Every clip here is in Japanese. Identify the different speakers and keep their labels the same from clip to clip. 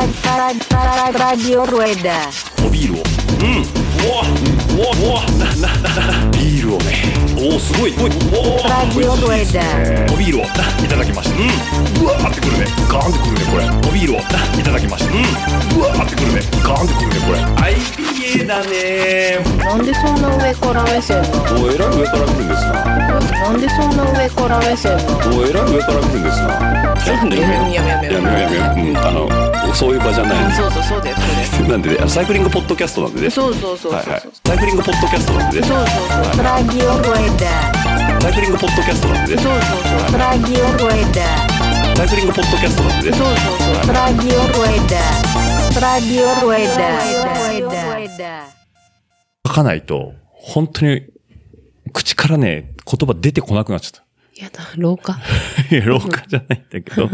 Speaker 1: ラジオルエダ
Speaker 2: おビールを
Speaker 3: うんうわうわうわなななな
Speaker 2: ビールをね
Speaker 3: おおすごいおお
Speaker 1: ラジオルエダ
Speaker 2: おビールを
Speaker 3: いただきましたうんうわーってくるね
Speaker 2: ガーンってくるねこれ
Speaker 3: おビールをいただきましたうんうわーってくるね
Speaker 2: ガーンってくるねこれ
Speaker 3: IPA だね
Speaker 4: なんでそんな上から目線なの
Speaker 2: おえらい上から来るんですな
Speaker 4: なんでそんな上から目線なの
Speaker 2: おえらい上から来るんですなちょっとねやめよう
Speaker 4: やめやめ
Speaker 2: やめようやめよううんあのそういう場じゃない
Speaker 4: そうそうそうだよ
Speaker 2: なんでねあのサイクリングポッドキャストなんでね
Speaker 4: そうそうそうそう
Speaker 2: はい
Speaker 4: そう
Speaker 2: はいサイクリングポッドキャストなんでね
Speaker 4: そうそうそう
Speaker 1: ラジオルエダ
Speaker 2: サイクリングポッドキャストなんでね
Speaker 4: そうそう
Speaker 1: ラジオルエダ
Speaker 2: サイクリングポッドキャストなんでね
Speaker 4: そうそうそう
Speaker 1: ラジオルエダラジオルエダ
Speaker 2: 書かないと本当に口からね言葉出てこなくなっちゃった
Speaker 4: やだ廊下
Speaker 2: いや、廊下じゃないんだけど。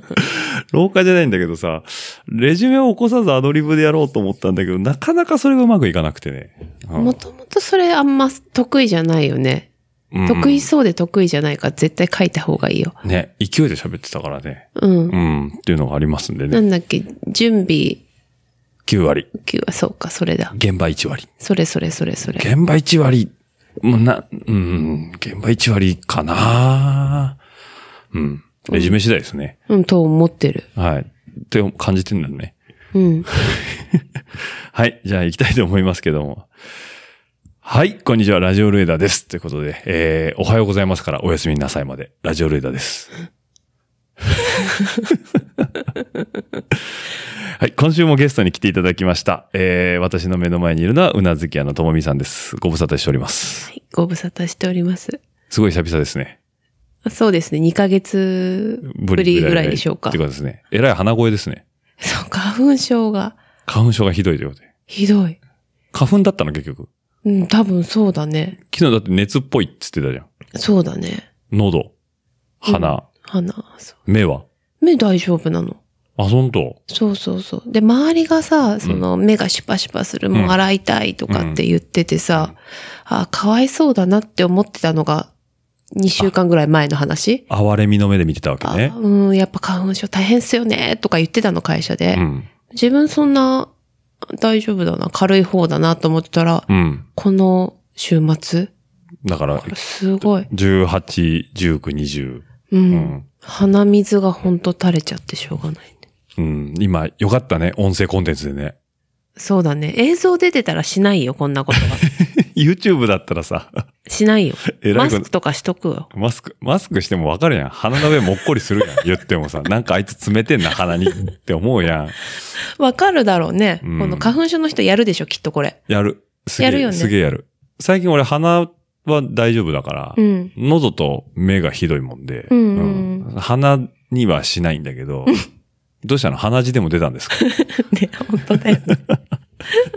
Speaker 2: 廊下じゃないんだけどさ、レジュメを起こさずアドリブでやろうと思ったんだけど、なかなかそれがうまくいかなくてね。うん
Speaker 5: もともとそれあんま得意じゃないよね。
Speaker 2: うん
Speaker 5: 得意そうで得意じゃないから絶対書いた方がいいよ。
Speaker 2: ね、勢いで喋ってたからね。
Speaker 5: うん。
Speaker 2: うん、っていうのがありますんで
Speaker 5: な
Speaker 2: ね。
Speaker 5: んだっけ、準備、
Speaker 2: 9割。
Speaker 5: 級はそうか、それだ。
Speaker 2: 現場1割。
Speaker 5: それそれそれそれ。
Speaker 2: 現場1割。もうな、うん、現場1割かなうん。レジュメ次第ですね。
Speaker 5: うん、と思ってる。
Speaker 2: はい。って感じてんだよね。
Speaker 5: うん。
Speaker 2: はい。じゃあ行きたいと思いますけども。はい。こんにちは。ラジオルエダです。ということで、えー、おはようございますからおやすみなさいまで。ラジオルエダです。 はい。今週もゲストに来ていただきました。えー、私の目の前にいるのは、うなずき屋のともみさんです。ご無沙汰しております。
Speaker 5: ご無沙汰しております。
Speaker 2: すごい久々ですね。
Speaker 5: そうですね、2ヶ月ぶりぐらいでしょうか
Speaker 2: って。ことですね。えらい鼻声ですね。
Speaker 5: そう、花粉症が
Speaker 2: 花粉症がひどいということで。
Speaker 5: ひどい。
Speaker 2: 花粉だったの結局。
Speaker 5: うん、多分そうだね。
Speaker 2: 昨日だって熱っぽいって言ってたじ
Speaker 5: そうだね。
Speaker 2: ゃん。喉、鼻、
Speaker 5: 鼻、そう。
Speaker 2: 目は。
Speaker 5: 目大丈夫なの
Speaker 2: あ、そんと。
Speaker 5: そうそうそう。で、周りがさ、その目がシュパシュパする、もう洗いたいとかって言っててさ、あ、かわいそうだなって思ってたのが、2週間ぐらい前の話。
Speaker 2: 哀れみの目で見てたわけ
Speaker 5: あ
Speaker 2: ね。
Speaker 5: うん、やっぱ花粉症大変っすよね、とか言ってたの会社で。
Speaker 2: うん。
Speaker 5: 自分そんな、大丈夫だな、軽い方だなと思ってたら、
Speaker 2: うん。
Speaker 5: この週末、
Speaker 2: だから
Speaker 5: こ、れすごい。
Speaker 2: 18、19、20。
Speaker 5: う。
Speaker 2: うんん。
Speaker 5: 鼻水がほんと垂れちゃってしょうがない、ね。
Speaker 2: うん。今、よかったね。音声コンテンツでね。
Speaker 5: そうだね。映像出てたらしないよ、こんなこと は。
Speaker 2: YouTube だったらさ、
Speaker 5: しないよ。
Speaker 2: えら
Speaker 5: マ
Speaker 2: いこ
Speaker 5: ス
Speaker 2: と
Speaker 5: ク。とかしとくわ。
Speaker 2: マスク、マスクしてもわかるやん。鼻の上もっこりす るやん。言ってもさ、なんかあいつ詰めてんな、鼻にって思うやん。
Speaker 5: わかるだろうね。
Speaker 2: うん
Speaker 5: この花粉症の人やるでしょ、きっとこれ。
Speaker 2: やる。すげえ、
Speaker 5: やるよね
Speaker 2: すげえやる。最近俺鼻は大丈夫だから、
Speaker 5: うん。
Speaker 2: 喉と目がひどいもんで、
Speaker 5: うんうん
Speaker 2: うん鼻にはしないんだけど、どうしたの鼻血でも出たんですか
Speaker 5: ね、本当だよね。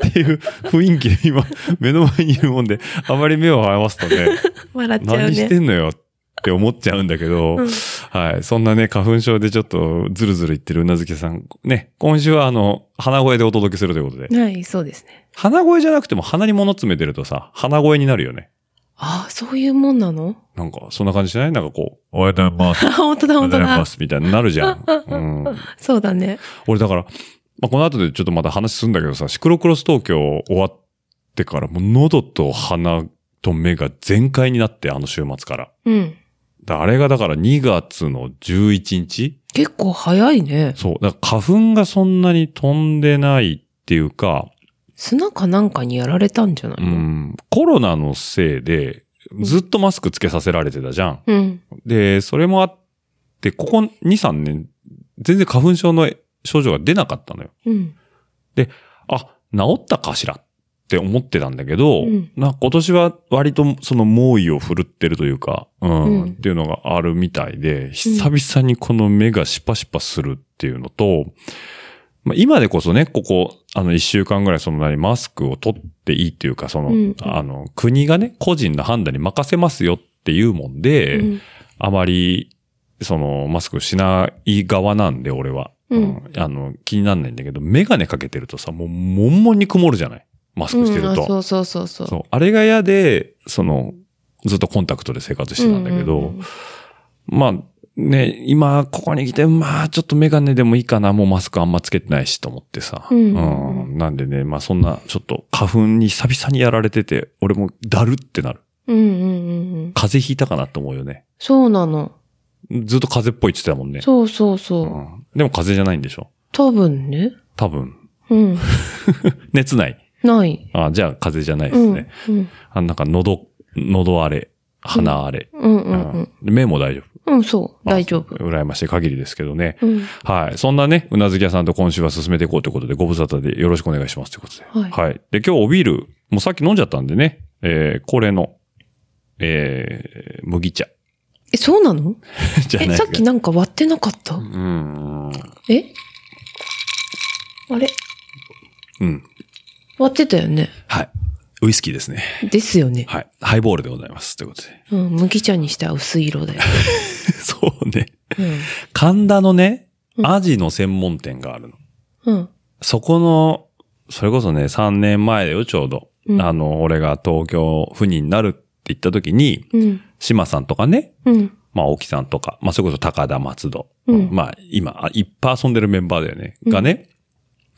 Speaker 2: っていう雰囲気で今、目の前にいるもんで、あまり目を合わすとね、
Speaker 5: 笑っちゃう
Speaker 2: 何し
Speaker 5: ね。
Speaker 2: てんのよって思っちゃうんだけど、
Speaker 5: うん
Speaker 2: はい。そんなね、花粉症でちょっとズルズル言ってるうなずきさん、ね、今週はあの、鼻声でお届けするということで、
Speaker 5: はい、そうですね。
Speaker 2: 鼻声じゃなくても鼻に物詰めてるとさ、鼻声になるよね。
Speaker 5: ああ、そういうもんなの
Speaker 2: なんか、そんな感じじゃないなんかこう、おはようございます。
Speaker 5: あ、本当だ、
Speaker 2: おはよ
Speaker 5: 本
Speaker 2: うご
Speaker 5: 当
Speaker 2: ざいま
Speaker 5: だ。
Speaker 2: す。みたいになるじゃん。うん、
Speaker 5: そうだね。
Speaker 2: 俺だから、まあ、この後でちょっとまた話するんだけどさ、シクロクロス東京終わってから、もう喉と鼻と目が全開になって、あの週末から。
Speaker 5: うん。
Speaker 2: だあれがだから2月の11日
Speaker 5: 結構早いね。
Speaker 2: そう。だから花粉がそんなに飛んでないっていうか、
Speaker 5: 砂かなんかにやられたんじゃないうの
Speaker 2: ん、コロナのせいで、ずっとマスクつけさせられてたじゃん。
Speaker 5: うん。
Speaker 2: で、それもあって、ここ2、3年、全然花粉症の症状が出なかったのよ。
Speaker 5: うん。
Speaker 2: あ、治ったかしらって思ってたんだけど、
Speaker 5: うん
Speaker 2: な今年は割とその猛威を振るってるというか、うん、
Speaker 5: うん
Speaker 2: っていうのがあるみたいで、久々にこの目がシパシパするっていうのと、まあ、今でこそね、ここ、あの、一週間ぐらいそのなにマスクを取っていいっていうか、その、
Speaker 5: うん
Speaker 2: あの、国がね、個人の判断に任せますよっていうもんで、
Speaker 5: うん
Speaker 2: あまり、その、マスクしない側なんで、俺は。
Speaker 5: うん
Speaker 2: あの、気になんないんだけど、メガネかけてるとさ、もう、もんもんに曇るじゃないマスクしてる
Speaker 5: うん
Speaker 2: と。
Speaker 5: あそうそうそうそう。
Speaker 2: そう。あれが嫌で、その、ずっとコンタクトで生活してたんだけど、
Speaker 5: うんうんうん
Speaker 2: まあ、ね、今、ここに来て、まあ、ちょっとメガネでもいいかな、もうマスクあんまつけてないしと思ってさ。
Speaker 5: うん
Speaker 2: うんなんでね、まあそんな、ちょっと花粉に久々にやられてて、俺もだるってなる。
Speaker 5: うんうんうんうん。
Speaker 2: 風邪ひいたかなと思うよね。
Speaker 5: そうなの。
Speaker 2: ずっと風邪っぽいって言ってたもんね。
Speaker 5: そうそうそう。
Speaker 2: んでも風邪じゃないんでしょ
Speaker 5: 多分ね。
Speaker 2: 多分。
Speaker 5: うん。
Speaker 2: 熱ない。
Speaker 5: ない。
Speaker 2: あじゃあ風邪じゃないで
Speaker 5: う
Speaker 2: す
Speaker 5: ん。
Speaker 2: ね。
Speaker 5: うん
Speaker 2: あなんか喉、喉荒れ、鼻荒れ。
Speaker 5: うんうんう
Speaker 2: うん
Speaker 5: ん。
Speaker 2: で目も大丈夫。
Speaker 5: うん、そう。大丈夫。
Speaker 2: 羨ましい限りですけどね。
Speaker 5: うん。
Speaker 2: はい。そんなね、うなずき屋さんと今週は進めていこうということで、ご無沙汰でよろしくお願いしますということで。
Speaker 5: はい
Speaker 2: で、今日おビール、もうさっき飲んじゃったんでね、えー、恒例の、えー、麦茶。
Speaker 5: え、そうなの
Speaker 2: じゃない
Speaker 5: え、
Speaker 2: で
Speaker 5: さ
Speaker 2: す
Speaker 5: っきなんか割ってなかった
Speaker 2: うーん。
Speaker 5: えあれ
Speaker 2: うん。
Speaker 5: 割ってたよね。
Speaker 2: はい。ウイスキーですね。
Speaker 5: ですよね。
Speaker 2: はい。ハイボールでございます。ということで。
Speaker 5: うん、麦茶にしては薄い色だよ。
Speaker 2: そうね。
Speaker 5: うん。
Speaker 2: 神田のね、
Speaker 5: うん
Speaker 2: アジの専門店があるの。
Speaker 5: うん。
Speaker 2: そこの、それこそね、3年前だよ、ちょうど。
Speaker 5: うん
Speaker 2: あの、俺が東京赴任になるって言った時に、
Speaker 5: うん。
Speaker 2: 島さんとかね、
Speaker 5: うん。
Speaker 2: まあ、沖さんとか、まあ、それこそ高田松戸。
Speaker 5: うん
Speaker 2: まあ、今、あいっぱい遊んでるメンバーだよね。がね、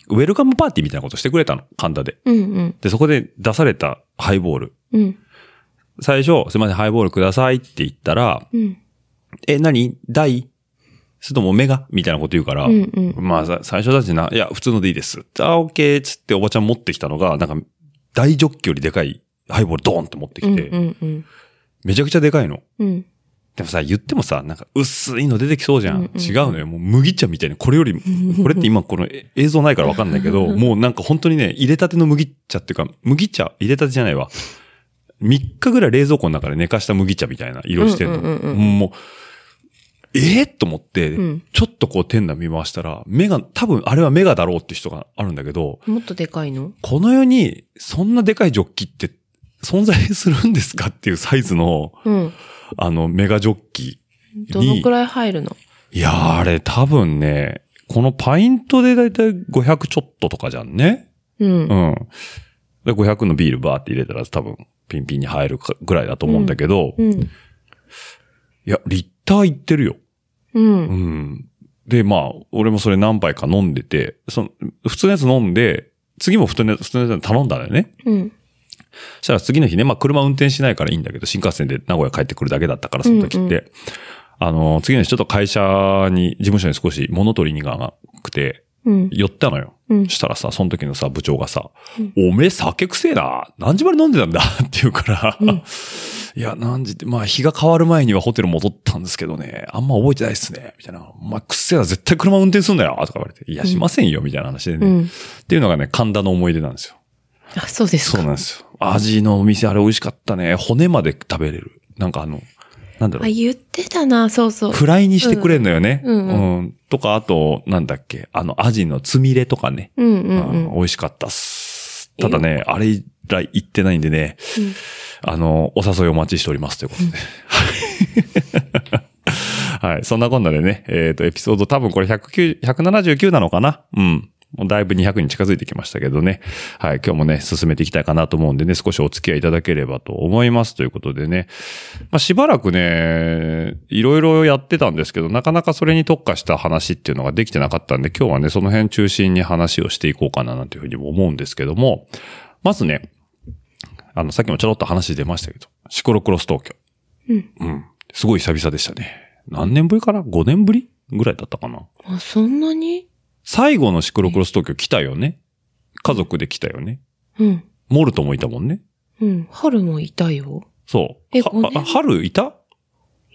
Speaker 2: ウェルカムパーティーみたいなことしてくれたの、神田で。
Speaker 5: うん。うん。
Speaker 2: で、そこで出されたハイボール。
Speaker 5: うん。
Speaker 2: 最初、すいません、ハイボールくださいって言ったら、
Speaker 5: うん。
Speaker 2: え、何大それともメガみたいなこと言うから、
Speaker 5: うんうん
Speaker 2: まあ、さ最初だしな、いや、普通のでいいです。あ、オッケーっつっておばちゃん持ってきたのが、なんか、大ジョッキよりでかいハイボールドーンって持って
Speaker 5: う
Speaker 2: き
Speaker 5: ん。
Speaker 2: て、
Speaker 5: うん。
Speaker 2: めちゃくちゃでかいの。
Speaker 5: うん。
Speaker 2: でもさ、言ってもさ、なんか薄いの出てきそうじゃん。
Speaker 5: うんうんうん
Speaker 2: 違うのよ。もう麦茶みたいに、これより、 これって今このえ映像ないからわかんないけど、もうなんか本当にね、入れたての麦茶っていうか、麦茶、入れたてじゃないわ。3日ぐらい冷蔵庫の中で寝かした麦茶みたいな色してるの。
Speaker 5: うんうんうんうん
Speaker 2: もう、ええと思って、
Speaker 5: うん
Speaker 2: ちょっとこう店内見回したら、目が、多分あれは目がだろうって人があるんだけど、
Speaker 5: もっとでかいの
Speaker 2: この世にそんなでかいジョッキって存在するんですかっていうサイズの、
Speaker 5: うん。
Speaker 2: あの、メガジョッキ。
Speaker 5: どのくらい入るの
Speaker 2: いやー、あれ多分ね、このパイントでだいたい500ちょっととかじゃんね。
Speaker 5: う。
Speaker 2: うんん。で、500のビールバーって入れたら多分ピンピンに入るかぐらいだと思うんだけど、い
Speaker 5: うん。
Speaker 2: や、リッターいってるよ。
Speaker 5: う。
Speaker 2: うんん。で、まあ、俺もそれ何杯か飲んでて、その、普通のやつ飲んで、次も普通のやつ、普通のやつ頼んだんだよね。
Speaker 5: うん。
Speaker 2: そしたら次の日ね、まあ車運転しないからいいんだけど、新幹線で名古屋帰ってくるだけだったから、その時って。
Speaker 5: うんう
Speaker 2: あの、次の日ちょっと会社に、事務所に少し物取りに行かなくて、
Speaker 5: うん。
Speaker 2: 寄ったのよ。
Speaker 5: うん
Speaker 2: したらさ、その時のさ、部長がさ、おめえ酒くせえな。何時まで飲んでたんだ って言うから、 いや、何時って、まあ日が変わる前にはホテル戻ったんですけどね、あんま覚えてないっすね。みたいな。お前くっせえな、絶対車運転すんだよ。とか言われて、いや、しませんよ。みたいな話でね、
Speaker 5: うん
Speaker 2: っていうのがね、神田の思い出なんですよ。
Speaker 5: あ、そうです
Speaker 2: そう
Speaker 5: か。
Speaker 2: なんですよ。味のお店、あれ美味しかったね。骨まで食べれる。なんかあの、なんだろ
Speaker 5: あ、
Speaker 2: う。
Speaker 5: 言ってたな、そうそう。
Speaker 2: フライにしてくれんのよね。
Speaker 5: うんうん
Speaker 2: とか、あと、なんだっけ、あの、アジのつみれとかね。
Speaker 5: うんうん
Speaker 2: うん
Speaker 5: うん。
Speaker 2: 美味しかったっす。ただね、あれ以来行ってないんでね、あの、お誘いお待ちしておりますということで。 はい。そんなこんなでね、えっ、と、エピソード多分これ109 179なのかなうん。もうだいぶ200に近づいてきましたけどね。はい。今日もね、進めていきたいかなと思うんでね、少しお付き合いいただければと思いますということでね。まあ、しばらくね、いろいろやってたんですけど、なかなかそれに特化した話っていうのができてなかったんで、今日はね、その辺中心に話をしていこうかななんていうふうにも思うんですけども、まずね、あの、さっきもちょろっと話出ましたけど、シコロクロス東京。うん。すごい久々でしたね。何年ぶりかな ?5 年ぶりぐらいだったかな。
Speaker 5: あ、そんなに
Speaker 2: 最後のシクロクロス東京来たよね。家族で来たよね。
Speaker 5: うん。
Speaker 2: モルトもいたもんね。
Speaker 5: うん。春もいたよ。
Speaker 2: そう。
Speaker 5: え
Speaker 2: は
Speaker 5: 五年
Speaker 2: あ春いた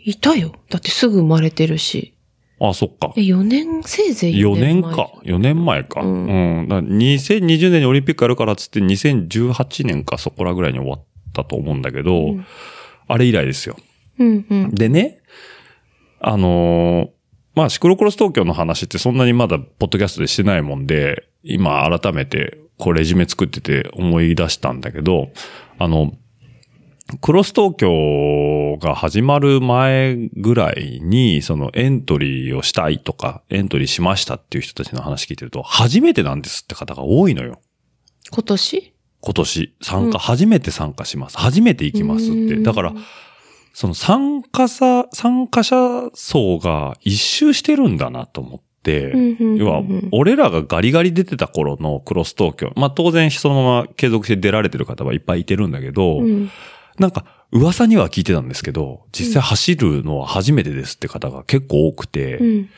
Speaker 5: いたよ。だってすぐ生まれてるし。
Speaker 2: あ、そっか
Speaker 5: え、。4年、せいぜい
Speaker 2: 4
Speaker 5: 4
Speaker 2: 年
Speaker 5: 年
Speaker 2: か
Speaker 5: 前。
Speaker 2: 4年前か。う。
Speaker 5: うん
Speaker 2: だから2020年にオリンピックやるからっつって2018年かそこらぐらいに終わったと思うんだけど、
Speaker 5: うん
Speaker 2: あれ以来ですよ。
Speaker 5: うんうん。
Speaker 2: でね、あのーまあ、シクロクロス東京の話ってそんなにまだポッドキャストでしてないもんで、今改めて、こうレジュメ作ってて思い出したんだけど、あの、クロス東京が始まる前ぐらいに、そのエントリーをしたいとか、エントリーしましたっていう人たちの話聞いてると、初めてなんですって方が多いのよ。
Speaker 5: 今年
Speaker 2: 今年、参加、初めて参加します。初めて行きますっ
Speaker 5: う
Speaker 2: て。
Speaker 5: ん
Speaker 2: だから、その参加者、参加者層が一周してるんだなと思って、要は、俺らがガリガリ出てた頃のクロス東京。まあ当然そのまま継続して出られてる方はいっぱいいてるんだけど、
Speaker 5: うん
Speaker 2: なんか噂には聞いてたんですけど、実際走るのは初めてですって方が結構多くて、
Speaker 5: うん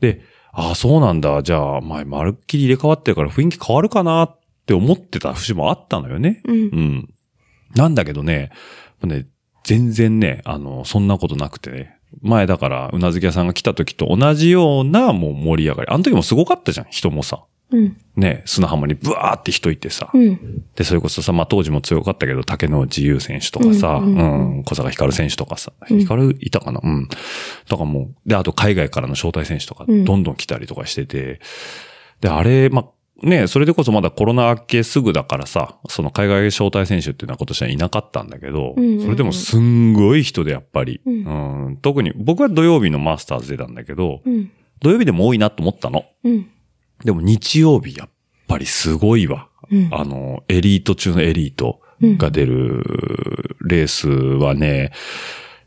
Speaker 2: で、ああ、そうなんだ。じゃあ、まあ、まるっきり入れ替わってるから雰囲気変わるかなって思ってた節もあったのよね。
Speaker 5: うん
Speaker 2: うん。なんだけどね、もうね、全然ね、あの、そんなことなくてね。前だから、うなずき屋さんが来た時と同じようなもう盛り上がり。あの時もすごかったじゃん、人もさ。
Speaker 5: うん
Speaker 2: ね、砂浜にブワーって人いてさ。
Speaker 5: うん
Speaker 2: で、それこそさ、まあ当時も強かったけど、竹野自由選手とかさ、う
Speaker 5: うんんうん
Speaker 2: 小坂光選手とかさ、光いたかなうん。とかもう、で、あと海外からの招待選手とか、ど
Speaker 5: うん
Speaker 2: んどん来たりとかしてて、で、あれ、まあ、ね、それでこそまだコロナ明けすぐだからさ、その海外招待選手っていうのは今年はいなかったんだけど、
Speaker 5: うんうんうん
Speaker 2: それでもすんごい人でやっぱり、う、
Speaker 5: うん
Speaker 2: 特に僕は土曜日のマスターズ出たんだけど、
Speaker 5: うん
Speaker 2: 土曜日でも多いなと思ったの。
Speaker 5: うん
Speaker 2: でも日曜日やっぱりすごいわ。
Speaker 5: うん
Speaker 2: あの、エリート中のエリートが出るレースはね、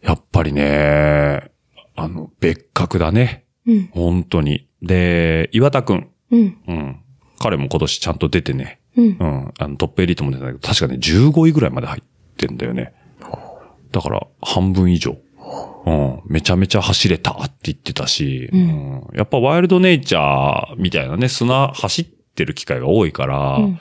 Speaker 2: やっぱりね、あの、別格だね。
Speaker 5: うん
Speaker 2: 本当に。で、岩田くん。
Speaker 5: うん
Speaker 2: うん。彼も今年ちゃんと出てね。
Speaker 5: うん
Speaker 2: うん。あの、トップエリートも出たんだけど、確かね、15位ぐらいまで入ってんだよね。だから、半分以上。うん。めちゃめちゃ走れたって言ってたし、うんやっぱワイルドネイチャーみたいなね、砂走ってる機会が多いから、やっ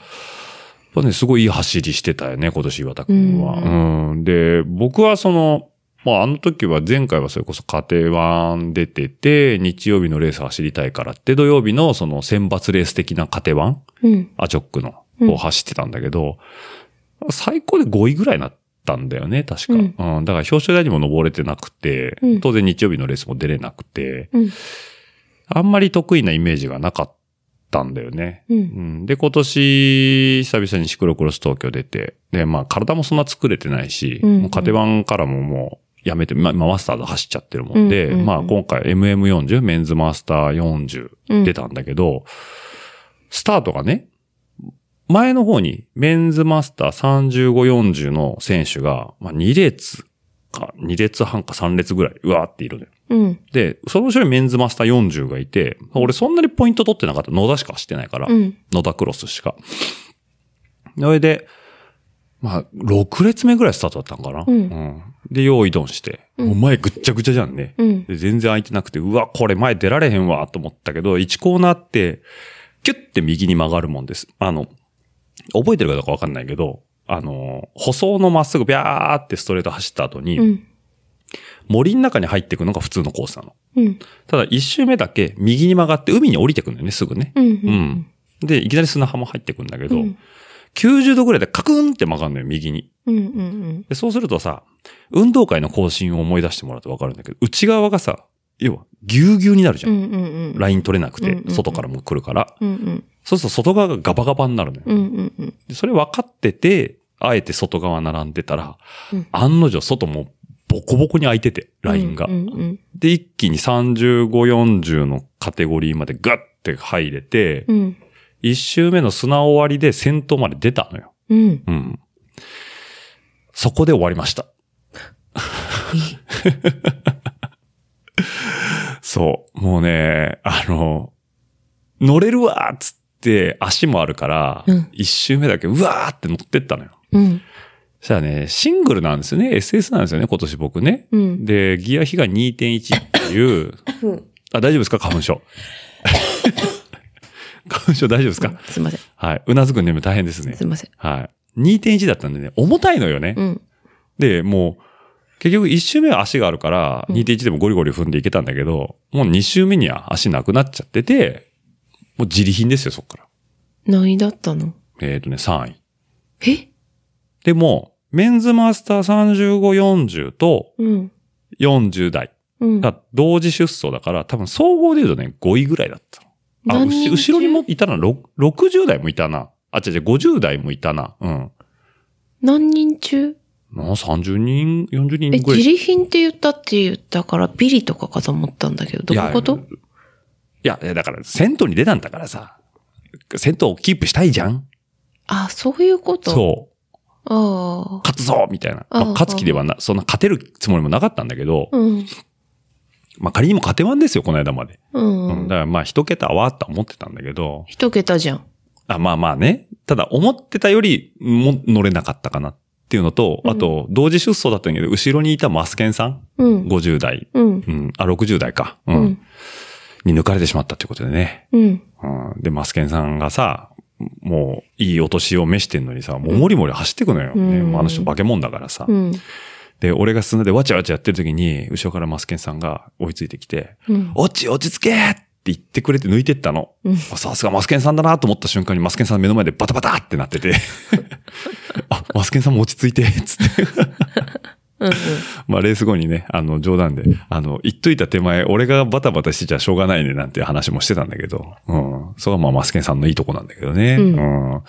Speaker 2: ぱね、すごいいい走りしてたよね、今年岩田くんは。うん。で、僕はその、まあ、あの時は前回はそれこそ家庭ン出てて、日曜日のレース走りたいからって、土曜日のその選抜レース的な家庭ン
Speaker 5: うん
Speaker 2: アチョックのを走ってたんだけど、最高で5位ぐらいになったんだよね、確か。うん。だから表彰台にも登れてなくて、
Speaker 5: うん
Speaker 2: 当然日曜日のレースも出れなくて、
Speaker 5: うん
Speaker 2: あんまり得意なイメージがなかったんだよね。
Speaker 5: うん
Speaker 2: うんで、今年、久々にシクロクロス東京出て、で、まあ、体もそんな作れてないし、
Speaker 5: うんうん
Speaker 2: もうカテバンからももう、やめて、ま、まあマスターで走っちゃってるもんで、
Speaker 5: うんうんうん
Speaker 2: まあ、今回 MM40、メンズマスター
Speaker 5: うん
Speaker 2: 40出たんだけど、スタートがね、前の方にメンズマスター35、40の選手が、まあ、2列か、2列半か3列ぐらい、うわーっているのよ。
Speaker 5: うん
Speaker 2: で、その後ろにメンズマスター40がいて、俺そんなにポイント取ってなかった。野田しか走ってないから、
Speaker 5: うん
Speaker 2: 野田クロスしか。それで、まあ、6列目ぐらいスタートだったんかな。
Speaker 5: うん
Speaker 2: で、用意ドンして、もう前ぐっちゃぐちゃじゃんね。
Speaker 5: うん
Speaker 2: で全然空いてなくて、うわ、これ前出られへんわ、と思ったけど、1コーナーって、キュッて右に曲がるもんです。あの、覚えてるかどうかわかんないけど、あの、舗装のまっすぐビャーってストレート走った後に、
Speaker 5: うん
Speaker 2: 森の中に入っていくのが普通のコースなの。
Speaker 5: うん
Speaker 2: ただ一周目だけ右に曲がって海に降りてくんだよね、すぐね。
Speaker 5: うんう
Speaker 2: うんん。で、いきなり砂浜入ってくんだけど、
Speaker 5: うん
Speaker 2: 90度ぐらいでカクンって曲がるのよ、右に。
Speaker 5: うんうん
Speaker 2: で、そうするとさ、運動会の更新を思い出してもらうとわかるんだけど、内側がさ、要は、ぎゅうぎゅうになるじゃ。
Speaker 5: うんんうんうん
Speaker 2: ライン取れなく
Speaker 5: うんうんう
Speaker 2: て、
Speaker 5: ん
Speaker 2: 外からも来るから。
Speaker 5: うんうん
Speaker 2: そうすると外側がガバガバになるのよ。
Speaker 5: うんうんうん
Speaker 2: でそれ分かってて、あえて外側並んでたら
Speaker 5: うん、
Speaker 2: 案の定外もボコボコに開いてて、ラインが
Speaker 5: う。んうん
Speaker 2: で、一気に35、40のカテゴリーまでガッて入れて
Speaker 5: う、ん
Speaker 2: 一、周目の砂終わりで先頭まで出たのよ。
Speaker 5: うん
Speaker 2: うん。そこで終わりました。 そう。もうね、あの、乗れるわーっつって足もあるから
Speaker 5: うん、
Speaker 2: 一、周目だけうわーって乗ってったのよ。
Speaker 5: うん
Speaker 2: そしたらね、シングルなんですよね。SS なんですよね、今年僕ね。
Speaker 5: うん
Speaker 2: で、ギア比が2.1っていう、あ、大丈夫ですか花粉症。 花粉症大丈夫ですか
Speaker 5: すいません
Speaker 2: はい。うなずくんね、大変ですね
Speaker 5: すい。ません
Speaker 2: はい。2.1だったんでね、重たいのよね。
Speaker 5: うん
Speaker 2: で、もう、結局1周目は足があるから、2.1でもゴリゴリ踏んでいけたんだけど、もう2周目には足なくなっちゃってて、もう自利品ですよ、そっから。
Speaker 5: 何位だったの
Speaker 2: えっ、とね、3位。
Speaker 5: え
Speaker 2: でも、メンズマスター35、40と
Speaker 5: うん
Speaker 2: 40代
Speaker 5: うん
Speaker 2: が同時出走だから、多分総合で言うとね、5位ぐらいだったの。あ、う
Speaker 5: 何
Speaker 2: し
Speaker 5: 人
Speaker 2: 後ろにもいたな、ろ60代もいたな。あ、違う違う、50代もいたな。うん。
Speaker 5: 何人中
Speaker 2: な30人、40人
Speaker 5: え、
Speaker 2: ぐらい
Speaker 5: 自利品って言ったって言ったから、ビリとかかと思ったんだけど、どういうこと
Speaker 2: いや、いやだから、銭湯に出たんだからさ、銭湯をキープしたいじゃん
Speaker 5: あ、そういうこと
Speaker 2: そ
Speaker 5: ああ。
Speaker 2: 勝つぞみたいな。まあ
Speaker 5: ああ
Speaker 2: 勝つ気ではな、そんな勝てるつもりもなかったんだけど、
Speaker 5: うん。
Speaker 2: まあ仮にも勝てワンですよ、この間まで。
Speaker 5: う
Speaker 2: うん。
Speaker 5: ん。
Speaker 2: だからまあ一桁はとは思ってたんだけど、
Speaker 5: 一桁じゃん。
Speaker 2: あまあまあね。ただ思ってたよりも乗れなかったかなっていうのと、あと、同時出走だったんだけど、後ろにいたマスケンさん、
Speaker 5: うん。
Speaker 2: 50代、
Speaker 5: うん。
Speaker 2: うん、あ、60代か、う、
Speaker 5: うんん。
Speaker 2: に抜かれてしまったということでね。
Speaker 5: うん。
Speaker 2: うん、で、マスケンさんがさ、もう、いいお年を召してんのにさ、もうもりもり走ってくのよ。ね、
Speaker 5: うん
Speaker 2: もうあの人化け物だからさ。
Speaker 5: うん。
Speaker 2: で、俺が砂でわちゃわちゃやってる時に、後ろからマスケンさんが追いついてきて、
Speaker 5: うん
Speaker 2: 落ち落ち着けって言ってくれて抜いてったの。
Speaker 5: うん
Speaker 2: さすがマスケンさんだなと思った瞬間にマスケンさんの目の前でバタバタってなって て、あ、マスケンさんも落ち着いて、つって。
Speaker 5: うん。
Speaker 2: まあレース後にね、あの冗談で、あの、言っといた手前、俺がバタバタしてちゃしょうがないねなんて話もしてたんだけど、うん。それはまあマスケンさんのいいとこなんだけどね。
Speaker 5: うん
Speaker 2: うん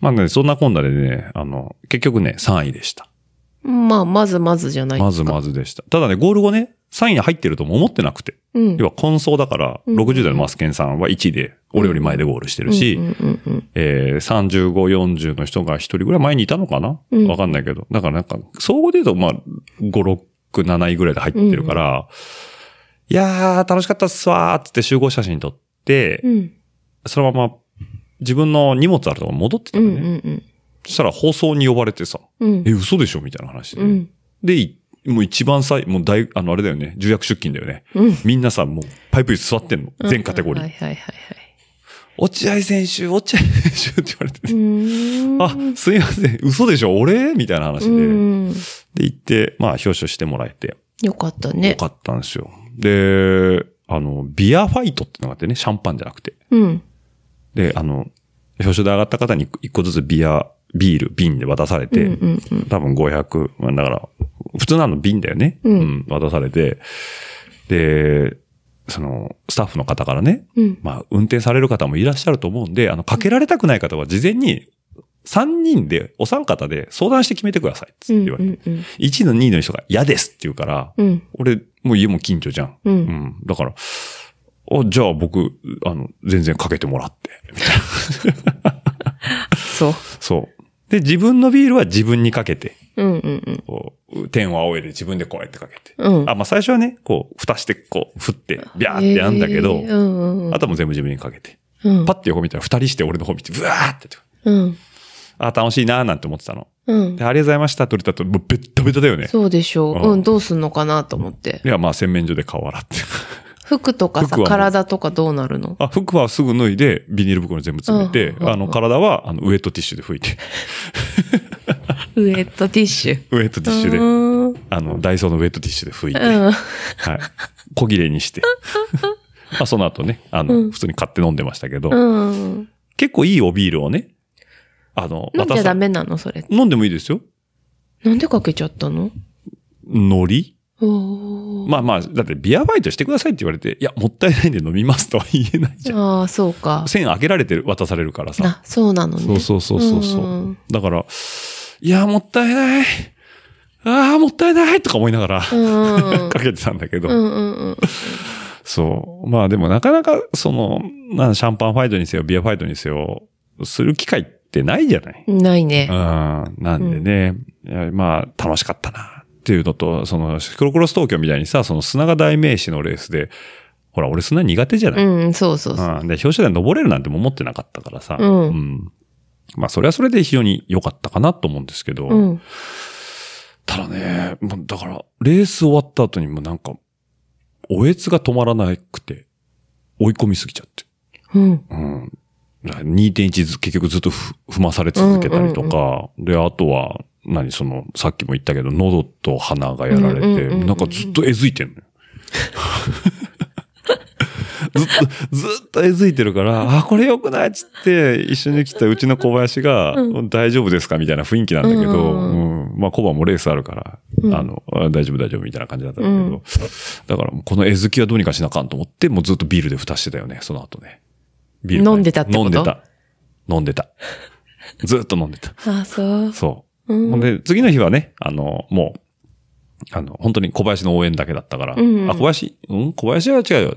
Speaker 2: まあね、そんなこんなでね、あの、結局ね、3位でした。
Speaker 5: うんまあ、まずまずじゃない
Speaker 2: ま
Speaker 5: です
Speaker 2: ず
Speaker 5: か。
Speaker 2: まずでした。ただね、ゴール後ね、3位に入ってるとも思ってなくて。
Speaker 5: ず。うん。
Speaker 2: 要は、混走だから、
Speaker 5: うん
Speaker 2: 60代のマスケンさんは1位で、俺より前でゴールしてるし、
Speaker 5: うんうんうんうん
Speaker 2: えー、35、40の人が1人ぐらい前にいたのかな
Speaker 5: うん
Speaker 2: わかんないけど。だからなんか、総合で言うと、まあ、5、6、7位ぐらいで入ってるから、いやー、楽しかったっすわーっつって集合写真撮って、
Speaker 5: うん。
Speaker 2: そのまま、自分の荷物あるとこ戻ってた
Speaker 5: う
Speaker 2: の
Speaker 5: ん
Speaker 2: ね。
Speaker 5: うん
Speaker 2: そしたら放送に呼ばれてさ、
Speaker 5: うん。うん
Speaker 2: え、嘘でしょみたいな話で。
Speaker 5: うん。
Speaker 2: で、いもう一番最、もう大、あの、あれだよね、重役出勤だよね。
Speaker 5: うん。
Speaker 2: みんなさ、もう、パイプ椅子座ってんの。全カテゴリー。
Speaker 5: はいはいはいはい。
Speaker 2: 落合選手、落合選手って言われて
Speaker 5: う
Speaker 2: て。
Speaker 5: ーん
Speaker 2: あ、すいません、嘘でしょ俺みたいな話
Speaker 5: う
Speaker 2: で。
Speaker 5: ん。
Speaker 2: で、行って、まあ、表彰してもらえて。
Speaker 5: よかった
Speaker 2: よ
Speaker 5: ね。
Speaker 2: かったんですよ。で、あの、ビアファイトってのがあってね、シャンパンじゃなくて。
Speaker 5: うん。
Speaker 2: で、あの、表彰で上がった方に一個ずつビア、ビール、瓶で渡されて、
Speaker 5: うんうんうん。
Speaker 2: 多分500、まあだから、普通なの瓶だよね。
Speaker 5: うん
Speaker 2: 渡されて、で、その、スタッフの方からね、
Speaker 5: うん
Speaker 2: まあ、運転される方もいらっしゃると思うんで、あの、かけられたくない方は事前に、3人で、お三方で相談して決めてください、つ
Speaker 5: う
Speaker 2: って
Speaker 5: ん
Speaker 2: 言われて。
Speaker 5: うんうん。
Speaker 2: 1位の2位の人が嫌ですって言うから、
Speaker 5: うん。
Speaker 2: 俺、もう家も近所じゃん。
Speaker 5: うん
Speaker 2: ん。だから、あ、じゃあ僕、あの、全然かけてもらって、みたいな。
Speaker 5: そう。
Speaker 2: そう。で、自分のビールは自分にかけて、
Speaker 5: うんうんうん。
Speaker 2: こう、天を仰いで自分でこうやってかけて。
Speaker 5: うん
Speaker 2: あ、まあ最初はね、こう、蓋して、こう、振って、ビャーってやんだけど、
Speaker 5: えーうんうんうん。
Speaker 2: あとはもう全部自分にかけて。
Speaker 5: うん
Speaker 2: パッて横見たら二人して俺の方見て、ブワーってやって。
Speaker 5: うん。
Speaker 2: あ、楽しいなーなんて思ってたの。
Speaker 5: うん
Speaker 2: で、。ありがとうございました、取れたと、もうベッタベタだよね。
Speaker 5: そうでしょ
Speaker 2: ああ
Speaker 5: う。うん、どうすんのかなと思って
Speaker 2: い。や、まあ洗面所で顔洗って。
Speaker 5: 服とか
Speaker 2: 服
Speaker 5: さ、
Speaker 2: はもう
Speaker 5: 体とかどうなるの
Speaker 2: あ、服はすぐ脱いで、ビニール袋に全部詰めて、
Speaker 5: うん
Speaker 2: あの、体は、あの、ウエットティッシュで拭い て、
Speaker 5: ウェットティッシュ。
Speaker 2: ウエットティッシ
Speaker 5: う
Speaker 2: ュで、
Speaker 5: ーん。
Speaker 2: あの、ダイソーのウエットティッシュで拭いて、
Speaker 5: うん。
Speaker 2: はい。小切れに して。まあ、その後ね、あの、
Speaker 5: うん
Speaker 2: 普通に買って飲んでましたけど、
Speaker 5: うん。
Speaker 2: 結構いいおビールをね、あの、
Speaker 5: 飲んじ
Speaker 2: 渡
Speaker 5: ゃ
Speaker 2: さ
Speaker 5: ダメなのそれ。
Speaker 2: 飲んでもいいですよ。
Speaker 5: なんでかけちゃったの
Speaker 2: 海苔
Speaker 5: おー
Speaker 2: まあまあ、だってビアバイトしてくださいって言われて、いや、もったいないんで飲みますとは言えないじゃん。
Speaker 5: ああ、そうか。
Speaker 2: 線開けられてる渡されるからさ。
Speaker 5: あ、そうなのね。
Speaker 2: そうそうそうそうそう
Speaker 5: うん
Speaker 2: だから、いや、もったいない。ああ、もったいないとか思いながら、
Speaker 5: うん。
Speaker 2: かけてたんだけど、
Speaker 5: うんうんうん。
Speaker 2: そう。まあでもなかなか、その、なんシャンパンファイトにせよ、ビアファイトにせよ、する機会ってないじゃない
Speaker 5: ないね。
Speaker 2: うん。なんでね、いやまあ、楽しかったな、っていうのと、その、シクロクロス東京みたいにさ、その砂が代名詞のレースで、ほら、俺砂苦手じゃない、
Speaker 5: うん、そうそうそう。
Speaker 2: うん。で、表彰台登れるなんても思ってなかったからさ、
Speaker 5: うん
Speaker 2: まあ、それはそれで非常に良かったかなと思うんですけど、
Speaker 5: うん。
Speaker 2: ただね、もうだから、レース終わった後にもなんか、おえつが止まらなくて、追い込みすぎちゃって。
Speaker 5: うん。
Speaker 2: うん。だから2.1ず結局ずっとふ踏まされ続けたりとか、で、あとは、何、その、さっきも言ったけど、喉と鼻がやられて、
Speaker 5: うんうんうんうん
Speaker 2: なんかずっとえずいてんのよ。 ずっと、ずっとえずいてるから、あ、これ良くないっつって、一緒に来たうちの小林が、大丈夫ですかみたいな雰囲気なんだけど、
Speaker 5: うん
Speaker 2: うん
Speaker 5: う
Speaker 2: まあ、小林もレースあるから、
Speaker 5: うん
Speaker 2: あの、あ大丈夫大丈夫みたいな感じだったんだけど、
Speaker 5: うん
Speaker 2: だからもうこのえずきはどうにかしなあかんと思って、もうずっとビールで蓋してたよね、その後ね。ビール
Speaker 5: 飲んでたってこと
Speaker 2: 飲んでた。飲ん でた。ずっと飲んでた。
Speaker 5: ああ、そう。
Speaker 2: そう。
Speaker 5: うん
Speaker 2: ほんで、次の日はね、あの、もう、あの、本当に小林の応援だけだったから、
Speaker 5: うんうん
Speaker 2: あ、小林、うん小林は違うよ。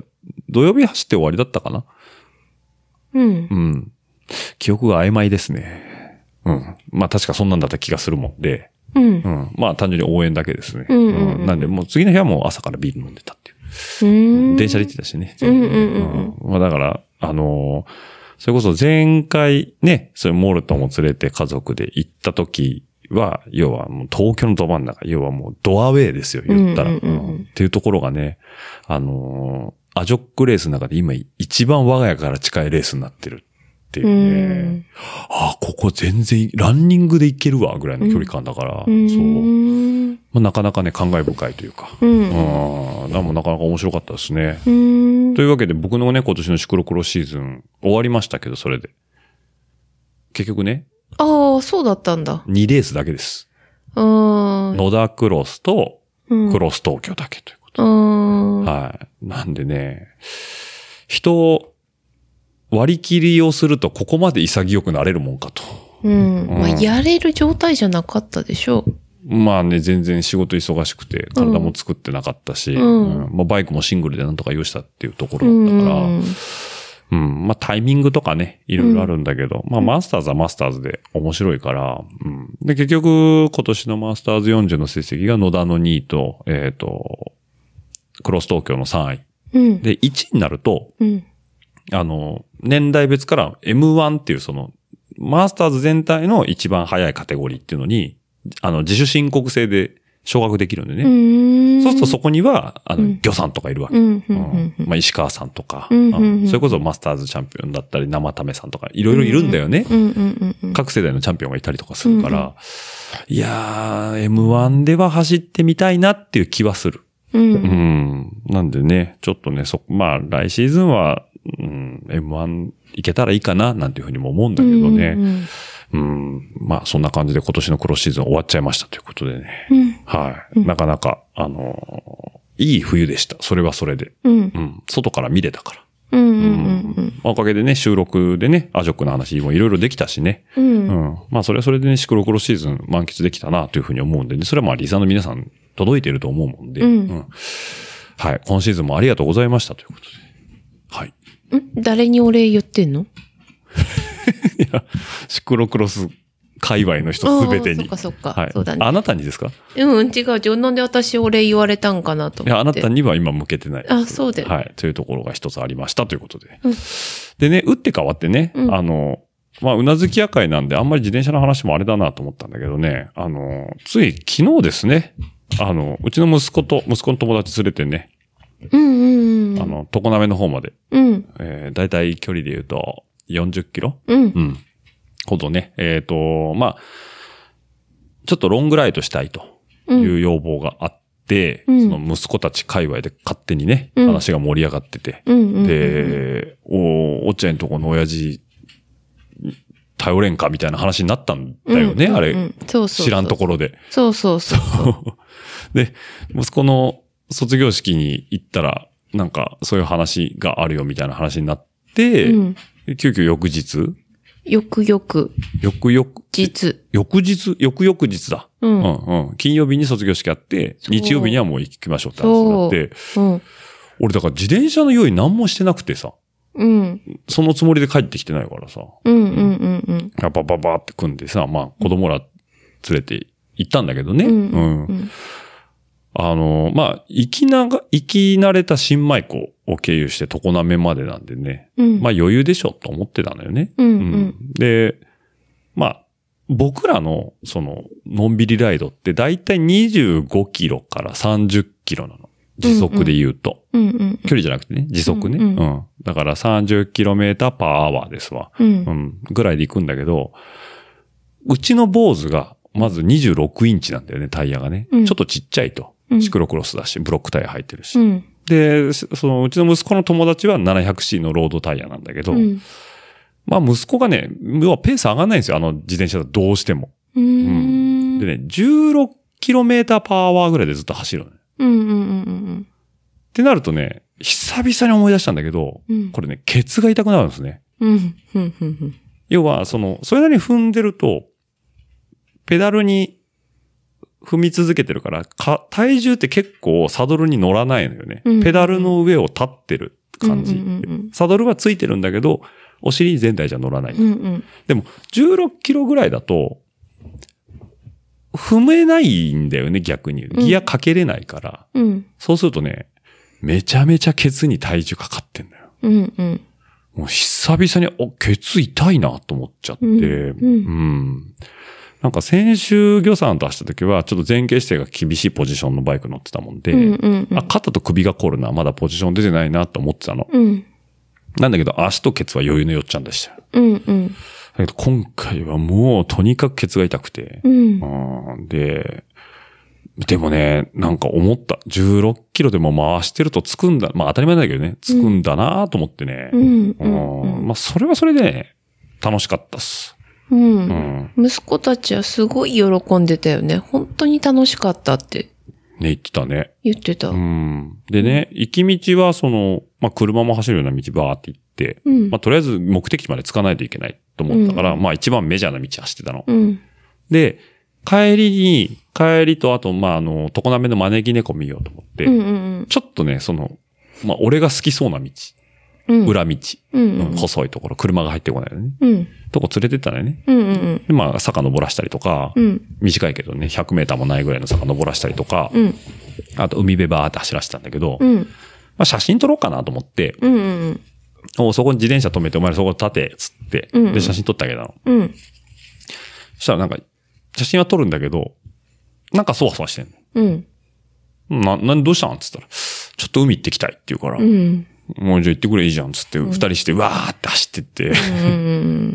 Speaker 2: 土曜日走って終わりだったかな
Speaker 5: う
Speaker 2: う
Speaker 5: ん。
Speaker 2: ん。記憶が曖昧ですね。うん。まあ確かそんなんだった気がするもんで、
Speaker 5: うん
Speaker 2: う。ん。まあ単純に応援だけですね。
Speaker 5: うんうんうん
Speaker 2: なんで、もう次の日はもう朝からビール飲んでたっていう。
Speaker 5: うん。
Speaker 2: 電車で行ってたしね。
Speaker 5: うんうんうん
Speaker 2: うんまあだから、あのーそれこそ前回ね、そういうモルトンも連れて家族で行った時は、要はもう東京のど真ん中、要はもうドアウェイですよ、言ったら。
Speaker 5: うんうんうんうん
Speaker 2: うんっていうところがね、あのーアジョックレースの中で今一番我が家から近いレースになってるっていう
Speaker 5: う
Speaker 2: ね。
Speaker 5: ん。
Speaker 2: ああ、ここ全然、ランニングで行けるわ、ぐらいの距離感だから、
Speaker 5: うん
Speaker 2: そう。まあ、なかなかね、感慨深いというか。
Speaker 5: う。
Speaker 2: うんん。でもなかなか面白かったですね。
Speaker 5: うん
Speaker 2: というわけで僕のね、今年のシクロクロシーズン終わりましたけど、それで。結局ね、
Speaker 5: ああ、そうだったんだ。
Speaker 2: 2レースだけです。
Speaker 5: うん。
Speaker 2: 野田クロスと
Speaker 5: うん
Speaker 2: クロス東京だけということ。
Speaker 5: うん。
Speaker 2: はい。なんでね、人を割り切りをするとここまで潔くなれるもんかと。
Speaker 5: うん。まあ、
Speaker 2: うん
Speaker 5: やれる状態じゃなかったでしょう。
Speaker 2: まあね、全然仕事忙しくて、体も作ってなかったし、
Speaker 5: うん
Speaker 2: うんまあバイクもシングルでなんとか用意したっていうとこ
Speaker 5: う
Speaker 2: ろだったから、
Speaker 5: ん。
Speaker 2: うん。まあ、タイミングとかね、いろいろあるんだけど、まあ、マスターズはマスターズで面白いから、うん。で、結局、今年のマスターズ40の成績が野田の2位と、えっ、と、クロス東京の3位。
Speaker 5: うん。
Speaker 2: で、1位になると、
Speaker 5: うん。
Speaker 2: あの、年代別から M1 っていうその、マスターズ全体の一番早いカテゴリーっていうのに、あの、自主申告制で昇格できるんでね。
Speaker 5: うん。
Speaker 2: そうするとそこには、あ
Speaker 5: う
Speaker 2: の
Speaker 5: ん、
Speaker 2: 魚さんとかいるわけ。
Speaker 5: うん。うん。
Speaker 2: うん
Speaker 5: うん。
Speaker 2: まあ、石川さんとか、
Speaker 5: うんうんうん
Speaker 2: それこそマスターズチャンピオンだったり、生為さんとか、いろいろいるんだよね。
Speaker 5: うん。うん。うん。
Speaker 2: 各世代のチャンピオンがいたりとかするから、いやー、M1 では走ってみたいなっていう気はする。
Speaker 5: うん。
Speaker 2: うん。なんでね、ちょっとね、そ、まあ、来シーズンは、うん、M1 いけたらいいかな、なんていうふうにも思うんだけどね。
Speaker 5: うんうん
Speaker 2: うん。まあ、そんな感じで今年のクロスシーズン終わっちゃいましたということでね。
Speaker 5: うん。
Speaker 2: はい。なかなか、あのーいい冬でした。それはそれで。
Speaker 5: う
Speaker 2: う
Speaker 5: ん。
Speaker 2: ん。外から見れたから。
Speaker 5: うん。うん。
Speaker 2: おかげでね、収録でね、アジョックの話もいろいろできたしね。
Speaker 5: うん。
Speaker 2: うん。まあ、それはそれでね、シクロクロスシーズン満喫できたなというふうに思うんでね、それはまあ、リザーの皆さん届いてると思うもんで、
Speaker 5: うん
Speaker 2: はい。今シーズンもありがとうございましたということで。はい。
Speaker 5: ん誰にお礼言ってんの
Speaker 2: いや、シクロクロス界隈の人すべてに。
Speaker 5: あーそっかそっか
Speaker 2: はい。
Speaker 5: そうだね
Speaker 2: あなたにですか
Speaker 5: うん、違う違う。なんで私お礼言われたんかなと
Speaker 2: い
Speaker 5: 思って。
Speaker 2: や、あなたには今向けてないです。
Speaker 5: あそうだよね
Speaker 2: はい。というところが一つありましたということで。でね、打って変わってね、
Speaker 5: うん
Speaker 2: あの、まあ、うなずき屋会なんで、あんまり自転車の話もあれだなと思ったんだけどね、あの、つい昨日ですね、あの、うちの息子と、息子の友達連れてね、
Speaker 5: うんうんうん。
Speaker 2: あの、常滑の方まで、
Speaker 5: うん、
Speaker 2: えー、だいたい距離で言うと、40キロ
Speaker 5: うん、
Speaker 2: うん。ほどね、えっ、と、まあ、ちょっとロングライトしたいと
Speaker 5: う
Speaker 2: い
Speaker 5: ん。
Speaker 2: う要望があって、
Speaker 5: うん
Speaker 2: その息子たち界隈で勝手にね、
Speaker 5: うん
Speaker 2: 話が盛り上がってて、
Speaker 5: うんうんうん、
Speaker 2: で、お、おっちゃんとこの親父、頼れんかみたいな話になったんだよね、
Speaker 5: うんうんうん
Speaker 2: あれ。
Speaker 5: そうそうそう
Speaker 2: 知らんところで。
Speaker 5: そうそうそう。
Speaker 2: で、息子の卒業式に行ったら、なんかそういう話があるよみたいな話になって、
Speaker 5: うん。
Speaker 2: 急遽翌日、
Speaker 5: よくよく、
Speaker 2: 翌々、
Speaker 5: 実。
Speaker 2: 翌日、翌々日だ。
Speaker 5: う
Speaker 2: うん
Speaker 5: ん、うん。
Speaker 2: うん。金曜日に卒業式あって、
Speaker 5: そう
Speaker 2: 日曜日にはもう行きましょうって話になって、
Speaker 5: うん。
Speaker 2: 俺だから自転車の用意何もしてなくてさ、
Speaker 5: うん、
Speaker 2: そのつもりで帰ってきてないからさ、
Speaker 5: うん、うん、うん。
Speaker 2: ババババって組んでさ、まあ子供ら連れて行ったんだけどね。
Speaker 5: うん
Speaker 2: うん
Speaker 5: うん
Speaker 2: あの、まあ、行きなが、行き慣れた新米港を経由して常滑までなんでね、
Speaker 5: うん。
Speaker 2: まあ余裕でしょと思ってたんだよね。
Speaker 5: うん、う
Speaker 2: うん
Speaker 5: ん、
Speaker 2: で、まあ、僕らの、その、のんびりライドって、だいたい25キロから30キロなの。時速で言うと。
Speaker 5: うん、うん、
Speaker 2: 距離じゃなくてね、時速ね。
Speaker 5: うんうん
Speaker 2: うん。だから30キロメーターパーアワーですわ。
Speaker 5: う。
Speaker 2: うんん。ぐらいで行くんだけど、うちの坊主が、まず26インチなんだよね、タイヤがね。
Speaker 5: うん
Speaker 2: ちょっとちっちゃいと
Speaker 5: う。ん
Speaker 2: シクロクロスだし、ブロックタイヤ入ってるし。
Speaker 5: うん、
Speaker 2: で、その、うちの息子の友達は 700C のロードタイヤなんだけど、
Speaker 5: うん。
Speaker 2: まあ息子がね、要はペース上がんないんですよ、あの自転車だとどうしても。
Speaker 5: う
Speaker 2: で
Speaker 5: ん。
Speaker 2: ね、16キロメーターパーアワーぐらいでずっと走るのね。っ
Speaker 5: うん、うん、うん、
Speaker 2: てなるとね、久々に思い出したんだけど、
Speaker 5: うん
Speaker 2: これね、ケツが痛くなるんですね。
Speaker 5: うん。うん、うん、うん。
Speaker 2: 要は、その、それなりに踏んでると、ペダルに踏み続けてるから、か体重って結構サドルに乗らないのよね。
Speaker 5: うん
Speaker 2: ペダルの上を立ってる感じ。
Speaker 5: うんうんうん
Speaker 2: サドルはついてるんだけど、お尻全体じゃ乗らない。
Speaker 5: うんうん。
Speaker 2: でも、16キロぐらいだと、踏めないんだよね、逆に。ギアかけれないから。
Speaker 5: うん。
Speaker 2: そうするとね、めちゃめちゃケツに体重かかってんだよ。
Speaker 5: うんうん。
Speaker 2: もう久々に、お、ケツ痛いなと思っちゃって、
Speaker 5: うんうん
Speaker 2: うんなんか先週魚さんと走った時は、ちょっと前傾姿勢が厳しいポジションのバイク乗ってたもんで、
Speaker 5: うんうんうん
Speaker 2: あ、肩と首が凝るな、まだポジション出てないなと思ってたの。
Speaker 5: うん。
Speaker 2: なんだけど、足とケツは余裕のよっちゃんでしたよ。
Speaker 5: うんうん。
Speaker 2: だけど今回はもうとにかくケツが痛くて、
Speaker 5: うん。
Speaker 2: うんで、でもね、なんか思った。16キロでも回してるとつくんだ。まあ当たり前だけどね、つくんだなと思ってね。
Speaker 5: うんう
Speaker 2: うんまあそれはそれでね、楽しかったっす。う
Speaker 5: うんうん。
Speaker 2: ん。
Speaker 5: 息子たちはすごい喜んでたよね。本当に楽しかったって
Speaker 2: ね、言ってたね。
Speaker 5: 言ってた。
Speaker 2: う
Speaker 5: うん。
Speaker 2: ん。でね、行き道はその、まあ車も走るような道バーって行って、
Speaker 5: うん
Speaker 2: まあとりあえず目的地まで着かないといけないと思ったから、まあ一番メジャーな道走ってたの。
Speaker 5: うん。
Speaker 2: で、帰りに、帰りとあと、まああの、常滑の招き猫見ようと思って、
Speaker 5: うんうん
Speaker 2: ちょっとね、その、まあ、俺が好きそうな道。
Speaker 5: うん。
Speaker 2: 裏道。
Speaker 5: うん
Speaker 2: う
Speaker 5: うん
Speaker 2: ん、細いところ、車が入ってこないよね。
Speaker 5: うん。
Speaker 2: とこ連れてったんだよね。
Speaker 5: うんうん
Speaker 2: で、まあ、坂登らしたりとか、
Speaker 5: うん。うん。
Speaker 2: 短いけどね、100メーターもないぐらいの坂登らしたりとか、
Speaker 5: うん。
Speaker 2: あと海辺バーって走らせてたんだけど、
Speaker 5: う
Speaker 2: ま
Speaker 5: ん。
Speaker 2: あ、写真撮ろうかなと思って、
Speaker 5: うんうん
Speaker 2: おそこに自転車止めて、お前らそこ立て、つって、
Speaker 5: うんうん
Speaker 2: で、写真撮ってあげたの。
Speaker 5: うん。うん。
Speaker 2: そしたらなんか、写真は撮るんだけど、なんかそわそわしてん
Speaker 5: うん。
Speaker 2: の。な、なんどうしたんつったら、ちょっと海行ってきたいって言うから、
Speaker 5: うん。
Speaker 2: もうじゃあ行ってくれいいじゃん、つって、二人して、わーって走ってって、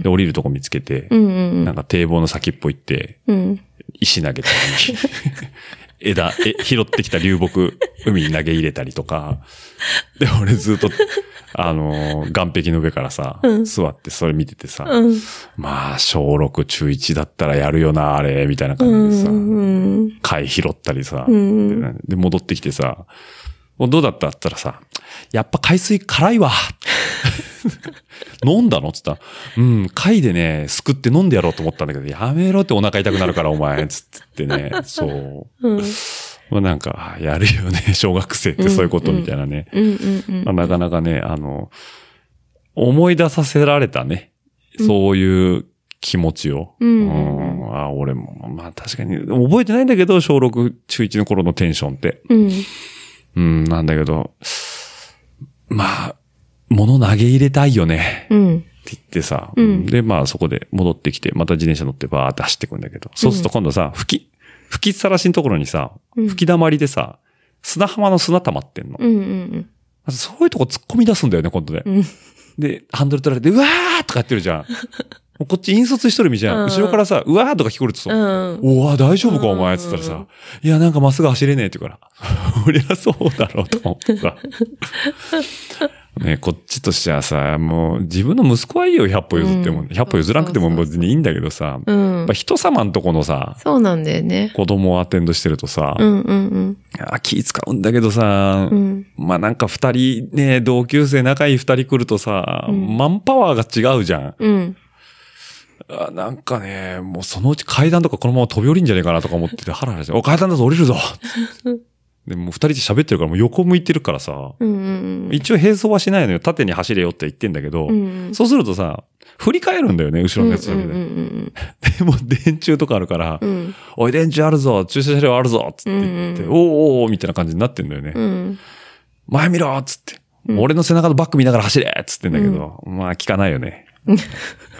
Speaker 2: で、降りるとこ見つけて、
Speaker 5: うんうん
Speaker 2: なんか堤防の先っぽ行って、
Speaker 5: うん。
Speaker 2: 石投げたり、枝、え、拾ってきた流木、海に投げ入れたりとか、で、俺ずっと、あのー岸壁の上からさ、座ってそれ見ててさ、
Speaker 5: うん
Speaker 2: まあ、小6、中1だったらやるよな、あれ、みたいな感じでさ、
Speaker 5: うん。
Speaker 2: 貝拾ったりさ、
Speaker 5: ん
Speaker 2: で、戻ってきてさ、おどうだったって言ったらさ、やっぱ海水辛いわ。飲んだのって言ったら、うん、貝でね、すくって飲んでやろうと思ったんだけど、やめろってお腹痛くなるから、お前、つってね、そう。
Speaker 5: うん。
Speaker 2: まあなんか、あやるよね、小学生ってそういうことみたいなね。
Speaker 5: うんうんうん。
Speaker 2: まあ、なかなかね、あの、思い出させられたね、そういう気持ちを。
Speaker 5: うん
Speaker 2: うんあ俺も、まあ確かに、覚えてないんだけど、小6、中1の頃のテンションって。
Speaker 5: うん。
Speaker 2: うん、なんだけど、まあ、物投げ入れたいよね。
Speaker 5: うん。
Speaker 2: って言ってさ、
Speaker 5: うん
Speaker 2: で、まあそこで戻ってきて、また自転車乗ってバーって走ってくんだけど、そうすると今度さ、吹き、吹きさらしのところにさ、
Speaker 5: うん
Speaker 2: 吹き溜まりでさ、砂浜の砂溜まってんの。
Speaker 5: うんうん
Speaker 2: そういうとこ突っ込み出すんだよね、今度ね。
Speaker 5: うん
Speaker 2: で、ハンドル取られて、うわーとかやってる じゃん。もうこっち引率しとる身じゃん。
Speaker 5: うん
Speaker 2: 後ろからさ、うわーとか聞こえるとさ、
Speaker 5: うん。
Speaker 2: おわー大丈夫か、お前っつったら
Speaker 5: う
Speaker 2: さ
Speaker 5: ん、
Speaker 2: いや、なんかまっすぐ走れねえって言うから、 俺らそうだろうと思って さ。ねこっちとしてはさ、もう自分の息子はいいよ、100歩譲っても。
Speaker 5: うん
Speaker 2: 100歩譲らなくても別にいいんだけどさ、
Speaker 5: う
Speaker 2: や
Speaker 5: ん
Speaker 2: っぱ。人様んとこのさ、
Speaker 5: そうなんだよね。
Speaker 2: 子供をアテンドしてるとさ、
Speaker 5: うんうん
Speaker 2: あ気使うんだけどさ、
Speaker 5: うん
Speaker 2: まあなんか二人ね、同級生仲いい二人来るとさ、
Speaker 5: うん
Speaker 2: マンパワーが違うじゃん。
Speaker 5: うん。うん。
Speaker 2: あなんかね、もうそのうち階段とかこのまま飛び降りんじゃねえかなとか思ってて、ハラハラして、お、階段だぞ降り るぞで、もう二人で喋ってるからもう横向いてるからさ、
Speaker 5: うんうん
Speaker 2: 一応並走はしないのよ。縦に走れよって言ってんだけど、
Speaker 5: うん。
Speaker 2: そうするとさ、振り返るんだよね、後ろのやつだけで。
Speaker 5: うん
Speaker 2: でもう電柱とかあるから、
Speaker 5: うん
Speaker 2: おい、電柱あるぞ駐車車両あるぞつって言って、
Speaker 5: う
Speaker 2: おー
Speaker 5: ん
Speaker 2: おーおーみたいな感じになってんだよね。
Speaker 5: うん。
Speaker 2: 前見ろっつって。俺の背中のバック見ながら走れっつってんだけど、まあ聞かないよね。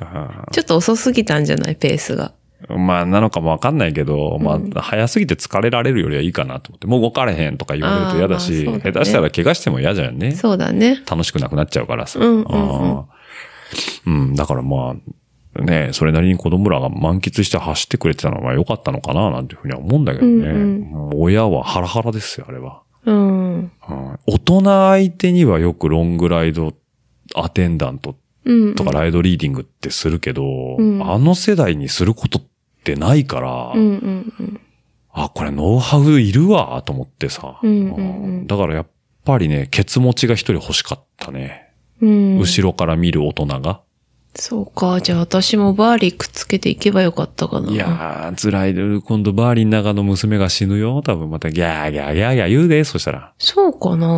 Speaker 2: あ
Speaker 5: ちょっと遅すぎたんじゃないペースが。
Speaker 2: ーまあなのかもわかんないけど、まあ早すぎて疲れられるよりはいいかなと思って、もう動かれへんとか言われると嫌だし、
Speaker 5: あーまあそ
Speaker 2: 下
Speaker 5: うだ
Speaker 2: 手
Speaker 5: ね
Speaker 2: したら怪我しても嫌じゃんね。
Speaker 5: そうだね。
Speaker 2: 楽しくなくなっちゃうからさ。
Speaker 5: うんうんうん
Speaker 2: あーうんだからまあ、ねそれなりに子供らが満喫して走ってくれてたのは良かったのかななんていうふうには思うんだけどね。
Speaker 5: うんうん
Speaker 2: もう親はハラハラですよ、あれは。
Speaker 5: うん。
Speaker 2: うん大人相手にはよくロングライドアテンダント
Speaker 5: うん。
Speaker 2: とかライドリーディングってするけど、
Speaker 5: うん
Speaker 2: あの世代にすることってないから、
Speaker 5: うんうんうん。
Speaker 2: あ、これノウハウいるわ、と思ってさ、
Speaker 5: うんうんうん
Speaker 2: だからやっぱりね、ケツ持ちが一人欲しかったね。
Speaker 5: うん。
Speaker 2: 後ろから見る大人が。
Speaker 5: そうか。じゃあ私もバーリーくっつけていけばよかったかな。
Speaker 2: いやー、辛い。今度バーリンの中の娘が死ぬよ。多分またギャーギャーギャーギャー言うで、そしたら。
Speaker 5: そうか
Speaker 2: う
Speaker 5: な。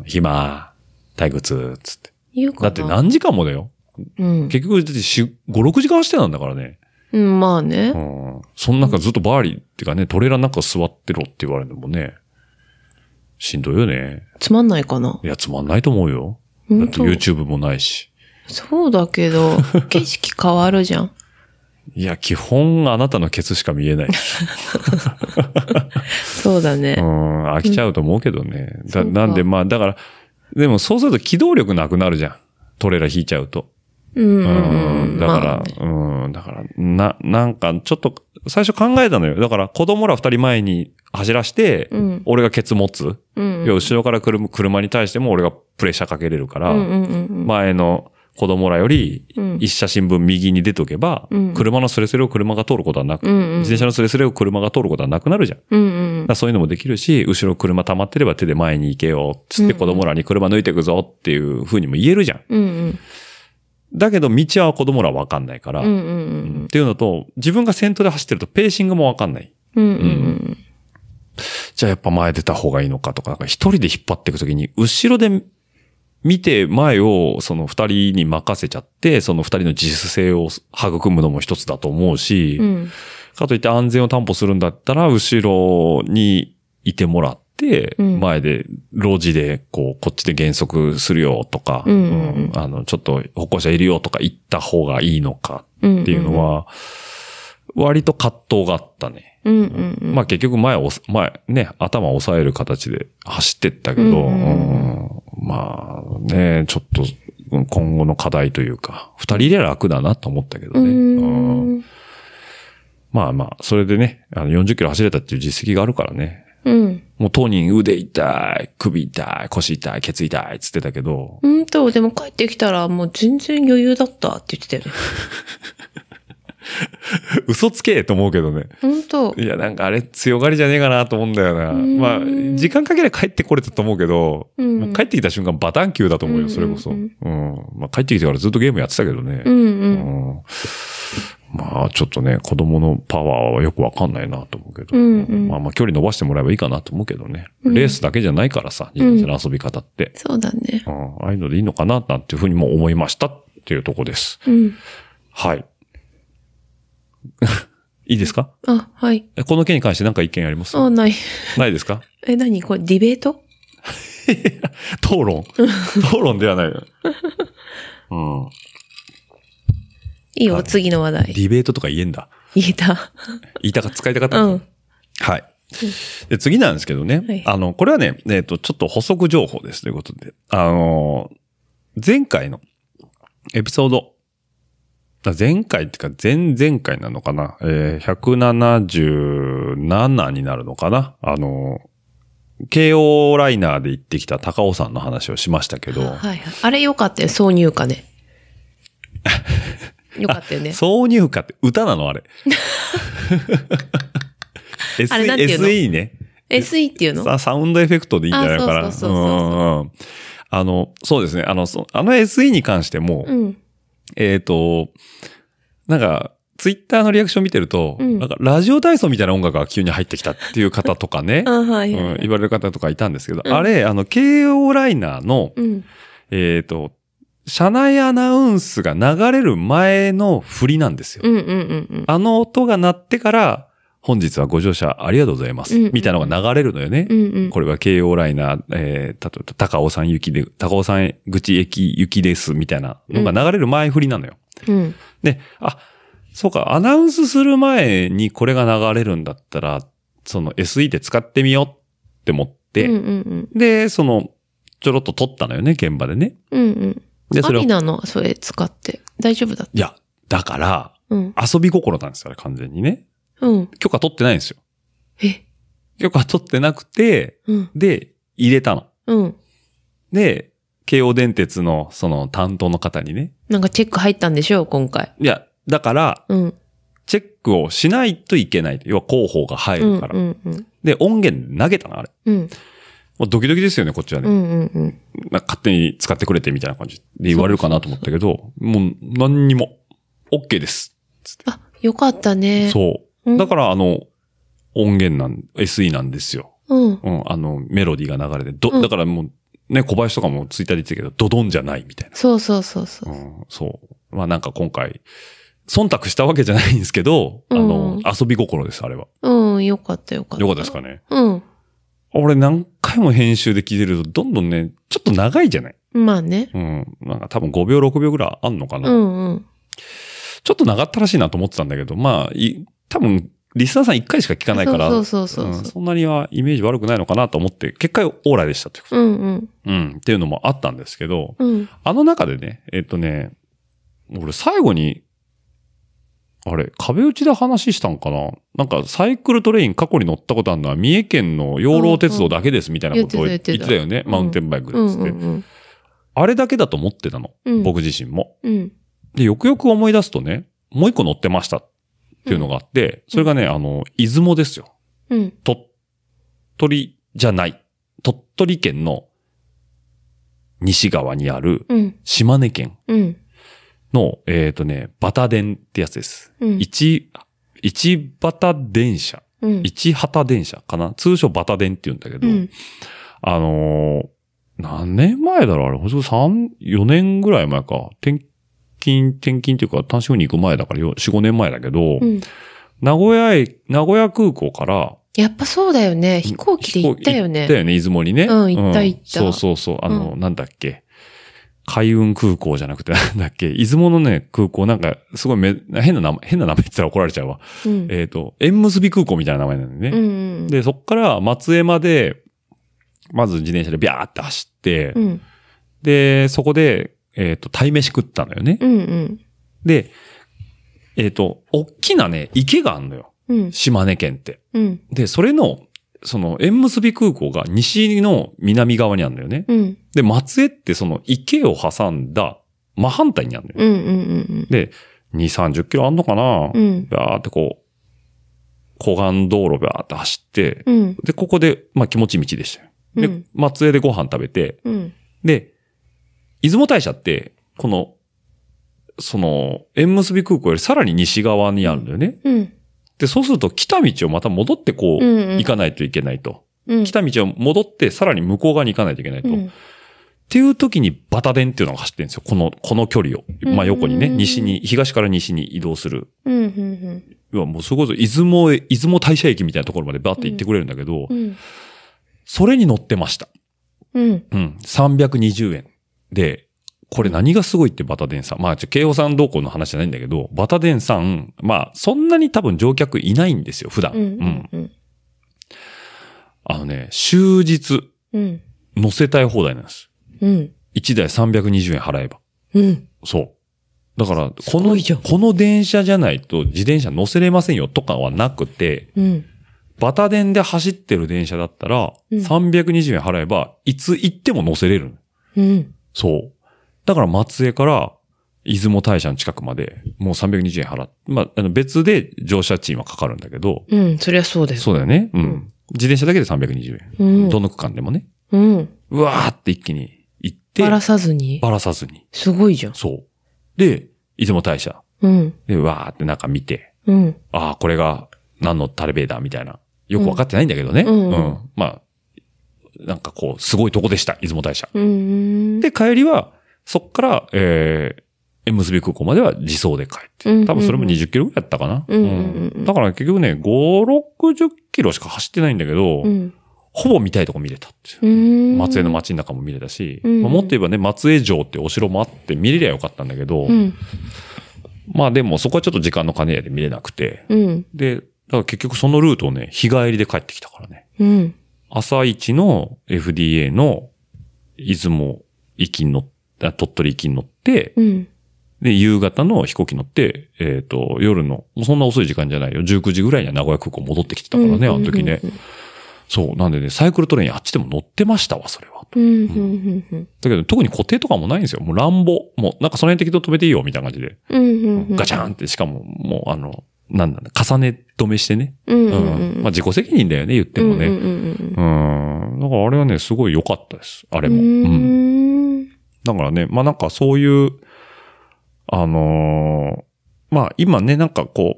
Speaker 2: ん、暇、退屈、つって。
Speaker 5: 言うか
Speaker 2: だ
Speaker 5: な。
Speaker 2: って何時間もだよ。
Speaker 5: うん。
Speaker 2: 結局、だってし5、6時間してなんだからね。
Speaker 5: うん、まあね
Speaker 2: う。ん。その中ずっとバーリーっていうかね、トレーラーの中座ってろって言われるのもね、しんどいよね。
Speaker 5: つまんないかな。
Speaker 2: いや、つまんないと思うよ。だっ
Speaker 5: 本
Speaker 2: て
Speaker 5: 当
Speaker 2: YouTube もないし。
Speaker 5: そうだけ ど、景色変わるじゃん。
Speaker 2: いや、基本あなたのケツしか見 えない。
Speaker 5: そうだ
Speaker 2: う
Speaker 5: ね。
Speaker 2: ん、飽きちゃうと思うけどね。だ
Speaker 5: そうか
Speaker 2: なんで、まあ、だから、でもそうすると機動力なくなるじゃん。トレーラー引いちゃうと。
Speaker 5: うんう
Speaker 2: うん
Speaker 5: うんん。
Speaker 2: だか
Speaker 5: まあ
Speaker 2: ら、うん、だから、な、なんか、ちょっと、最初考えたのよ。だから、子供ら二人前に走らして、
Speaker 5: うん
Speaker 2: 俺がケツ持つ。
Speaker 5: うん
Speaker 2: 要は後ろから来る車に対しても俺がプレッシャーかけれるから、
Speaker 5: うんうんうん
Speaker 2: 前の子供らより
Speaker 5: うん、
Speaker 2: 一車新聞右に出とけば、
Speaker 5: うん
Speaker 2: 車のスレスレを車が通ることはなく、
Speaker 5: うんうん
Speaker 2: 自転車のスレスレを車が通ることはなくなるじゃん。
Speaker 5: うんうん
Speaker 2: だからそういうのもできるし、後ろ車溜まってれば手で前に行けよ、つって子供らに車抜いてくぞっていう風にも言えるじゃん。
Speaker 5: うんうん
Speaker 2: だけど道は子供らわかんないから、
Speaker 5: うんうんう
Speaker 2: うんっ
Speaker 5: ん
Speaker 2: ていうのと、自分が先頭で走ってるとペーシングもわかんない。
Speaker 5: うんうん
Speaker 2: じゃあやっぱ前出た方がいいのかとか、なんか一人で引っ張っていくときに、後ろで見て前をその二人に任せちゃって、その二人の自主性を育むのも一つだと思うし、
Speaker 5: うん
Speaker 2: かといって安全を担保するんだったら、後ろにいてもらって、
Speaker 5: うん
Speaker 2: 前で、路地で、こう、こっちで減速するよとか、
Speaker 5: うんうんうん
Speaker 2: うんあの、ちょっと歩行者いるよとか言った方がいいのか
Speaker 5: うん
Speaker 2: っていうのは、割と葛藤があったね。
Speaker 5: うんうんうん
Speaker 2: まあ結局前を押す、前ね、頭を押さえる形で走ってったけど、
Speaker 5: うん
Speaker 2: うんまあね、ちょっとうん今後の課題というか、二人で楽だなと思ったけどね。うん
Speaker 5: うん
Speaker 2: まあまあ、それでね、あの40キロ走れたっていう実績があるからね。
Speaker 5: うん
Speaker 2: もう当人腕痛い、首痛い、腰痛い、ケツ痛いっつってたけど、
Speaker 5: うんと、でも帰ってきたらもう全然余裕だったって言ってたよね。
Speaker 2: 嘘つけと思うけどね。
Speaker 5: 本当
Speaker 2: いや、なんかあれ強がりじゃねえかなと思うんだよな。
Speaker 5: ん
Speaker 2: まあ、時間かければ帰ってこれたと思うけど、
Speaker 5: うん
Speaker 2: もう帰ってきた瞬間バタン級だと思うよ、それこそ。う
Speaker 5: うんん
Speaker 2: まあ帰ってきてからずっとゲームやってたけどね。
Speaker 5: うんう。
Speaker 2: うんんまあ、ちょっとね、子供のパワーはよくわかんないなと思うけど。
Speaker 5: うんうん
Speaker 2: まあまあ、距離伸ばしてもらえばいいかなと思うけどね。レースだけじゃないからさ、自転車の遊び方って。
Speaker 5: そうだね。
Speaker 2: うんああいうのでいいのかな、なんていうふうにも思いましたっていうとこです。
Speaker 5: うん。
Speaker 2: はい。 いいですか
Speaker 5: あ、はい。
Speaker 2: えこの件に関して何か意見あります
Speaker 5: あ、ない。
Speaker 2: ないですか
Speaker 5: え、何これ、ディベート
Speaker 2: 討 論討論ではないよ。うん。
Speaker 5: いい
Speaker 2: は
Speaker 5: よ、
Speaker 2: い
Speaker 5: 次の話
Speaker 2: デ
Speaker 5: 題。
Speaker 2: ィベートとか言えんだ。
Speaker 5: 言えた。
Speaker 2: 言いたか、使いたかった
Speaker 5: う
Speaker 2: の
Speaker 5: ん。
Speaker 2: はい。で、次なんですけどね。
Speaker 5: はい
Speaker 2: あの、これはね、えっ、と、ちょっと補足情報ですということで。あのー前回のエピソード。あ前回っていうか、前々回なのかな。えー、177になるのかな。あのー、慶応ライナーで行ってきた高尾山の話をしましたけど、
Speaker 5: あはいはい。あれよかったよ、挿入歌 ね。よかったよね。
Speaker 2: 挿入歌って歌な のあれ。
Speaker 5: あれなんていうの
Speaker 2: SE ね。
Speaker 5: SE っていうの
Speaker 2: さサウンドエフェクトでいいんじゃないのかな。
Speaker 5: あそうそうそうそうそうん
Speaker 2: んあの、そうですね。あの、そあの SE に関しても、
Speaker 5: うん。
Speaker 2: えっ、と、なんか、ツイッターのリアクション見てると、
Speaker 5: うん
Speaker 2: なんか、ラジオ体操みたいな音楽が急に入ってきたっていう方とかね、
Speaker 5: あ、はい。
Speaker 2: うん
Speaker 5: はい
Speaker 2: 言われる方とかいたんですけど、あれ、あの、KO ライナーの、
Speaker 5: うん。
Speaker 2: えっ、と、車内アナウンスが流れる前の振りなんですよ。
Speaker 5: うんうんうんうん。
Speaker 2: あの音が鳴ってから、本日はご乗車ありがとうございます。
Speaker 5: うんうん
Speaker 2: みたいなのが流れるのよね。
Speaker 5: うんうん。
Speaker 2: これは京王ライナー、えー、たと、高尾山行きで、高尾山口駅行きです、みたいなのが流れる前振りなのよ。
Speaker 5: うん。
Speaker 2: で、あ、そうか、アナウンスする前にこれが流れるんだったら、その SE で使ってみようって思って、
Speaker 5: うんうん
Speaker 2: で、その、ちょろっと撮ったのよね、現場でね。
Speaker 5: うん。うんうん。
Speaker 2: で、そ
Speaker 5: あ
Speaker 2: れを、
Speaker 5: り
Speaker 2: い
Speaker 5: なのそれ使って。大丈夫だった。
Speaker 2: や、だから、
Speaker 5: うん。
Speaker 2: 遊び心なんですよ、あれ完全にね。
Speaker 5: うん。
Speaker 2: 許可取ってないんですよ。
Speaker 5: え、
Speaker 2: 許可取ってなくて、
Speaker 5: うん。
Speaker 2: で、入れたの。
Speaker 5: うん。
Speaker 2: で、京王電鉄のその担当の方にね、
Speaker 5: なんかチェック入ったんでしょ今回。
Speaker 2: いや、だから、
Speaker 5: うん。
Speaker 2: チェックをしないといけない。要は広報が入
Speaker 5: うん。
Speaker 2: る
Speaker 5: うん
Speaker 2: から。
Speaker 5: うん。
Speaker 2: で、音源投げたの、あれ。
Speaker 5: うん。
Speaker 2: もうドキドキですよね、こっちは
Speaker 5: う
Speaker 2: ね。
Speaker 5: んうんうん。
Speaker 2: なんか勝手に使ってくれてみたいな感じで言われるかなと思ったけど、もう何にも、OK です。
Speaker 5: あ、よかったね。
Speaker 2: そう。
Speaker 5: うん
Speaker 2: だから、あの、音源なん、SE なんですよ。
Speaker 5: う。うん。
Speaker 2: うん、あの、メロディーが流れて、ど、
Speaker 5: うん
Speaker 2: だからもう、ね、小林とかもツイッターで言ってたけど、ドドンじゃないみたいな。
Speaker 5: そうそうそうそうう。
Speaker 2: ん、そう。まあなんか今回、忖度したわけじゃないんですけど、あの、
Speaker 5: うん
Speaker 2: 遊び心です、あれは。
Speaker 5: うん、よかったよかった。
Speaker 2: よかったですかね。
Speaker 5: うん。
Speaker 2: 俺何回も編集で聞いてると、どんどんね、ちょっと長いじゃない
Speaker 5: まあね。
Speaker 2: うん。なんか多分5秒、6秒ぐらいあんのかな。
Speaker 5: うんうん。
Speaker 2: ちょっと長ったらしいなと思ってたんだけど、まあ、い多分、リスナーさん1回しか聞かないから、
Speaker 5: そうそうそうそう
Speaker 2: うんそんなにはイメージ悪くないのかなと思って、結果オーライでしたっていうこと、
Speaker 5: うんうん。
Speaker 2: うん。っていうのもあったんですけど、
Speaker 5: うん。
Speaker 2: あの中でね、えっとね、俺最後に、あれ、壁打ちで話したんかななんかサイクルトレイン過去に乗ったことあるのは三重県の養老鉄道だけですみたいなことを
Speaker 5: うんう
Speaker 2: 言
Speaker 5: ん言
Speaker 2: っ
Speaker 5: っててた
Speaker 2: たよね。
Speaker 5: うん
Speaker 2: マウンテンバイクで
Speaker 5: う
Speaker 2: っつ
Speaker 5: ん
Speaker 2: っ
Speaker 5: う
Speaker 2: て。
Speaker 5: ん
Speaker 2: あれだけだと思ってたの。
Speaker 5: うん
Speaker 2: 僕自身も。
Speaker 5: うん。
Speaker 2: で、よくよく思い出すとね、もう一個乗ってましたっていうのがあって、それがね、あの、出雲ですよ。
Speaker 5: うん。
Speaker 2: 鳥取じゃない。鳥取県の西側にある
Speaker 5: うん。
Speaker 2: 島根県
Speaker 5: うん。
Speaker 2: の、えっ、とね、バタ電ってやつです。
Speaker 5: うん。
Speaker 2: 一、一バタ電車。
Speaker 5: うん。
Speaker 2: 一旗電車かな通称バタ電って言うんだけど、
Speaker 5: うん。
Speaker 2: あのー何年前だろうあれ、ほんと3、4年ぐらい前か。転勤、転勤っていうか、単身赴任行く前だからよ、4、5年前だけど、
Speaker 5: うん。
Speaker 2: 名古屋へ、名古屋空港から、
Speaker 5: やっぱそうだよね。飛行機で行った
Speaker 2: 行
Speaker 5: よ
Speaker 2: った
Speaker 5: ね。
Speaker 2: よね、出雲にね。
Speaker 5: うん行った行った
Speaker 2: そうそうそう。あの、
Speaker 5: う
Speaker 2: なんだっけ。海運空港じゃなくて、なんだっけ。出雲のね、空港、なんか、すごいめ、変な名前、変な名前って言ったら怒られちゃうわ。
Speaker 5: うん。
Speaker 2: えっ、と、縁結び空港みたいな名前なんで
Speaker 5: う
Speaker 2: ね。
Speaker 5: ん。
Speaker 2: で、そっから松江まで、まず自転車でビャーって走って、
Speaker 5: うん。
Speaker 2: で、そこで、えっ、と、鯛飯食ったのよね。
Speaker 5: うん。うん。
Speaker 2: で、えっ、と、大きなね、池があんのよ。
Speaker 5: うん。
Speaker 2: 島根県って。
Speaker 5: うん。
Speaker 2: で、それの、その、縁結び空港が西の南側にあるんだよね。
Speaker 5: うん。
Speaker 2: で、松江ってその池を挟んだ真反対にあるんだよ
Speaker 5: う
Speaker 2: ね。
Speaker 5: ん。うん。
Speaker 2: で、2、30キロあんのかな
Speaker 5: うん。うん。
Speaker 2: バーってこう、湖岸道路バーって走って、
Speaker 5: うん。
Speaker 2: で、ここで、まあ気持ちいい道でしたよ。で、
Speaker 5: うん
Speaker 2: 松江でご飯食べて、
Speaker 5: うん。
Speaker 2: で、出雲大社って、この、その、縁結び空港よりさらに西側にあるんだよね。
Speaker 5: うん。
Speaker 2: で、そうすると来た道をまた戻ってこう、
Speaker 5: うんうん
Speaker 2: 行かないといけないと。
Speaker 5: うん。
Speaker 2: 来た道を戻って、さらに向こう側に行かないといけないと。
Speaker 5: う
Speaker 2: っ
Speaker 5: ん。
Speaker 2: ていう時にバタ電っていうのが走ってるんですよ。この、この距離を。まあ横にね、
Speaker 5: うん
Speaker 2: 西に、東から西に移動する。
Speaker 5: うん。うん。
Speaker 2: 要はもうそれこそ、出雲へ、出雲大社駅みたいなところまでバーって行ってくれるんだけど、
Speaker 5: うん。
Speaker 2: それに乗ってました。
Speaker 5: うん。
Speaker 2: うん。320円。で、これ何がすごいってバタデンさん。まあ、ちょ、慶応さん同行の話じゃないんだけど、バタデンさん、まあ、そんなに多分乗客いないんですよ、普段。
Speaker 5: うん。うん。うん。
Speaker 2: あのね、終日
Speaker 5: うん。
Speaker 2: 乗せたい放題なんです。
Speaker 5: うん。
Speaker 2: 1台320円払えば。
Speaker 5: うん。
Speaker 2: そう。だから、この、この電車じゃないと自転車乗せれませんよとかはなくて、
Speaker 5: うん。
Speaker 2: バタ電で走ってる電車だったら、
Speaker 5: うん
Speaker 2: 320円払えば、いつ行っても乗せれる。
Speaker 5: うん。
Speaker 2: そう。だから松江から出雲大社の近くまでもう320円払って、まあ、あの別で乗車賃はかかるんだけど、
Speaker 5: うん。そりゃそうだよ。
Speaker 2: そうだよね。うん。
Speaker 5: うん
Speaker 2: 自転車だけで320円。
Speaker 5: うん
Speaker 2: どの区間でもね。
Speaker 5: うん。
Speaker 2: うわーって一気に行って、
Speaker 5: ばらさずに。
Speaker 2: ばらさずに。
Speaker 5: すごいじゃん。
Speaker 2: そう。で、出雲大社。
Speaker 5: うん。
Speaker 2: で、うわーって中見て、
Speaker 5: うん。
Speaker 2: ああ、これが何のタレベーだ、みたいな。よくわかってないんだけどね。
Speaker 5: うん
Speaker 2: うん。まあ、なんかこう、すごいとこでした、出雲大社。
Speaker 5: うん。
Speaker 2: で、帰りは、そっから、えー、縁結び空港までは自走で帰って。
Speaker 5: うん
Speaker 2: 多分それも20キロぐらいだったかな。
Speaker 5: うんうんうん
Speaker 2: だから結局ね、5、60キロしか走ってないんだけど、
Speaker 5: うん。
Speaker 2: ほぼ見たいとこ見れたっていう。
Speaker 5: うん。
Speaker 2: 松江の。街の中も見れたし、
Speaker 5: うん
Speaker 2: まあもっと言えばね、松江城ってお城もあって見れりゃよかったんだけど、
Speaker 5: うん。
Speaker 2: まあでもそこはちょっと時間の兼ね合いで見れなくて、
Speaker 5: うん。
Speaker 2: で、だから結局そのルートをね、日帰りで帰ってきたからね。
Speaker 5: うん。
Speaker 2: 朝一の FDA の出雲行きに乗っあ鳥取行きに乗って、
Speaker 5: うん。
Speaker 2: で、夕方の飛行機乗って、えっ、と、夜の、もうそんな遅い時間じゃないよ。19時ぐらいには名古屋空港戻ってきてたからね、あの時ね。。そう。なんでね、サイクルトレインあっちでも乗ってましたわ、それは。
Speaker 5: うん。うん。うん。
Speaker 2: だけど、特に固定とかもないんですよ。もう乱暴。もう、なんかその辺適当止めていいよ、みたいな感じで。
Speaker 5: うん。
Speaker 2: ガチャンって、しかも、もう、あの、なんだろう重ね止めしてね。
Speaker 5: うん。
Speaker 2: う。
Speaker 5: うんん。
Speaker 2: まあ、自己責任だよね、言ってもね。
Speaker 5: うん。うん。
Speaker 2: うん。だからあれはね、すごい良かったです。あれ
Speaker 5: う
Speaker 2: も。うん。
Speaker 5: ん。
Speaker 2: だからね、まあなんかそういう、あのーまあ今ね、なんかこ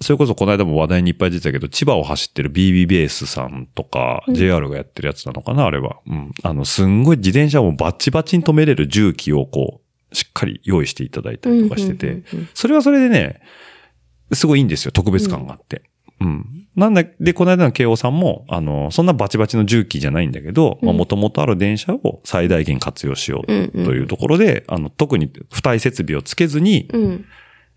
Speaker 2: う、それこそこの間も話題にいっぱい出てたけど、千葉を走ってる BB ベースさんとか、JR がやってるやつなのかな、あれは。うん。あの、すんごい自転車をバチバチに止めれる重機をこう、しっかり用意していただいたりとかしてて、それはそれでね、すごいいいんですよ、特別感があって。うん。なんだ、で、この間の慶応さんも、あの、そんなバチバチの重機じゃないんだけど、まあ、もともとある電車を最大限活用しようというところで、あの、特に付帯設備をつけずに、
Speaker 5: うん。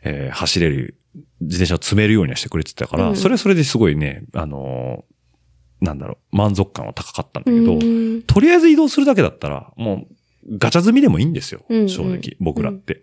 Speaker 2: えー走れる、自転車を積めるようにはしてくれてたから、
Speaker 5: うん
Speaker 2: それはそれですごいね、あのーなんだろう、満足感は高かったんだけど、
Speaker 5: うん
Speaker 2: とりあえず移動するだけだったら、もう、ガチャ済みでもいいんですよ、
Speaker 5: うんうん
Speaker 2: 正直、僕らって。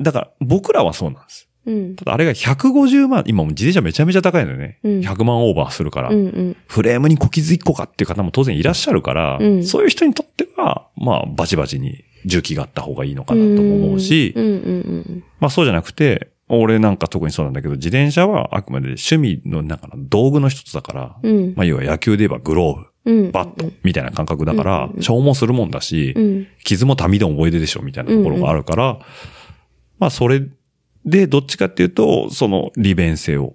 Speaker 2: だから、僕らはそうなんです。
Speaker 5: うん。
Speaker 2: ただあれが150万、今もう自転車めちゃめちゃ高いのよね。
Speaker 5: うん
Speaker 2: 100万オーバーするから、
Speaker 5: うん。うん。
Speaker 2: フレームに小傷1個かっていう方も当然いらっしゃるから、
Speaker 5: うん
Speaker 2: そういう人にとっては、まあ、バチバチに重機があった方がいいのかなとも思うし、
Speaker 5: うん。うん。
Speaker 2: まあそうじゃなくて、俺なんか特にそうなんだけど、自転車はあくまで趣味の中の道具の一つだから、
Speaker 5: うん。うん。
Speaker 2: まあ要は野球で言えばグロ
Speaker 5: う
Speaker 2: ーブ、
Speaker 5: ん。
Speaker 2: バットみたいな感覚だから
Speaker 5: うんう、ん
Speaker 2: 消耗するもんだし
Speaker 5: う、ん。
Speaker 2: 傷も民の思い出でしょみたいなところがあるから、まあそれでどっちかっていうと、その利便性を、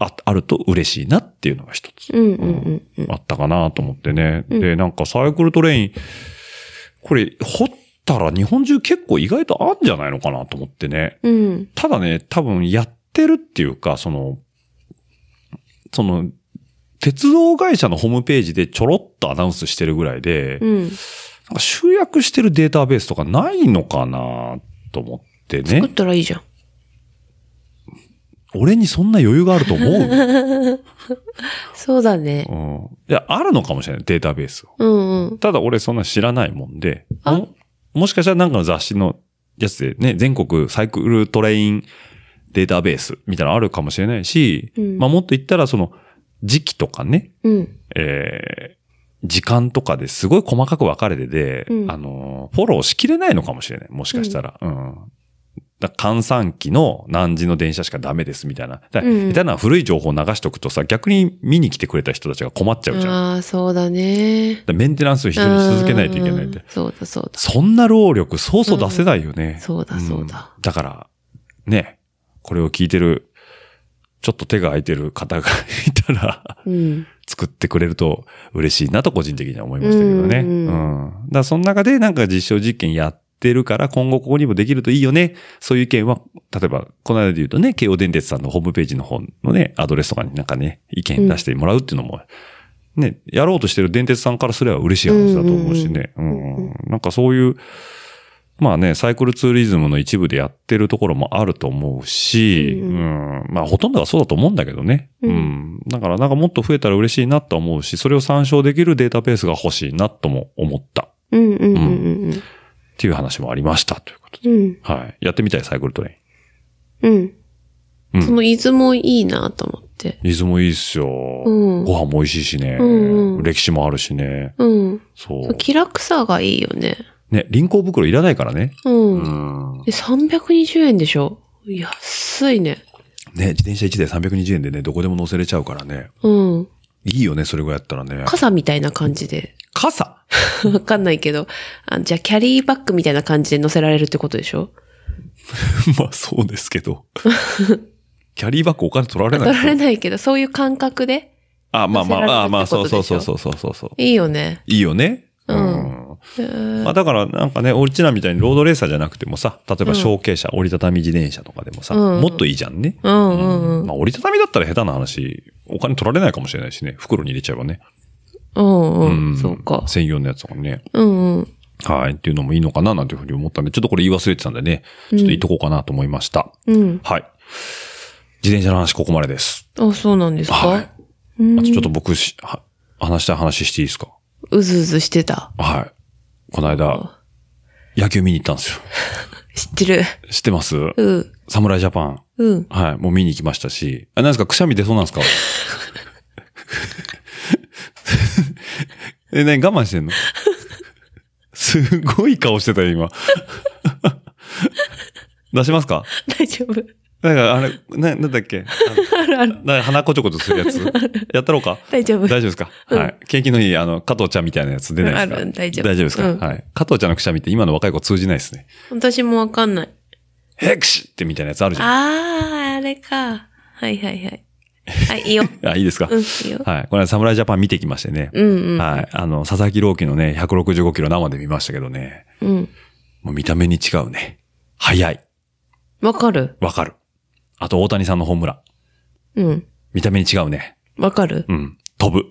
Speaker 2: あ、あると嬉しいなっていうのが一つ。
Speaker 5: うん。うん。うん。
Speaker 2: あったかなと思ってね。で、なんかサイクルトレイン、これ、掘ったら日本中結構意外とあんじゃないのかなと思ってね。
Speaker 5: うん。
Speaker 2: ただね、多分やってるっていうか、その、その、鉄道会社のホームページでちょろっとアナウンスしてるぐらいで、
Speaker 5: うん。
Speaker 2: なんか集約してるデータベースとかないのかなと思って
Speaker 5: 作っ
Speaker 2: ね。
Speaker 5: たらいいじゃん。
Speaker 2: 俺にそんな余裕があると思 う、
Speaker 5: そうだね。
Speaker 2: うん、いや、あるのかもしれない、データベースを
Speaker 5: うんうん。
Speaker 2: ただ俺そんな知らないもんで、
Speaker 5: あ
Speaker 2: ももしかしたらなんかの雑誌のやつでね、全国サイクルトレインデータベースみたいなのあるかもしれないし、
Speaker 5: うん
Speaker 2: まあもっと言ったらその時期とかね、
Speaker 5: うん。
Speaker 2: えー時間とかですごい細かく分かれてて、
Speaker 5: うん
Speaker 2: あのー、フォローしきれないのかもしれない。もしかしたら。うん。だから換算機の何時の電車しかダメですみたいな。だから
Speaker 5: うん
Speaker 2: 下手な古い情報を流しとくとさ、逆に見に来てくれた人たちが困っちゃうじゃん。だか
Speaker 5: ああ、そうだね。
Speaker 2: らメンテナンスを非常に続けないといけないって
Speaker 5: うん。そうだそうだ。
Speaker 2: そんな労力、そうそう出せないよね。
Speaker 5: んそうだそうだ
Speaker 2: んだから、ね、これを聞いてる、ちょっと手が空いてる方がいたら、
Speaker 5: うん。
Speaker 2: 作ってくれると嬉しいなと個人的には思いましたけどね。う
Speaker 5: うんんう
Speaker 2: だからその中でなんか実証実験やってるから、今後ここにもできるといいよね。そういう意見は、例えば、この間で言うとね、京王電鉄さんのホームページの方のね、アドレスとかになんかね、意見出してもらうっていうのも、ね、やろうとしてる電鉄さんからすれば嬉しい話だと思うしね。うんなんかそういう、まあね、サイクルツーリズムの一部でやってるところもあると思うし、う、
Speaker 5: うん
Speaker 2: まあほとんどはそうだと思うんだけどね。う
Speaker 5: うん
Speaker 2: ん。だからなんかもっと増えたら嬉しいなとは思うし、それを参照できるデータベースが欲しいなとも思ったっ
Speaker 5: うんうんうんうん。
Speaker 2: ていう話もありましたということで。
Speaker 5: うん。
Speaker 2: はい。やってみたいサイクルトレ
Speaker 5: うん。
Speaker 2: うん
Speaker 5: その出雲いいなと思って。
Speaker 2: イン。伊豆もいいっすよ。
Speaker 5: うん
Speaker 2: ご飯も美味しいしね、
Speaker 5: うんうん
Speaker 2: 歴史もあるしね。
Speaker 5: うん。
Speaker 2: そ
Speaker 5: そう
Speaker 2: う。
Speaker 5: 気楽さがいいよね。
Speaker 2: ね、輪行袋いらないからね。
Speaker 5: うん。
Speaker 2: うん。
Speaker 5: で、320円でしょ安いね。
Speaker 2: ね、自転車1台320円でね、どこでも乗せれちゃうからね。
Speaker 5: うん。
Speaker 2: いいよね、それぐらいやったらね。
Speaker 5: 傘みたいな感じで。
Speaker 2: 傘
Speaker 5: わかんないけど。あじゃあ、キャリーバッグみたいな感じで乗せられるってことでしょ
Speaker 2: まあそうですけ ど。キャリーバッグお金取られない
Speaker 5: 取
Speaker 2: で
Speaker 5: ら
Speaker 2: しょ
Speaker 5: れないけど、そういう感覚で。
Speaker 2: あ、まあま
Speaker 5: 乗せられる
Speaker 2: あ、あまあ、
Speaker 5: って
Speaker 2: そ
Speaker 5: こ
Speaker 2: う
Speaker 5: と
Speaker 2: そう
Speaker 5: でし
Speaker 2: そ
Speaker 5: ょ
Speaker 2: うそうそうそうそう。
Speaker 5: いいよね。
Speaker 2: いいよね。。
Speaker 5: うんえー
Speaker 2: まあだからなんかね、俺ちらみたいにロードレーサーじゃなくてもさ、例えば小径車、折りたたみ自転車とかでもさ、
Speaker 5: うん
Speaker 2: もっといいじゃんね。
Speaker 5: うんうんうん。
Speaker 2: まあ折りたたみだったら下手な話、お金取られないかもしれないしね。袋に入れちゃえばね。
Speaker 5: うんうん。そうか。
Speaker 2: 専用のやつとかね。
Speaker 5: うんうん。
Speaker 2: はい。っていうのもいいのかななんていうふうに思ったんで、ちょっとこれ言い忘れてたんでね、ちょっと言っとこうかなと思いました。
Speaker 5: うん。
Speaker 2: はい。自転車の話ここまでです。
Speaker 5: あ、そうなんですか、
Speaker 2: はい。あとちょっと僕し、は話したい話していいですか
Speaker 5: うずうずしてた。
Speaker 2: はい。この間、野球見に行ったんですよ。
Speaker 5: 知ってる。
Speaker 2: 知ってます
Speaker 5: うん。
Speaker 2: 侍ジャパン。
Speaker 5: うん。
Speaker 2: はい。もう見に行きましたし。あ、なんですかくしゃみ出そうなんですか え、何我慢してんの すごい顔してたよ、今。 出しますか
Speaker 5: 大丈夫。
Speaker 2: なんか、あれ、な、なんだっけあのな鼻こちょこちょするやつやったろうか
Speaker 5: 大丈夫
Speaker 2: 大丈夫ですか、はい。景気のいい、あの、加藤ちゃんみたいなやつ出ないですか
Speaker 5: ある大丈夫
Speaker 2: 大丈夫ですか、
Speaker 5: うん
Speaker 2: はい。加藤ちゃんのくしゃみって今の若い子通じないですね。
Speaker 5: 私もわかんない。
Speaker 2: ヘクシってみたいなやつあるじゃん。
Speaker 5: ああれか。はいはいはい。はい、いいよ。
Speaker 2: あ、いいですか、
Speaker 5: うん、いいよ。
Speaker 2: はい。これは侍ジャパン見てきましてね。
Speaker 5: うんうん。
Speaker 2: はい。あの、佐々木朗希のね、165キロ生で見ましたけどね。
Speaker 5: うん。
Speaker 2: もう見た目に違うね。速い。
Speaker 5: わかる
Speaker 2: わかる。あと、大谷さんのホームラン。
Speaker 5: うん。
Speaker 2: 見た目に違うね。
Speaker 5: わかる
Speaker 2: うん。飛ぶ。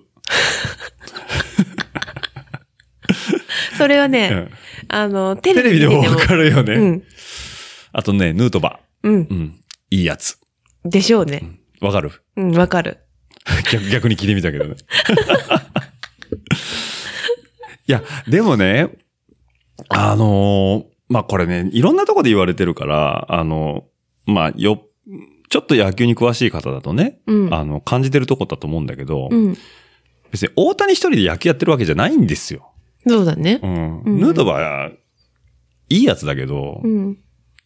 Speaker 5: それは
Speaker 2: う
Speaker 5: ね
Speaker 2: ん、
Speaker 5: あの、テ
Speaker 2: テ
Speaker 5: レ
Speaker 2: レビ
Speaker 5: ビで
Speaker 2: でも
Speaker 5: 見て
Speaker 2: わ
Speaker 5: て
Speaker 2: かるよね。
Speaker 5: も。うん。
Speaker 2: あとね、ヌートバ
Speaker 5: うん
Speaker 2: ー。。うん。いいやつ。
Speaker 5: でしょうね。
Speaker 2: わかる
Speaker 5: うん、わかる。
Speaker 2: 逆 逆に聞いてみたけどね。いや、でもね、あのーまあ、これね、いろんなとこで言われてるから、あのまあ、よ、ちょっと野球に詳しい方だとね、
Speaker 5: うん
Speaker 2: あの、感じてるとこだと思うんだけど、
Speaker 5: うん。
Speaker 2: 別に大谷一人で野球やってるわけじゃないんですよ。
Speaker 5: そうだね
Speaker 2: う。ん。
Speaker 5: うん
Speaker 2: ヌートバー、いいやつだけど、
Speaker 5: うん。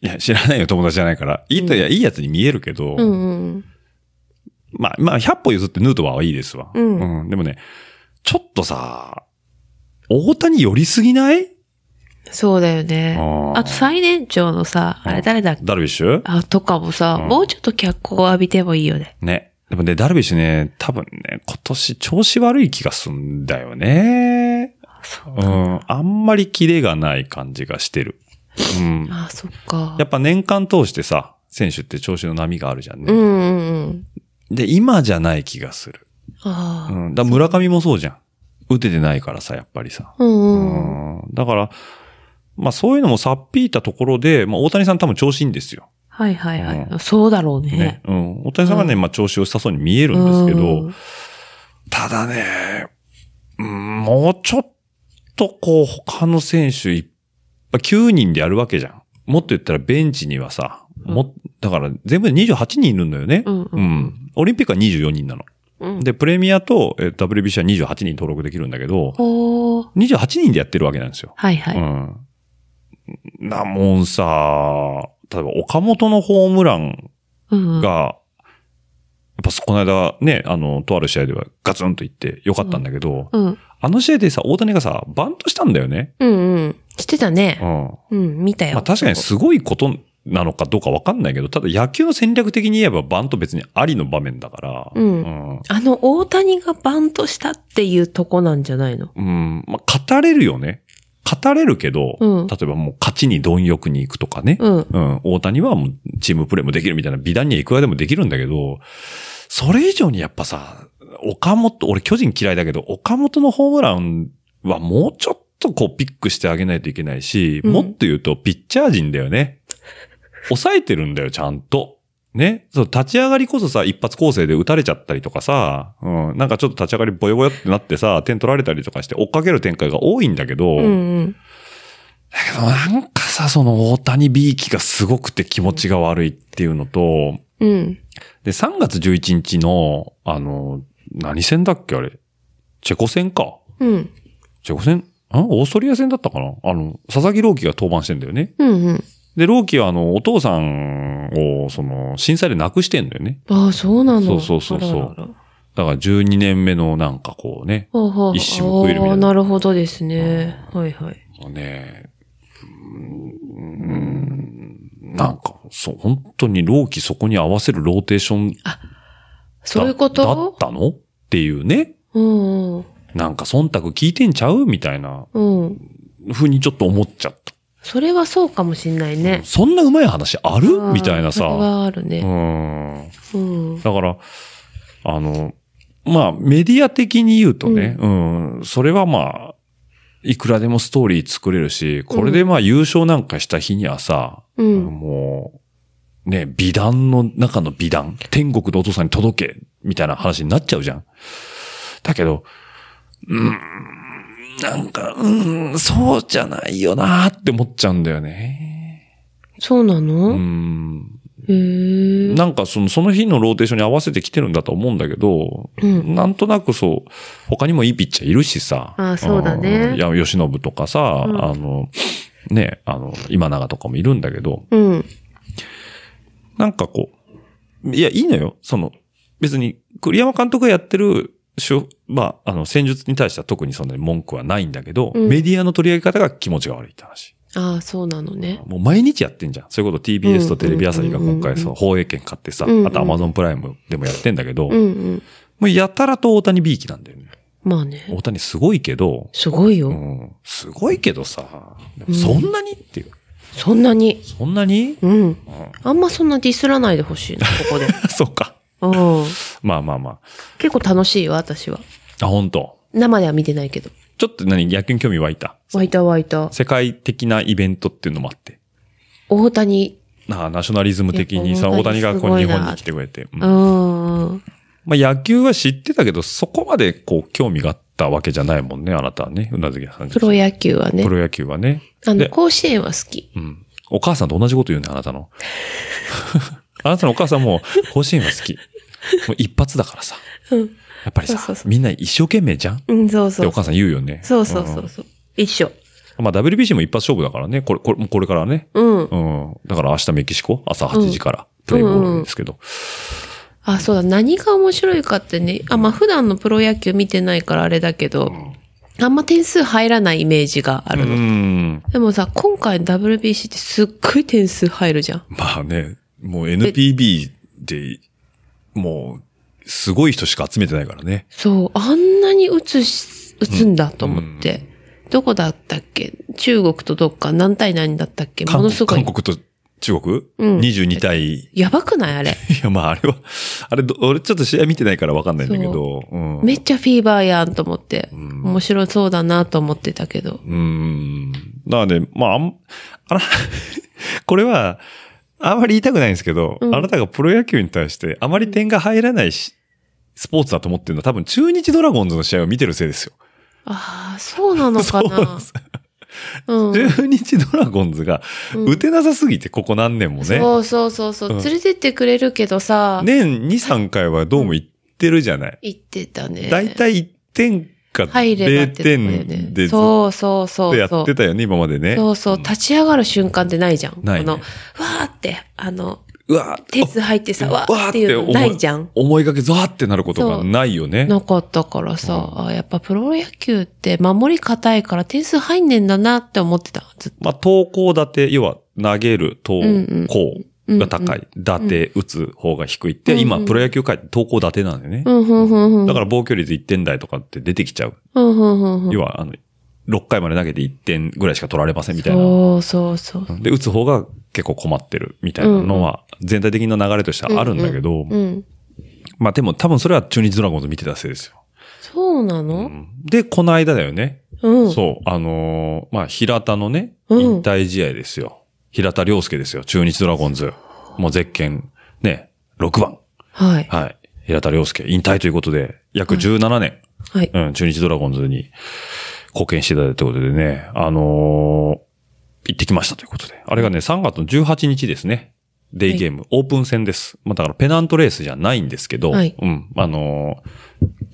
Speaker 2: いや、知らないよ、友達じゃないから。いいと、いや、いいやつに見えるけど、
Speaker 5: うんうん。
Speaker 2: まあ、まあ、100歩譲ってヌートバーはいいですわ。
Speaker 5: うん
Speaker 2: でもね、ちょっとさ、大谷寄りすぎない
Speaker 5: そうだよね
Speaker 2: あ。ー
Speaker 5: あと最年長のさ、あれ誰だっけ
Speaker 2: ダルビッシュ
Speaker 5: あ、とかもさ、
Speaker 2: うん
Speaker 5: もうちょっと脚光を浴びてもいいよね。
Speaker 2: ね。でもね、ダルビッシュね、多分ね、今年調子悪い気がすんだよね。
Speaker 5: そうあ
Speaker 2: ん。あんまりキレがない感じがしてる。うん。
Speaker 5: あ、そっか。
Speaker 2: やっぱ年間通してさ、選手って調子の波があるじゃん
Speaker 5: う
Speaker 2: ね。
Speaker 5: んうんうん。
Speaker 2: で、今じゃない気がする。
Speaker 5: あ
Speaker 2: う
Speaker 5: あ。
Speaker 2: ん。だから村上もそうじゃん。打ててないからさ、やっぱりさ。
Speaker 5: うんうんうん。
Speaker 2: うんだから、まあそういうのもさっぴいたところで、まあ大谷さん多分調子いいんですよ。
Speaker 5: はいはいはい。
Speaker 2: う
Speaker 5: そうだろうね。
Speaker 2: ね。うん。大谷さんがね、まあ調子良さそうに見えるんですけど、ただね、うんもうちょっとこう他の選手いっぱい9人でやるわけじゃん。もっと言ったらベンチにはさ、も、だから全部で28人いるんだよね。
Speaker 5: うんうん
Speaker 2: んオリンピックは24人なの。
Speaker 5: うん。
Speaker 2: で、プレミアとえー WBC は28人登録できるんだけど、
Speaker 5: ほー。
Speaker 2: 28人でやってるわけなんですよ。
Speaker 5: はいはい。
Speaker 2: うん。なもんさ、例えば岡本のホームラン
Speaker 5: うんうん。
Speaker 2: が、やっぱそこの間ね、あの、とある試合ではガツンといってよかったんだけど、
Speaker 5: うん。
Speaker 2: あの試合でさ、大谷がさ、バントしたんだよね。
Speaker 5: うんうん。してた
Speaker 2: うん。
Speaker 5: ね。うん、見たよ。
Speaker 2: まあ確かにすごいことなのかどうかわかんないけど、ただ野球の戦略的に言えばバント別にありの場面だから、
Speaker 5: うん
Speaker 2: うん。
Speaker 5: あの、大谷がバントしたっていうとこなんじゃないの
Speaker 2: うんまあ、語れるよね。語れるけど、
Speaker 5: うん
Speaker 2: 例えばもう勝ちに貪欲に行くとかね。
Speaker 5: うん。
Speaker 2: うん、大谷はもうチームプレーもできるみたいな美談にはいくらでもできるんだけど、それ以上にやっぱさ、岡本、俺巨人嫌いだけど、岡本のホームランはもうちょっとこうピックしてあげないといけないし、
Speaker 5: うん
Speaker 2: もっと言うとピッチャー陣だよね。抑えてるんだよ、ちゃんと。ね。そう、立ち上がりこそさ、一発構成で打たれちゃったりとかさ、うん、なんかちょっと立ち上がりボヨボヨってなってさ、点取られたりとかして追っかける展開が多いんだけど、
Speaker 5: うんうん。
Speaker 2: だけどなんかさ、その大谷 B 期がすごくて気持ちが悪いっていうのと、
Speaker 5: うん。
Speaker 2: で、3月11日の、あの、何戦だっけあれ。チェコ戦か。
Speaker 5: うん。
Speaker 2: チェコ戦んオーストリア戦だったかなあの、佐々木朗希が登板してんだよね。
Speaker 5: うんうん。
Speaker 2: で、朗希はあの、お父さんを、その、震災で亡くしてんだよね。
Speaker 5: ああ、そうなの
Speaker 2: そうそうそうそう
Speaker 5: あららら
Speaker 2: だから12年目のなんかこうね、
Speaker 5: ほうほう
Speaker 2: 一種報いるみたいな
Speaker 5: ああなるほどですね。はいはい。
Speaker 2: もうね、うーん、うーんなんか、そう、本当に朗希そこに合わせるローテーション
Speaker 5: そういうこ
Speaker 2: だだっ
Speaker 5: と
Speaker 2: たのっていうね。
Speaker 5: うんうん。
Speaker 2: なんか忖度聞いてんちゃうみたいな
Speaker 5: うん。
Speaker 2: 風にちょっと思っちゃった。
Speaker 5: それはそうかもしんないね。
Speaker 2: そんなうまい話あるみたいな
Speaker 5: それ
Speaker 2: さ。
Speaker 5: はある
Speaker 2: う
Speaker 5: ね。
Speaker 2: ん。
Speaker 5: うん。
Speaker 2: だから、あの、まあ、メディア的に言うとね、うん、それはまあ、いくらでもストーリー作れるし、これでまあ優勝なんかした日にはさ、
Speaker 5: うん。
Speaker 2: もう、ね、美談の中の美談、天国のお父さんに届け、みたいな話になっちゃうじゃん。だけど、うーん、なんか、うーん、そうじゃないよなーって思っちゃうんだよね。
Speaker 5: そうな
Speaker 2: うー
Speaker 5: の
Speaker 2: ん。
Speaker 5: へえ。
Speaker 2: なんかその、その日のローテーションに合わせてきてるんだと思うんだけど、
Speaker 5: うん
Speaker 2: なんとなくそう、他にもいいピッチャーいるしさ。
Speaker 5: あそうだね
Speaker 2: うんいや、吉信とかさ、
Speaker 5: うん
Speaker 2: あの、ね、あの、今永とかもいるんだけど、
Speaker 5: うん。
Speaker 2: なんかこう、いや、いいのよ。その、別に、栗山監督がやってる、しょまあ、あの、戦術に対しては特にそんなに文句はないんだけど、
Speaker 5: うん
Speaker 2: メディアの取り上げ方が気持ちが悪いって話。
Speaker 5: ああ、そうなのね。
Speaker 2: もう毎日やってんじゃん。そういうこと TBS とテレビ朝日が今回そう、放映権買ってさ、
Speaker 5: うん
Speaker 2: あと Amazon プライムでもやってんだけど、
Speaker 5: うん
Speaker 2: も
Speaker 5: うん。
Speaker 2: うやたらと大谷びいきなんだよね。
Speaker 5: まあね。
Speaker 2: 大谷すごいけど、
Speaker 5: すごいうよ。
Speaker 2: ん、すごいけどさ、でもそんなにっていう。
Speaker 5: そんなに。
Speaker 2: そんなに
Speaker 5: うん。あんまそんなディスらないでほしいな、こ こで。
Speaker 2: そうか。
Speaker 5: うん。
Speaker 2: まあまあま
Speaker 5: 結構楽しいわ、私は。
Speaker 2: あ。あ、本当。
Speaker 5: 生では見てないけど。
Speaker 2: ちょっと何、逆に興味湧いた。
Speaker 5: 湧いた湧いた。
Speaker 2: 世界的なイベントっていうのもあって。
Speaker 5: 大谷。
Speaker 2: なあ、ナショナリズム的にさ、
Speaker 5: いや
Speaker 2: 大谷がこう
Speaker 5: 大
Speaker 2: 日
Speaker 5: 谷すごいな
Speaker 2: 本に来てくれて。うん
Speaker 5: うん。
Speaker 2: まあ野球は知ってたけど、そこまでこう興味があったわけじゃないもんね、あなたはね。うなずきさん自
Speaker 5: プ
Speaker 2: 身
Speaker 5: ロ野球はね
Speaker 2: プ。ロ野球はね。
Speaker 5: あの、
Speaker 2: で
Speaker 5: 甲子園は好き。
Speaker 2: うん。お母さんと同じこと言うね、あなたの。あなたのお母さんも、甲子園は好き。もう一発だからさ。
Speaker 5: うん。
Speaker 2: やっぱりさ、
Speaker 5: そうそうそう
Speaker 2: みんな一生懸命じゃんっ
Speaker 5: うん、そう
Speaker 2: て
Speaker 5: そ
Speaker 2: お
Speaker 5: う。
Speaker 2: 母さん言うよね。
Speaker 5: そうそうそ
Speaker 2: ん
Speaker 5: うそう。一緒。
Speaker 2: まあ WBC も一発勝負だからね。これ、これ、もうこれからね。
Speaker 5: うん。
Speaker 2: うん。だから明日メキシコ朝8時からプレイボールですけど。
Speaker 5: あ、そうだ。何が面白いかってね。あ、まあ、普段のプロ野球見てないからあれだけど、あんま点数入らないイメージがあ
Speaker 2: う
Speaker 5: るの。
Speaker 2: ん。
Speaker 5: でもさ、今回 WBC ってすっごい点数入るじゃん。
Speaker 2: まあね、もう NPB で、もう、すごい人しか集めてないからね。
Speaker 5: そう、あんなに打つし、打つんだと思って。どこだったっけ中国とどっか何対何だったっけも
Speaker 2: 韓
Speaker 5: の
Speaker 2: 国
Speaker 5: すごい
Speaker 2: 韓。国と中国、
Speaker 5: うん
Speaker 2: ?22 対
Speaker 5: やばくないあれ。
Speaker 2: いや、まあ、あれは、あれど、俺ちょっと試合見てないから分かんないんだけど、うん。
Speaker 5: めっちゃフィーバーやんと思って。
Speaker 2: ん
Speaker 5: 面白そうだなと思ってたけど。
Speaker 2: うん。なので、まあ、あん、あら、 これは、あんまり言いたくないんですけど、
Speaker 5: ん
Speaker 2: あなたがプロ野球に対して、あまり点が入らないし、スポーツだと思ってるのは多分中日ドラゴンズの試合を見てるせいですよ。
Speaker 5: ああ、そうなのか
Speaker 2: そうなん
Speaker 5: な
Speaker 2: です。
Speaker 5: うん。
Speaker 2: 中日ドラゴンズが打てなさすぎて、ここ何年もね。
Speaker 5: そうそうそうそう、
Speaker 2: うん
Speaker 5: 連れてってくれるけどさ、
Speaker 2: 年2、3回はどうも行ってるじゃない。
Speaker 5: 言ってたね。
Speaker 2: だいたい1点か
Speaker 5: 入れ
Speaker 2: 0
Speaker 5: ばってとこよ
Speaker 2: 点
Speaker 5: ね。
Speaker 2: でずっと
Speaker 5: そうそうそう
Speaker 2: や
Speaker 5: そ
Speaker 2: って
Speaker 5: う。
Speaker 2: たよね、今までね。
Speaker 5: そうそう、立ち上がる瞬間ってないじゃん。
Speaker 2: ないね
Speaker 5: この、わーって、あの、
Speaker 2: うわ
Speaker 5: 手つ入ってさ、
Speaker 2: あ
Speaker 5: わーっていうのないじゃん。
Speaker 2: 思いがけザーってなることがないよね。
Speaker 5: なかったからさ、あやっぱプロ野球って守り固いから点数入んねんだなって思ってた。ずっと
Speaker 2: まあ、投高立て、要は投げる投高が高い。立て、打つ方が低いって、今、プロ野球界って投高立てなんだよね。
Speaker 5: うん、ふんふんふん。
Speaker 2: だから防御率1点台とかって出てきちゃう。
Speaker 5: うん、ふんふんふん。
Speaker 2: 要は、あの、6回まで投げて1点ぐらいしか取られませんみたいな。
Speaker 5: そうそうそう。
Speaker 2: で、打つ方が結構困ってるみたいなのは、全体的な流れとしてはあるんだけど、
Speaker 5: うん。
Speaker 2: まあでも多分それは中日ドラゴンズ見てたせいですよ。
Speaker 5: そうなの
Speaker 2: で、この間だよね。
Speaker 5: うん。
Speaker 2: そう、あのーまあ、平田のね、
Speaker 5: うん
Speaker 2: 引退試合ですよ。平田良介ですよ、中日ドラゴンズ。もうゼッケン、ね、6番。
Speaker 5: はい。
Speaker 2: はい。平田良介、引退ということで、約17年、
Speaker 5: はい。
Speaker 2: うん、中日ドラゴンズに貢献していただいたということでね、あのー行ってきましたということで。あれがね、3月の18日ですね。デイゲーム、オープン戦です。まあ、だからペナントレースじゃないんですけど、
Speaker 5: はい
Speaker 2: うん、あのー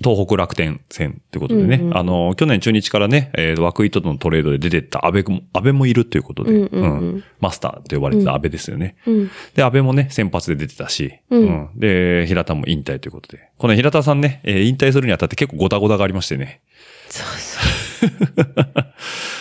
Speaker 2: 東北楽天戦ということでね、
Speaker 5: うんう
Speaker 2: あのー去年中日からね、えー、涌井とのトレードで出てった安倍も、安倍もいるということで、
Speaker 5: うんうんうん
Speaker 2: マスターと呼ばれてた安倍ですよね。
Speaker 5: うん。
Speaker 2: で、安倍もね、先発で出てたし、
Speaker 5: うん
Speaker 2: うんで、平田も引退ということで。この平田さんね、えー引退するにあたって結構ごたごたがありましてね。
Speaker 5: そうそう。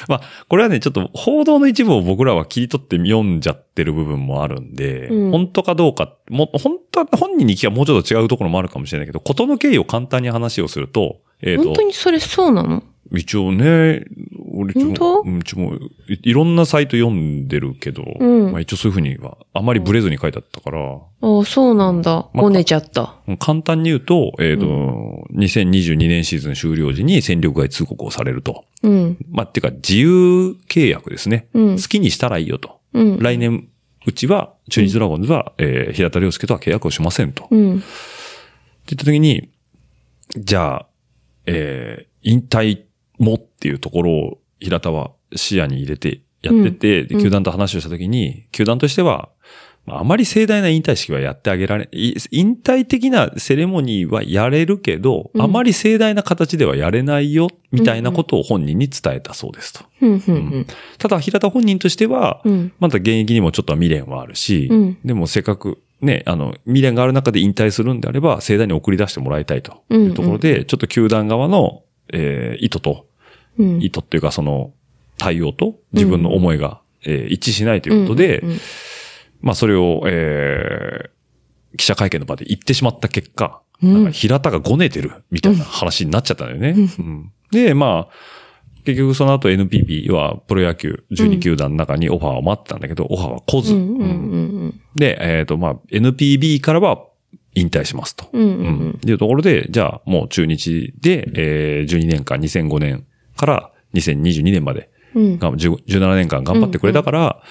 Speaker 2: まあ、これはね、ちょっと報道の一部を僕らは切り取って読んじゃってる部分もあるんで、
Speaker 5: うん
Speaker 2: 本当かどうか、も、本当は、本人に聞きはもうちょっと違うところもあるかもしれないけど、事の経緯を簡単に話をすると、えっ、
Speaker 5: 本
Speaker 2: と
Speaker 5: 当、にそれそうなの
Speaker 2: 一応ね、俺ち
Speaker 5: 本
Speaker 2: も、
Speaker 5: 当
Speaker 2: うんちもい、いろんなサイト読んでるけど、
Speaker 5: うん
Speaker 2: まあ一応そういうふうには、あまりブレずに書いてあったから、
Speaker 5: ああ、そうなんだ。
Speaker 2: また
Speaker 5: おねちゃった。
Speaker 2: 簡単に言うと、えっ、と、2022年シーズン終了時に戦力外通告をされると。
Speaker 5: うん。
Speaker 2: まあ、っていうか自由契約ですね。
Speaker 5: うん
Speaker 2: 好きにしたらいいよと。
Speaker 5: うん。
Speaker 2: 来年、うちは、中日ドラゴンズは、えー平田良介とは契約をしませんと。って
Speaker 5: うん。
Speaker 2: 言った時に、じゃあ、えー引退もっていうところを平田は視野に入れてやってて、で球団と話をした時に、球団としては、まああまり盛大な引退式はやってあげられ、い引退的なセレモニーはやれるけど、
Speaker 5: ん
Speaker 2: あまり盛大な形ではやれないよ、みたいなことを本人に伝えたそうですと。
Speaker 5: うん。うん。
Speaker 2: ただ、平田本人としては、
Speaker 5: うん。
Speaker 2: まだ現役にもちょっとは未練はあるし、
Speaker 5: うん
Speaker 2: でもせっかくね、あの、未練がある中で引退するんであれば、盛大に送り出してもらいたいと
Speaker 5: うんうん
Speaker 2: いうところで、ちょっと球団側の、えー意図と、
Speaker 5: うん。
Speaker 2: 意図っていうかその、対応と自分の思いがえー一致しないということで、まあそれを、えー記者会見の場で言ってしまった結果、なんか平田がごねてるみたいな話になっちゃったんだよね。うんで、まあ、結局その後 NPB はプロ野球12球団の中にオファーを待ってたんだけど、オファーは来ず。で、えっ、と、まあ、NPB からは引退しますと。うんいうところで、じゃあもう中日で、えー12年間、2005年から2022年まで、が10 17年間頑張ってくれたから、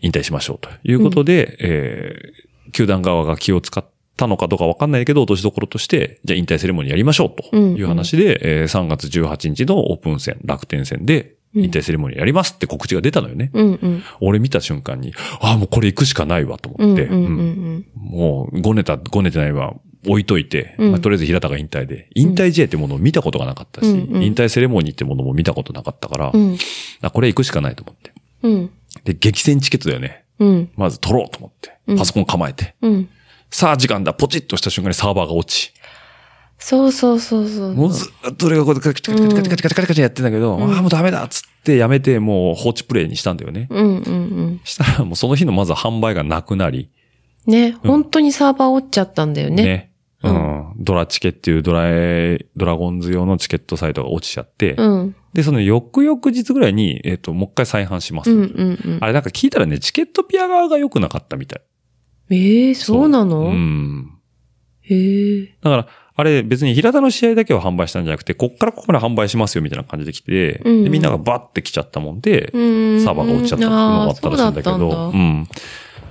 Speaker 2: 引退しましょうということで、えー球団側が気を使ったのかどうかわかんないけど、落としどころとして、じゃあ引退セレモニーやりましょうという話で、えー3月18日のオープン戦、楽天戦で、引退セレモニーやりますって告知が出たのよね。
Speaker 5: うんうん。
Speaker 2: 俺見た瞬間に、ああ、もうこれ行くしかないわと思って、
Speaker 5: うんうんう
Speaker 2: うん
Speaker 5: ん
Speaker 2: もう、ごねた、ごねてないは置いといて、
Speaker 5: うん
Speaker 2: まあとりあえず平田が引退で、引退試合ってものを見たことがなかったし、
Speaker 5: うんうん
Speaker 2: 引退セレモニーってものも見たことなかったから、
Speaker 5: うん。
Speaker 2: あこれ行くしかないと思って。
Speaker 5: うん。
Speaker 2: で、激戦チケットだよね。
Speaker 5: うん。
Speaker 2: まず取ろうと思って、パソコン構えて。
Speaker 5: うん。
Speaker 2: さあ時間だ、ポチッとした瞬間にサーバーが落ち。
Speaker 5: そうそうそうそう。
Speaker 2: もうずっと俺がこうやってカチカチカチカチカチカチカチカチやってんだけど、ああ、もうダメだっつってやめて、もう放置プレイにしたんだよね。
Speaker 5: うんうんうん。
Speaker 2: したらもうその日のまずは販売がなくなり、
Speaker 5: ね、本当にサーバー落ちちゃったんだよね。
Speaker 2: ね。うん。ドラチケっていうドラえ、ドラゴンズ用のチケットサイトが落ちちゃって、
Speaker 5: うん。
Speaker 2: で、その翌々日ぐらいに、えっ、と、もう一回再販します。
Speaker 5: うんうんうん。
Speaker 2: あれなんか聞いたらね、チケットピア側が良くなかったみたい。
Speaker 5: ええそうなの、
Speaker 2: うん。
Speaker 5: へえ。
Speaker 2: だから、あれ別に平田の試合だけを販売したんじゃなくて、こっからここまで販売しますよみたいな感じで来て、
Speaker 5: うん
Speaker 2: でみんながバッて来ちゃったもんで、
Speaker 5: うん。
Speaker 2: サーバーが落ちちゃったっていうのがあったらしいんだけ
Speaker 5: あーそうだ
Speaker 2: ど、
Speaker 5: っ
Speaker 2: う
Speaker 5: たんだ
Speaker 2: ん。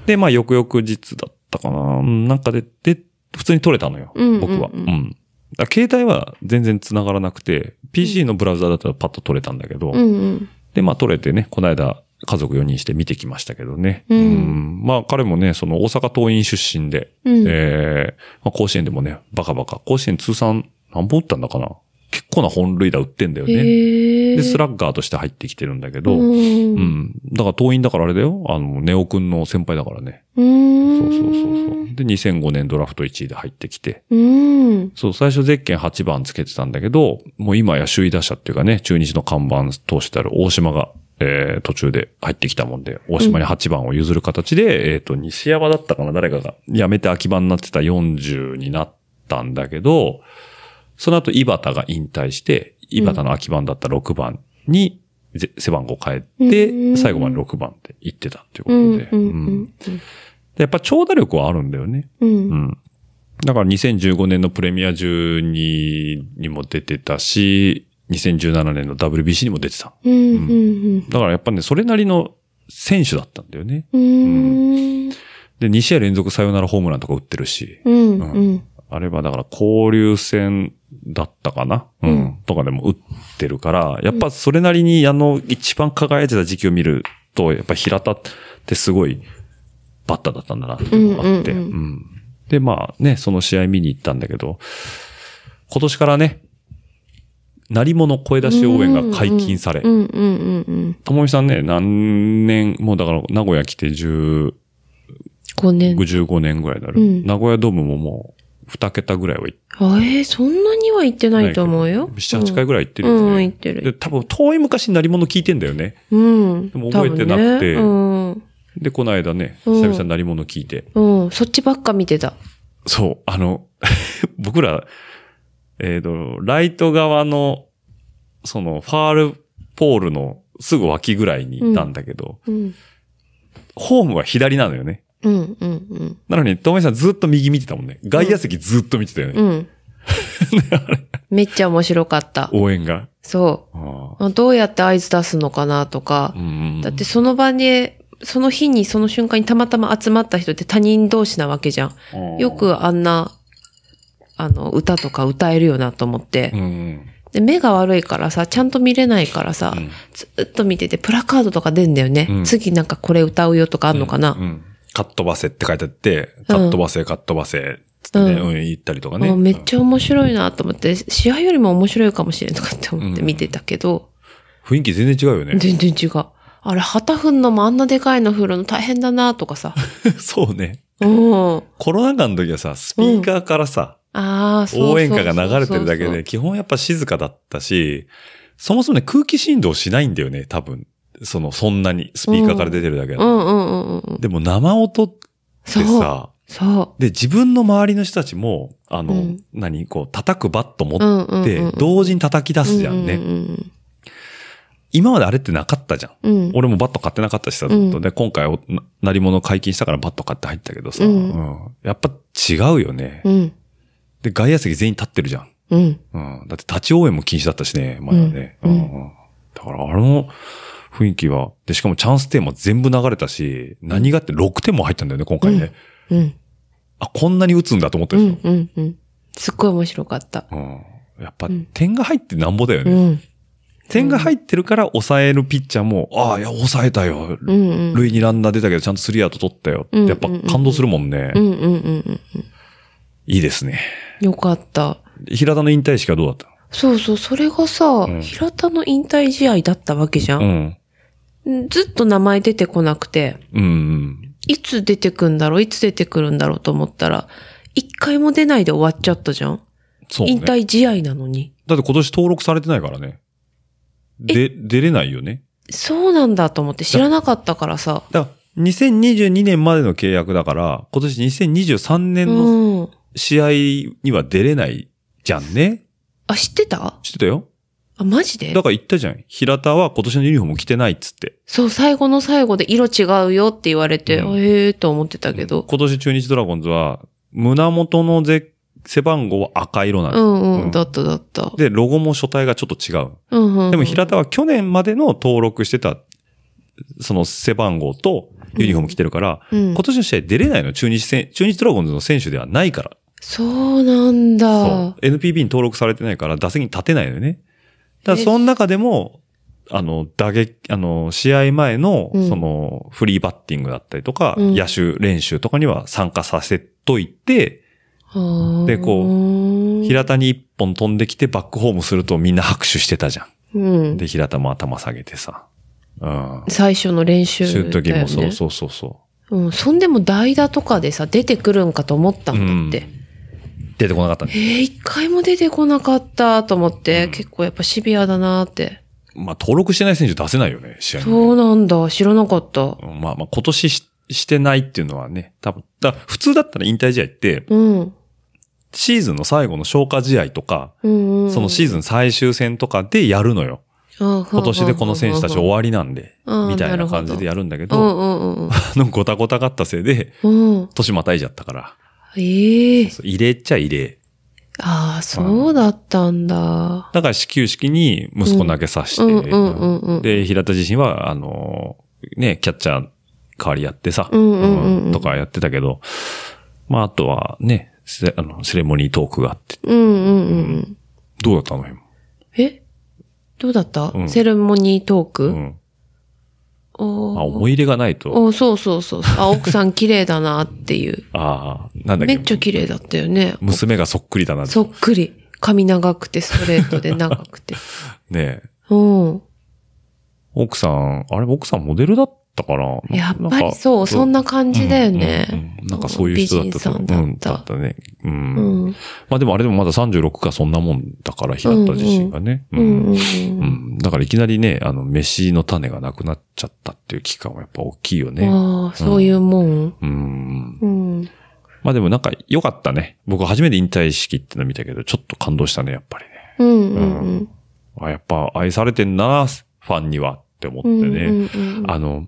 Speaker 2: で、まあ、翌々日だったかなうんなんかで、で、普通に取れたのよ、
Speaker 5: うんうんうん
Speaker 2: 僕は。うん。だから携帯は全然繋がらなくて、PC のブラウザだったらパッと取れたんだけど、
Speaker 5: うんうん。
Speaker 2: で、まあ取れてね、この間、家族4人して見てきましたけどね。
Speaker 5: うん
Speaker 2: んまあ彼もね、その大阪桐蔭出身で、
Speaker 5: うん
Speaker 2: ええまあ甲子園でもね、バカバカ。甲子園通算何本打ったんだかな結構な本塁打打ってんだよね。
Speaker 5: へえ。
Speaker 2: で、ス
Speaker 5: ラ
Speaker 2: ラッガーとして入ってきてるんだけど、
Speaker 5: う
Speaker 2: うん。
Speaker 5: ん。
Speaker 2: だから桐蔭だからあれだよ。あの、ネオくんの先輩だからね。
Speaker 5: う
Speaker 2: そ
Speaker 5: ん。
Speaker 2: うそうそうそう。で、2005年ドラフト1位で入ってきて。
Speaker 5: うん。
Speaker 2: そう、最初ゼッケン8番つけてたんだけど、もう今や首位打者っていうかね、中日の看板投手である大島が、えー、途中で入ってきたもんで、大島に8番を譲る形で、えっ、と、西山だったかな、誰かが辞めて空き場になってた40になったんだけど、その後、井端が引退して、井端の空き番だった6番に、ぜ背番号変えて、
Speaker 5: うん
Speaker 2: 最後まで6番って言ってたっていうこ
Speaker 5: う
Speaker 2: と
Speaker 5: ん
Speaker 2: で。
Speaker 5: う
Speaker 2: うんで
Speaker 5: ん
Speaker 2: やっぱ長打力はあるんだよね。
Speaker 5: う。
Speaker 2: うんん。だから2015年のプレミア12にも出てたし、2017年の WBC にも出てた。
Speaker 5: うん。うん。
Speaker 2: だからやっぱね、それなりの選手だったんだよね。
Speaker 5: うん。
Speaker 2: で、2試合連続サヨナラホームランとか打ってるし、
Speaker 5: うん。うん。
Speaker 2: あれはだから交流戦だったかなうん。とかでも打ってるから、やっぱそれなりにあの一番輝いてた時期を見ると、やっぱ平田ってすごいバッターだったんだなっていうのがあって、
Speaker 5: う
Speaker 2: うんん
Speaker 5: うんう
Speaker 2: で、まあね、その試合見に行ったんだけど、今年からね、鳴り物声出し応援が解禁され、
Speaker 5: うん。うん。うん。
Speaker 2: ともみさんね、何年、もうだから名古屋来て10、
Speaker 5: 5年。
Speaker 2: 55年ぐらいになる。
Speaker 5: うん
Speaker 2: 名古屋ドームももう2桁ぐらいは行っ
Speaker 5: あえー、そんなには行ってないと思うよ。
Speaker 2: 7、8回ぐらい行ってる
Speaker 5: うん
Speaker 2: よ
Speaker 5: うん
Speaker 2: ね。
Speaker 5: 行ってる
Speaker 2: で、多分遠い昔に鳴り物聞いてんだよね。
Speaker 5: うん。
Speaker 2: でも覚えてなくて
Speaker 5: 多分ね
Speaker 2: で、この間ね、
Speaker 5: うん
Speaker 2: 久々に鳴り物聞いて。
Speaker 5: うん。うん。そっちばっか見てた。
Speaker 2: そう、あの、 僕ら、えっ、と、ライト側の、その、ファールポールのすぐ脇ぐらいにいたんだけど、
Speaker 5: うん。
Speaker 2: ホームは左なのよね。
Speaker 5: うん。うん。
Speaker 2: なのに、トモさんずっと右見てたもんね。外野席ずっと見てたよ
Speaker 5: う
Speaker 2: ね。
Speaker 5: ん。うん。めっちゃ面白かった。
Speaker 2: 応援が。
Speaker 5: そう。
Speaker 2: あ
Speaker 5: あどうやって合図出すのかなとか
Speaker 2: ーう、ん
Speaker 5: だってその場で、その日にその瞬間にたまたま集まった人って他人同士なわけじゃん。よ、くあんな、あの、歌とか歌えるよなと思って
Speaker 2: う。ん
Speaker 5: で、目が悪いからさ、ちゃんと見れないからさ、
Speaker 2: うん
Speaker 5: ずっと見てて、プラカードとか出んだよね。
Speaker 2: うん
Speaker 5: 次なんかこれ歌うよとかあんのかな。
Speaker 2: うん。かっ飛ばせって書いてあって、かっ飛ばせ、かっ飛ばせ、つってね、
Speaker 5: う
Speaker 2: うん、言ったりとか
Speaker 5: あ
Speaker 2: ね。
Speaker 5: めっちゃ面白いなと思って、試合よりも面白いかもしれんとかって思って見てたけど、
Speaker 2: 雰囲気全然違うよね。
Speaker 5: 全然違う。あれ、旗振んのもあんなでかいの振るの大変だなとかさ。
Speaker 2: そうね。
Speaker 5: うん。
Speaker 2: コロナ禍の時はさ、スピーカーからさ、
Speaker 5: ああ、そうそうそうそう
Speaker 2: 応援歌が流れてるだけで、。基本やっぱ静かだったし、そもそもね、空気振動しないんだよね、多分。その、そんなに、スピーカーから出てるだけだ
Speaker 5: う
Speaker 2: と、
Speaker 5: んうんうんうん。
Speaker 2: でも生音って
Speaker 5: そう。
Speaker 2: さ、
Speaker 5: そ
Speaker 2: で、自分の周りの人たちも、あの、
Speaker 5: うん
Speaker 2: 何こう、叩くバット持
Speaker 5: う。うんうんうん
Speaker 2: っ
Speaker 5: うん。
Speaker 2: て、同時に叩き出すじゃんね。
Speaker 5: うんうん
Speaker 2: 今まであれってなかったじゃん。
Speaker 5: うん。うん
Speaker 2: 俺もバット買ってなかったしさ、ずっと。で、今回お、な鳴り物解禁したからバット買って入ったけどさ、
Speaker 5: う
Speaker 2: うんんやっぱ違うよね。
Speaker 5: うん。
Speaker 2: で、外野席全員立ってるじゃん。
Speaker 5: うん。
Speaker 2: うん。だって立ち応援も禁止だったしね、前はね。
Speaker 5: うん
Speaker 2: うんだから、あの雰囲気は、で、しかもチャンステーマ全部流れたし、何があって6点も入ったんだよね、今回ね。
Speaker 5: うん。
Speaker 2: あ、こんなに打つんだと思った
Speaker 5: う
Speaker 2: でし
Speaker 5: ん。うん。うん。すっごい面白かった。
Speaker 2: ょ。うん。やっぱ
Speaker 5: うん、
Speaker 2: 点が入ってなんぼだよ
Speaker 5: う
Speaker 2: ね。
Speaker 5: ん。
Speaker 2: 点が入ってるから抑えるピッチャーも、ああ、いや、抑えたよ。
Speaker 5: うんうん。
Speaker 2: 塁にランナー出たけど、ちゃんとスリーアウト取ったよ。
Speaker 5: うん
Speaker 2: やっぱ感動するもんね。
Speaker 5: うんうんうんうん。
Speaker 2: いいですね。
Speaker 5: よかった。
Speaker 2: 平田の引退式はどうだっ
Speaker 5: そうそう、それがさ、
Speaker 2: ん
Speaker 5: 平田の引退試合だったわけじゃ、
Speaker 2: たうんん。
Speaker 5: ずっと名前出てこなくて、
Speaker 2: うんうん。
Speaker 5: いつ出てくんだろういつ出てくるんだろうと思ったら、一回も出ないで終わっちゃったじゃん、
Speaker 2: そう、ね。
Speaker 5: 引退試合なのに。
Speaker 2: だって今年登録されてないからね。で、出れないよね。
Speaker 5: そうなんだと思って知らなかったからさ。
Speaker 2: だから、2022年までの契約だから、今年2023
Speaker 5: う
Speaker 2: 年の
Speaker 5: ん。
Speaker 2: 試合には出れないじゃんね。
Speaker 5: あ、知ってた
Speaker 2: 知ってたよ。
Speaker 5: あ、マジで
Speaker 2: だから言ったじゃん。平田は今年のユニフォーム着てないっつって。
Speaker 5: そう、最後の最後で色違うよって言われて、
Speaker 2: うん
Speaker 5: あへえと思ってたけど。
Speaker 2: 今年中日ドラゴンズは、胸元のぜ背番号は赤色なん
Speaker 5: う
Speaker 2: です。
Speaker 5: んうん、
Speaker 2: うん
Speaker 5: だっただった。
Speaker 2: で、ロゴも書体がちょっと違う。
Speaker 5: うんうん、うん。
Speaker 2: でも平田は去年までの登録してた、その背番号とユニフォーム着てるから、
Speaker 5: うん
Speaker 2: 今年の試合出れないの中日戦、中日ドラゴンズの選手ではないから。
Speaker 5: そうなんだ
Speaker 2: そ。う。NPB に登録されてないから打席に立てないのよね。だか
Speaker 5: え
Speaker 2: らその中でも、あの、打撃、あの、試合前の、
Speaker 5: うん
Speaker 2: その、フリーバッティングだったりとか、
Speaker 5: うん
Speaker 2: 野手練習とかには参加させといて、でこ
Speaker 5: う
Speaker 2: 平田に一本飛んできてバックホームするとみんな拍手してたじゃ
Speaker 5: うん
Speaker 2: ん。。で、平田も頭下げてさ。うん。
Speaker 5: 最初の練習だ
Speaker 2: そ
Speaker 5: よ、
Speaker 2: うい
Speaker 5: ね。
Speaker 2: う時もそうそうそうそう。
Speaker 5: う。ん。そんでも代打とかでさ、出てくるんかと思ったんだって。
Speaker 2: 出てこなかった
Speaker 5: えー、一回も出てこなかったと思って、結構やっぱシビアだなって。
Speaker 2: まあ、登録してない選手出せないよね、試合にね
Speaker 5: そうなんだ。知らなかった。
Speaker 2: うんまあまあ、今年ししてないっていうのはね、多分。だ普通だったら引退試合って、
Speaker 5: うん。
Speaker 2: シーズンの最後の消化試合とか、
Speaker 5: うん、うん。
Speaker 2: そのシーズン最終戦とかでやるのよ。
Speaker 5: 今
Speaker 2: 今年でこの選手たち終わりなんで、
Speaker 5: うん
Speaker 2: みたいな感じでやるんだけ
Speaker 5: う
Speaker 2: ど、
Speaker 5: んうん
Speaker 2: あの、ごたごたがったせいで、
Speaker 5: うん。うん。
Speaker 2: 年またいじゃったから、
Speaker 5: ええ
Speaker 2: そう入れっちゃ入れ。
Speaker 5: ああ、そうだったんだ。
Speaker 2: だから始球式に息子投げさせて、
Speaker 5: うんうんうんうん
Speaker 2: で、平田自身は、あのーね、キャッチャー代わりやってさ、
Speaker 5: うんうんうんうん
Speaker 2: とかやってたけど、まあ、あとはね、セあのセレモニートークがあって、
Speaker 5: うんうんうんうん。
Speaker 2: どうだったのよ。
Speaker 5: えどうだった、
Speaker 2: うん
Speaker 5: セレモニートーク、
Speaker 2: うん。
Speaker 5: おー
Speaker 2: あ、思い入れがないと、
Speaker 5: おそうそうそう そう。あ、奥さん綺麗だなっていう。
Speaker 2: ああ、なんだっ
Speaker 5: め
Speaker 2: け
Speaker 5: っ、ちゃ綺麗だったよね。
Speaker 2: 娘がそっくりだな、ね
Speaker 5: そっくり。髪長くて、ストレート で長くて。
Speaker 2: え。
Speaker 5: うん。
Speaker 2: 奥さん、あれ、奥さんモデルだったかな
Speaker 5: やっぱ
Speaker 2: なん
Speaker 5: り
Speaker 2: か
Speaker 5: そう、そんな感じだよ
Speaker 2: うん
Speaker 5: ね。
Speaker 2: うんなんかそういう人だったと思う
Speaker 5: 美人さんだ
Speaker 2: うん、だ
Speaker 5: っ。
Speaker 2: ったたね。うん
Speaker 5: うん。
Speaker 2: まあでもあれでもまだ36かそんなもんだから、平田自身がね。
Speaker 5: うんうんうん
Speaker 2: うんだからいきなりね、あの、飯の種がなくなっちゃったっていう期間はやっぱ大きいよね。
Speaker 5: ああ、そういうもん。
Speaker 2: うん。
Speaker 5: うん。
Speaker 2: まあでもなんか良かったね。僕初めて引退式っての見たけど、ちょっと感動したね、やっぱりね。
Speaker 5: うんうんうん。
Speaker 2: あ、やっぱ愛されてんな、ファンにはって思って
Speaker 5: うんうん
Speaker 2: ね。
Speaker 5: うん
Speaker 2: あの、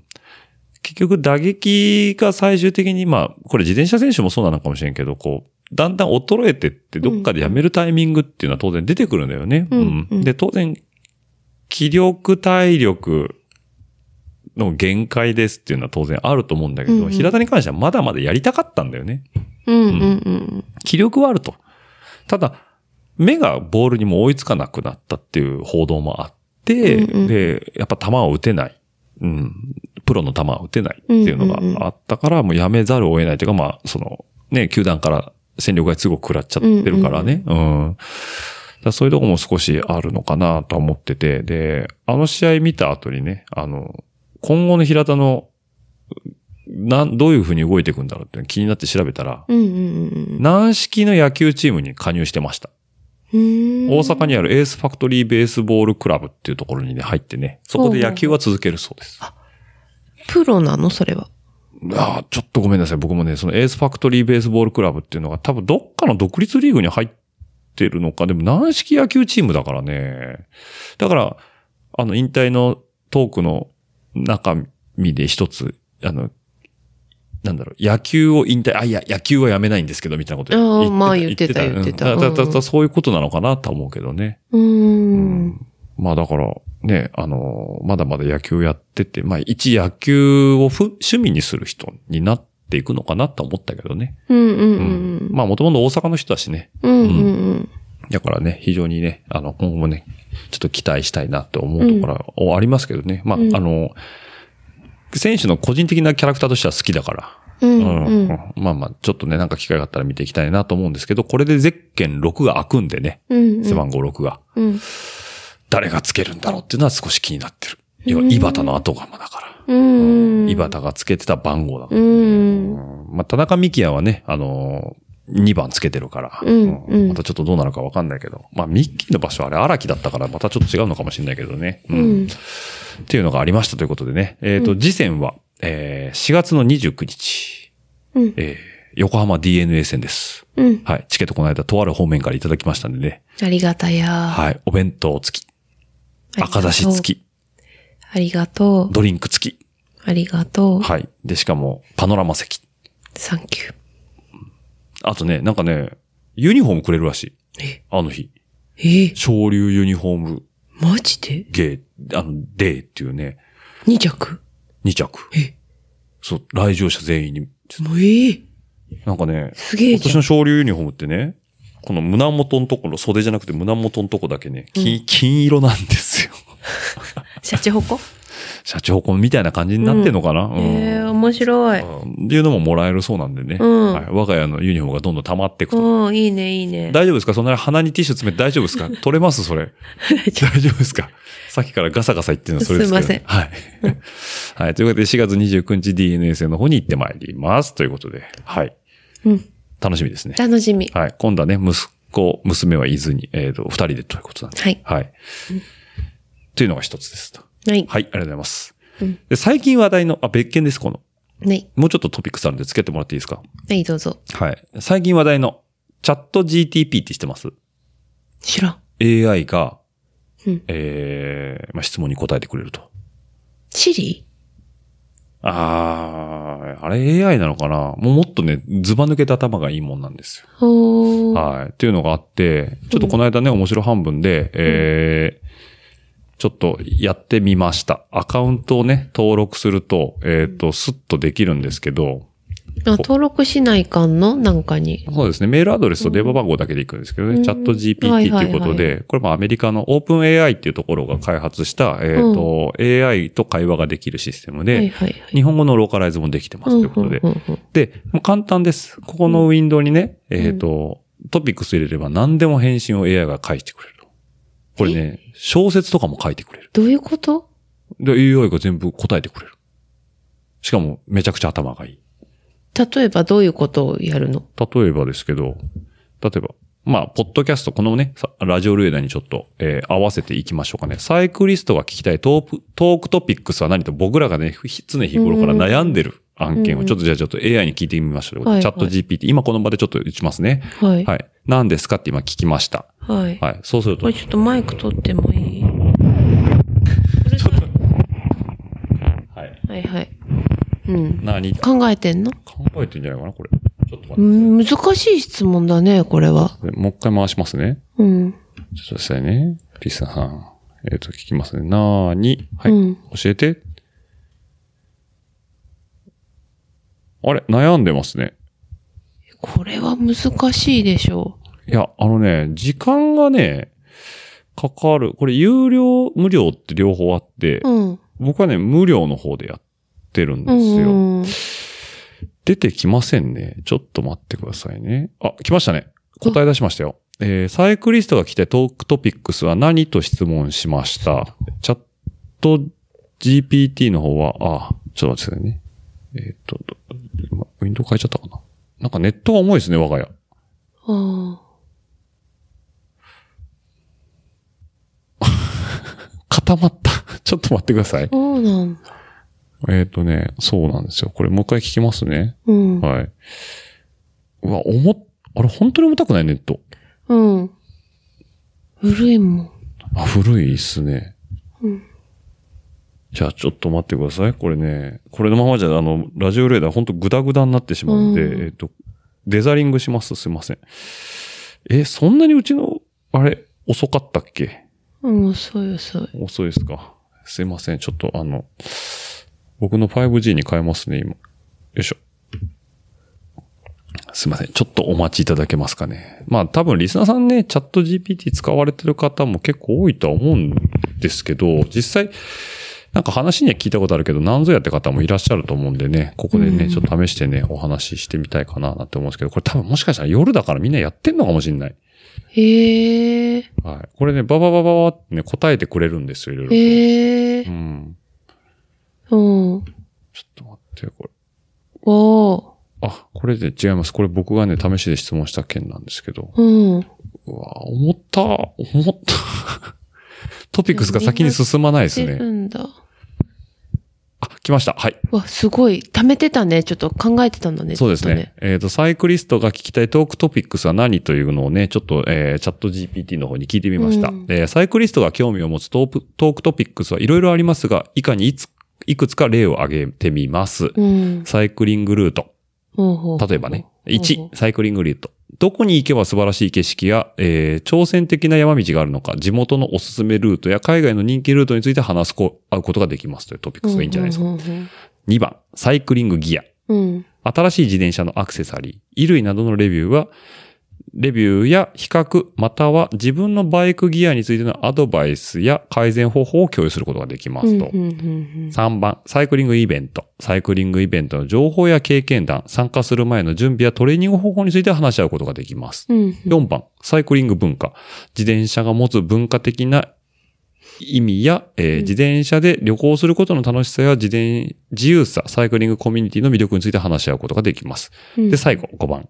Speaker 2: 結局打撃が最終的に、まあ、これ自転車選手もそうなのかもしれんけど、こう、だんだん衰えてって、どっかでやめるタイミングっていうのは当然出てくるんだよね。
Speaker 5: うんうん
Speaker 2: で、当然、気力、体力の限界ですっていうのは当然あると思うんだけど、
Speaker 5: うんうん
Speaker 2: 平田に関してはまだまだやりたかったんだよね。
Speaker 5: うんうんうん。
Speaker 2: 気力はあると。ただ、目がボールにも追いつかなくなったっていう報道もあって、
Speaker 5: うんうん
Speaker 2: で、やっぱ球を打てない。うん。プロの球を打てないっていうの
Speaker 5: うんうんうん
Speaker 2: があったから、もうやめざるを得ないというか、まあ、その、ね、球団から戦力外通告食らっちゃってるからね。うんだからそういうとこも少しあるのかなとは思ってて、で、あの試合見た後にね、あの、今後の平田の、なん、どういうふうに動いていくんだろうって気になって調べたら、
Speaker 5: うんうんうんうん。
Speaker 2: 軟式の野球チームに加入してました。
Speaker 5: うーん
Speaker 2: 大阪にあるエースファクトリーベースボールクラブっていうところにね、入ってね、そこで野球は続けるそうです。
Speaker 5: プロなのそれは。
Speaker 2: ああ、ちょっとごめんなさい。僕もね、そのエースファクトリーベースボールクラブっていうのが多分どっかの独立リーグに入ってるのか。でも軟式野球チームだからね。だから、あの、引退のトークの中身で一つ、あの、なんだろう、野球を引退、あ、いや、野球はやめないんですけど、みたいなこと
Speaker 5: ああ
Speaker 2: た
Speaker 5: まあ言ってた言ってた
Speaker 2: うんだだだ
Speaker 5: うんうん
Speaker 2: そういうことなのかなとは思うけどね。
Speaker 5: うーん。
Speaker 2: まあだから、ね、あの、まだまだ野球やってて、まあ一野球をふ趣味にする人になっていくのかなと思ったけどね。
Speaker 5: うんうんう。
Speaker 2: うんまあもともと大阪の人だしね。
Speaker 5: うんうんうん。
Speaker 2: だからね、非常にね、あの、今後もね、ちょっと期待したいなって思うところはありますけどね。まあ、あの、選手の個人的なキャラクターとしては好きだから。
Speaker 5: うんうん
Speaker 2: うんまあまあ、ちょっとね、なんか機会があったら見ていきたいなと思うんですけど、これでゼッケン6が開くんでね、
Speaker 5: うん
Speaker 2: 背番号6が。
Speaker 5: うん。
Speaker 2: 誰がつけるんだろうっていうのは少し気になってる。要は、井端の後釜だから。
Speaker 5: うん。
Speaker 2: 井端がつけてた番号だから。
Speaker 5: うん。
Speaker 2: まあ、田中美希也はね、あのー、2番つけてるから、
Speaker 5: うんうん
Speaker 2: またちょっとどうなるかわかんないけど。まあ、ミッキーの場所はあれ荒木だったから、またちょっと違うのかもしれないけどね。うん
Speaker 5: うん。
Speaker 2: っていうのがありましたということでね。えっ、と、次戦は、えー4月の29日、
Speaker 5: うん
Speaker 2: えー横浜 DNA 戦です。
Speaker 5: うん。
Speaker 2: はい。チケットこの間、とある方面からいただきましたんでね。
Speaker 5: ありがたや。
Speaker 2: はい。お弁当付き、赤だし付き、
Speaker 5: ありがとう。
Speaker 2: ドリンク付き。
Speaker 5: ありがとう。
Speaker 2: はい。で、しかも、パノラマ席。
Speaker 5: サンキュー。
Speaker 2: あとね、なんかね、ユニフォームくれるらしい
Speaker 5: え。
Speaker 2: あの日。
Speaker 5: え
Speaker 2: 昇竜ユニフォーム
Speaker 5: マジで
Speaker 2: ゲー、あの、デーっていうね、
Speaker 5: ?2 着
Speaker 2: 2着。
Speaker 5: え
Speaker 2: そう、来場者全員に。
Speaker 5: もうええ
Speaker 2: なんかね、
Speaker 5: すげえ
Speaker 2: 今
Speaker 5: じ
Speaker 2: 年
Speaker 5: ゃん。
Speaker 2: の昇竜ユニフォームってね、この胸元のところ、袖じゃなくて胸元のとこだけね、金,、金色なんですよ。
Speaker 5: シャチホコ
Speaker 2: シャチホコンみたいな感じになってんのかな、うん
Speaker 5: ええ、面白い。
Speaker 2: うんっていうのももらえるそうなんでね。
Speaker 5: うん
Speaker 2: はい、我が家のユニフォームがどんどん溜まっていくと。
Speaker 5: うん、いいね、いいね。
Speaker 2: 大丈夫ですかそんな鼻にティッシュ詰めて大丈夫ですか取れますそれ。大丈夫ですかさっきからガサガサ言ってるのはそれですけど、
Speaker 5: すい
Speaker 2: ません。はい。はい。と いうことで、4月29日 DNA 戦の方に行ってまいります。ということで、はい。
Speaker 5: うん。
Speaker 2: 楽しみですね。
Speaker 5: 楽しみ。
Speaker 2: はい。今度はね、息子、娘は伊豆に、えっ、と、二人でということなんで。
Speaker 5: はい
Speaker 2: はい。というのが一つですと。
Speaker 5: ない。
Speaker 2: はい、ありがとうございます。で最近話題の、あ、別件です、この。
Speaker 5: ない。
Speaker 2: もうちょっとトピックスあるんでつけてもらっていいですか
Speaker 5: はい、どうぞ。
Speaker 2: はい。最近話題の、チャット GTP って知ってます
Speaker 5: 知らん。
Speaker 2: AI が、
Speaker 5: うん
Speaker 2: ええまあ、質問に答えてくれると。
Speaker 5: シリ
Speaker 2: ああ、あれ AI なのかなもうもっとね、ズバ抜けた頭がいいもんなんですよ。
Speaker 5: おー。
Speaker 2: はい。っていうのがあって、ちょっとこの間ね、面白半分で、えーちょっとやってみました。アカウントをね、登録すると、えっ、と、スッとできるんですけど、
Speaker 5: あ登録しないかんのなんかに。
Speaker 2: そうですね、メールアドレスと電話番号だけでいくんですけどね、
Speaker 5: うん
Speaker 2: チャット
Speaker 5: は
Speaker 2: GPT
Speaker 5: い
Speaker 2: と
Speaker 5: はいいうはい
Speaker 2: ことで、これもアメリカのオープン AI っていうところが開発した、えっ、と、AI と会話ができるシステムで、
Speaker 5: はいはいはい。
Speaker 2: 日本語のローカライズもできてますということで。
Speaker 5: うんうんうん
Speaker 2: で、もう簡単です。ここのウィンドウにね、えっ、と、トピックス入れれば何でも返信を AI が返してくれると。これね、小説とかも書いてくれる。
Speaker 5: どういうこと
Speaker 2: で、AI が全部答えてくれる。しかも、めちゃくちゃ頭がいい。
Speaker 5: 例えばどういうことをやるの
Speaker 2: 例えばですけど、例えば、まあ、ポッドキャスト、このね、さラジオルエダにちょっと、えー合わせていきましょうかね。サイクリストが聞きたいトークトークトピックスは何と僕らがね、ひ常日頃から悩んでる案件を、ちょっとじゃあちょっと AI に聞いてみましょう。
Speaker 5: はいはい
Speaker 2: チャット GPT、今この場でちょっと打ちますね。
Speaker 5: はい。
Speaker 2: はい。何ですかって今聞きました。
Speaker 5: はい。
Speaker 2: はい。そうする
Speaker 5: ことれ、ちょっとマイク取ってもいい
Speaker 2: はい。
Speaker 5: はいはい。うん。
Speaker 2: 何考
Speaker 5: 考えてんの
Speaker 2: えてんじゃないかな、これ。ちょっと待って
Speaker 5: う。ん難しい質問だね、これは。
Speaker 2: もう一回回しますね。
Speaker 5: うん。
Speaker 2: ちょっと実際ね。ピッサさん。えっ、と、聞きますね。なーに。はい。
Speaker 5: うん
Speaker 2: 教えて。あれ、悩んでますね。
Speaker 5: これは難しいでしょ
Speaker 2: いや、あのね、時間がね、かかる。これ、有料、無料って両方あって、
Speaker 5: う。うん。
Speaker 2: 僕はね、無料の方でやってるん
Speaker 5: う
Speaker 2: ですよ。
Speaker 5: ん。
Speaker 2: 出てきませんね。ちょっと待ってくださいね。あ、来ましたね。答え出しましたよ。えーサイクリストが来てトークトピックスは何と質問しました。チャット GPT の方は、あ、ちょっと待ってくださいね。えーっと、ど今ウィンドウ変えちゃったかな。なんかネットが重いですね、我が家。
Speaker 5: ああ。
Speaker 2: 固まった。 ちょっと待ってください。
Speaker 5: そうなんだ。
Speaker 2: えっ、とね、そうなんですよ。これもう一回聞きますね。
Speaker 5: うん。
Speaker 2: はい。うわ、重っ、あれ本当に重たくないネット。
Speaker 5: うん。古いもん。
Speaker 2: あ、古いっすね。
Speaker 5: うん
Speaker 2: じゃあちょっと待ってください。これね、これのままじゃ、あの、ラジオレーダーほんとグダグダになってしまうんで、
Speaker 5: うん
Speaker 2: えっと、デザリングします。すいません。え、そんなにうちの、あれ、遅かったっけ
Speaker 5: うん、遅い遅い。
Speaker 2: 遅いですか。すいません。ちょっとあの、僕の 5G に変えますね、今。よいしょ。すいません。ちょっとお待ちいただけますかね。まあ多分リスナーさんね、チャット GPT 使われてる方も結構多いとは思うんですけど、実際、なんか話には聞いたことあるけど、何ぞやって方もいらっしゃると思うんでね、ここでね、ちょっと試してね、お話ししてみたいかななんて思うんですけど、これ多分もしかしたら夜だからみんなやってんのかもしれない。
Speaker 5: へえ。
Speaker 2: はい。これね、バババババってね、答えてくれるんですよ、いろいろと。
Speaker 5: へえ
Speaker 2: う。ん。
Speaker 5: うん。
Speaker 2: ちょっと待ってよ、これ。
Speaker 5: おー。
Speaker 2: あ、これで違います。これ僕がね、試しで質問した件なんですけど。
Speaker 5: うん。
Speaker 2: うわ思った、思った。 トピックスが先に進まないです
Speaker 5: して
Speaker 2: ね。
Speaker 5: るんだ。
Speaker 2: あ、来ました。はい。
Speaker 5: わ、すごい。溜めてたね。ちょっと考えてたんだね。
Speaker 2: そうです
Speaker 5: ずっと
Speaker 2: ね。。えっ、と、サイクリストが聞きたいトークトピックスは何というのをね、ちょっと、えーチャット GPT の方に聞いてみました。
Speaker 5: うん
Speaker 2: えーサイクリストが興味を持つトークトークトピックスはいろいろありますが、以下にいついくつか例を挙げてみます。
Speaker 5: うん。
Speaker 2: サイクリングルート。例えばね。
Speaker 5: うん
Speaker 2: 1、サイクリングルート。どこに行けば素晴らしい景色や、えー挑戦的な山道があるのか、地元のおすすめルートや海外の人気ルートについて話すこ、会うことができますというトピックスがいいんじゃないですか。
Speaker 5: か。
Speaker 2: 2番、サイクリングギア。
Speaker 5: うん。
Speaker 2: 新しい自転車のアクセサリー、衣類などのレビューは、レビューや比較、または自分のバイクギアについてのアドバイスや改善方法を共有することができますと。3番、サイクリングイベント。サイクリングイベントの情報や経験談、参加する前の準備やトレーニング方法について話し合うことができます。4番、サイクリング文化。自転車が持つ文化的な意味や、えー自転車で旅行することの楽しさや自転、自由さ、サイクリングコミュニティの魅力について話し合うことができます。で、最後、5番。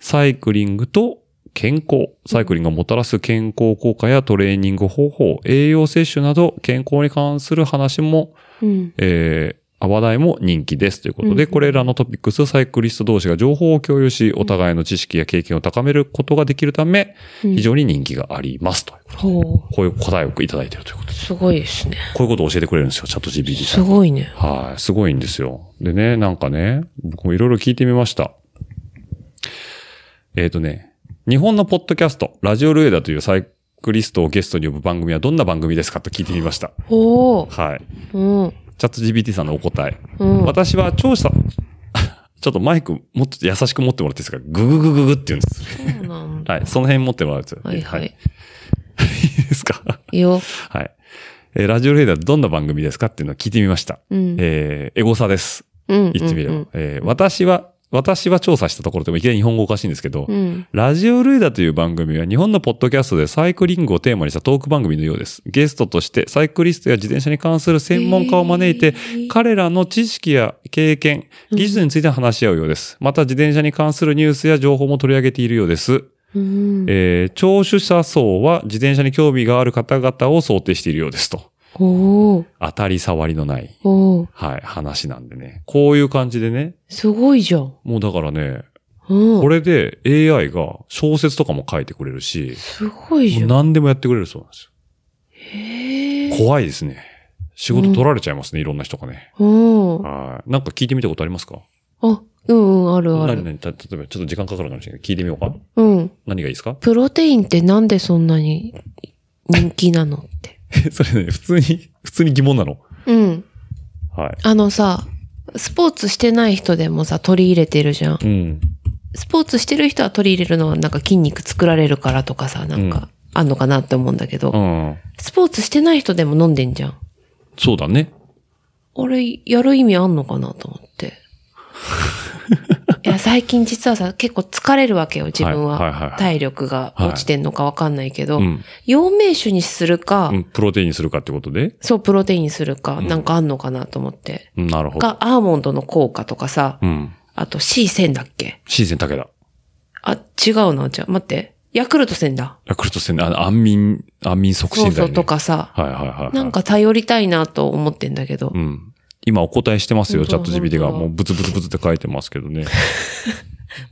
Speaker 2: サイクリングと健康。サイクリングがもたらす健康効果やトレーニング方法、栄養摂取など、健康に関する話も、
Speaker 5: うん。
Speaker 2: えー、話題も人気ですということ
Speaker 5: うんう
Speaker 2: で、
Speaker 5: ん
Speaker 2: これらのトピックスをサイクリスト同士が情報を共有し、お互いの知識や経験を高めることができるため、非常に人気がありますということ。
Speaker 5: ほ
Speaker 2: こういう答えをいただいているということ
Speaker 5: う。
Speaker 2: です。
Speaker 5: すごいですね。
Speaker 2: こういうことを教えてくれるんですよ、チャット GPT さ
Speaker 5: す
Speaker 2: ん。
Speaker 5: ごいね。
Speaker 2: はい、すごいんですよ。でね、なんかね、僕もいろいろ聞いてみました。えっ、とね、日本のポッドキャスト、ラジオルエダというサイクリストをゲストに呼ぶ番組はどんな番組ですかと聞いてみました。
Speaker 5: おー。
Speaker 2: はい。
Speaker 5: うん。
Speaker 2: チャット GPT さんのお答え。
Speaker 5: うん。
Speaker 2: 私は調査、 ちょっとマイクもうちょっと優しく持ってもらっていいですかグググググって言うんです。
Speaker 5: そうなんだ。
Speaker 2: はい。その辺持ってもらうと。
Speaker 5: はいはいい。
Speaker 2: いですか
Speaker 5: いいよ。
Speaker 2: はい。えーラジオレーダーどんな番組ですかっていうのを聞いてみました。
Speaker 5: うん。
Speaker 2: えーエゴサです。
Speaker 5: 言
Speaker 2: 言ってみれば。えー私は、私は調査したところでもいきなり日本語おかしいんですけど、
Speaker 5: うん。
Speaker 2: ラジオルイダという番組は日本のポッドキャストでサイクリングをテーマにしたトーク番組のようです。ゲストとしてサイクリストや自転車に関する専門家を招いて、彼らの知識や経験、技術について話し合うようです。また自転車に関するニュースや情報も取り上げているようです。
Speaker 5: うん。
Speaker 2: えー聴取者層は自転車に興味がある方々を想定しているようですと。
Speaker 5: おー。
Speaker 2: 当たり障りのない、
Speaker 5: おー。
Speaker 2: はい、話なんでね。こういう感じでね、
Speaker 5: すごいじゃん。
Speaker 2: もうだからね、
Speaker 5: うん。
Speaker 2: これで AI が小説とかも書いてくれるし、
Speaker 5: すごいじ
Speaker 2: も
Speaker 5: ゃ。
Speaker 2: うん何でもやってくれるそうなんです
Speaker 5: へ
Speaker 2: よ。
Speaker 5: ー。
Speaker 2: 怖いですね。仕事取られちゃいますね、いろんな人がね。
Speaker 5: うん。
Speaker 2: はい。なんか聞いてみたことありますか
Speaker 5: あ、うんうん、あるあ
Speaker 2: 何
Speaker 5: る。
Speaker 2: 何た例えばちょっと時間かかるかもしれないけど、聞いてみようか
Speaker 5: うん。
Speaker 2: 何がいいですか
Speaker 5: プロテインってなんでそんなに人気なのって。
Speaker 2: それね、普通に、普通に疑問なの。
Speaker 5: うん。
Speaker 2: は
Speaker 5: あのさ、スポーツしてない人でもさ、取り入れてるじゃん。
Speaker 2: い。うん。
Speaker 5: スポーツしてる人は取り入れるのはなんか筋肉作られるからとかさ、なん
Speaker 2: うん
Speaker 5: か、あんのかなって思うんだけど、
Speaker 2: うん。
Speaker 5: スポーツしてない人でも飲んでんじゃん。
Speaker 2: そうだね。
Speaker 5: あれ、やる意味あんのかなと思 って。いや、最近実はさ、結構疲れるわけよ、自分は。
Speaker 2: はいはいはいはい
Speaker 5: 体力が落ちてんのかわかんないけど、
Speaker 2: うん。
Speaker 5: 陽明酒にするか、
Speaker 2: うんプロテインにするかってことで。
Speaker 5: そう、プロテインするか、
Speaker 2: ん
Speaker 5: なんかあんのかなと思って。
Speaker 2: うんなるほど。
Speaker 5: か、アーモンドの効果とかさ、
Speaker 2: うん。
Speaker 5: あと C1000 だっけ
Speaker 2: シーズン竹だ。
Speaker 5: あ、違うな、じゃあ、待って。ヤクルト戦だ。
Speaker 2: ヤクルト戦、あの、安眠、安眠促進
Speaker 5: そう
Speaker 2: 剤、ね。
Speaker 5: そうとかさ、
Speaker 2: はいはいはいはい。
Speaker 5: なん、か頼りたいなと思ってんだけど
Speaker 2: う。ん。今お答えしてますよ、チャッ
Speaker 5: 本
Speaker 2: ト
Speaker 5: 当
Speaker 2: GPT が。
Speaker 5: 本当
Speaker 2: もうブツブツブツって書いてますけどね。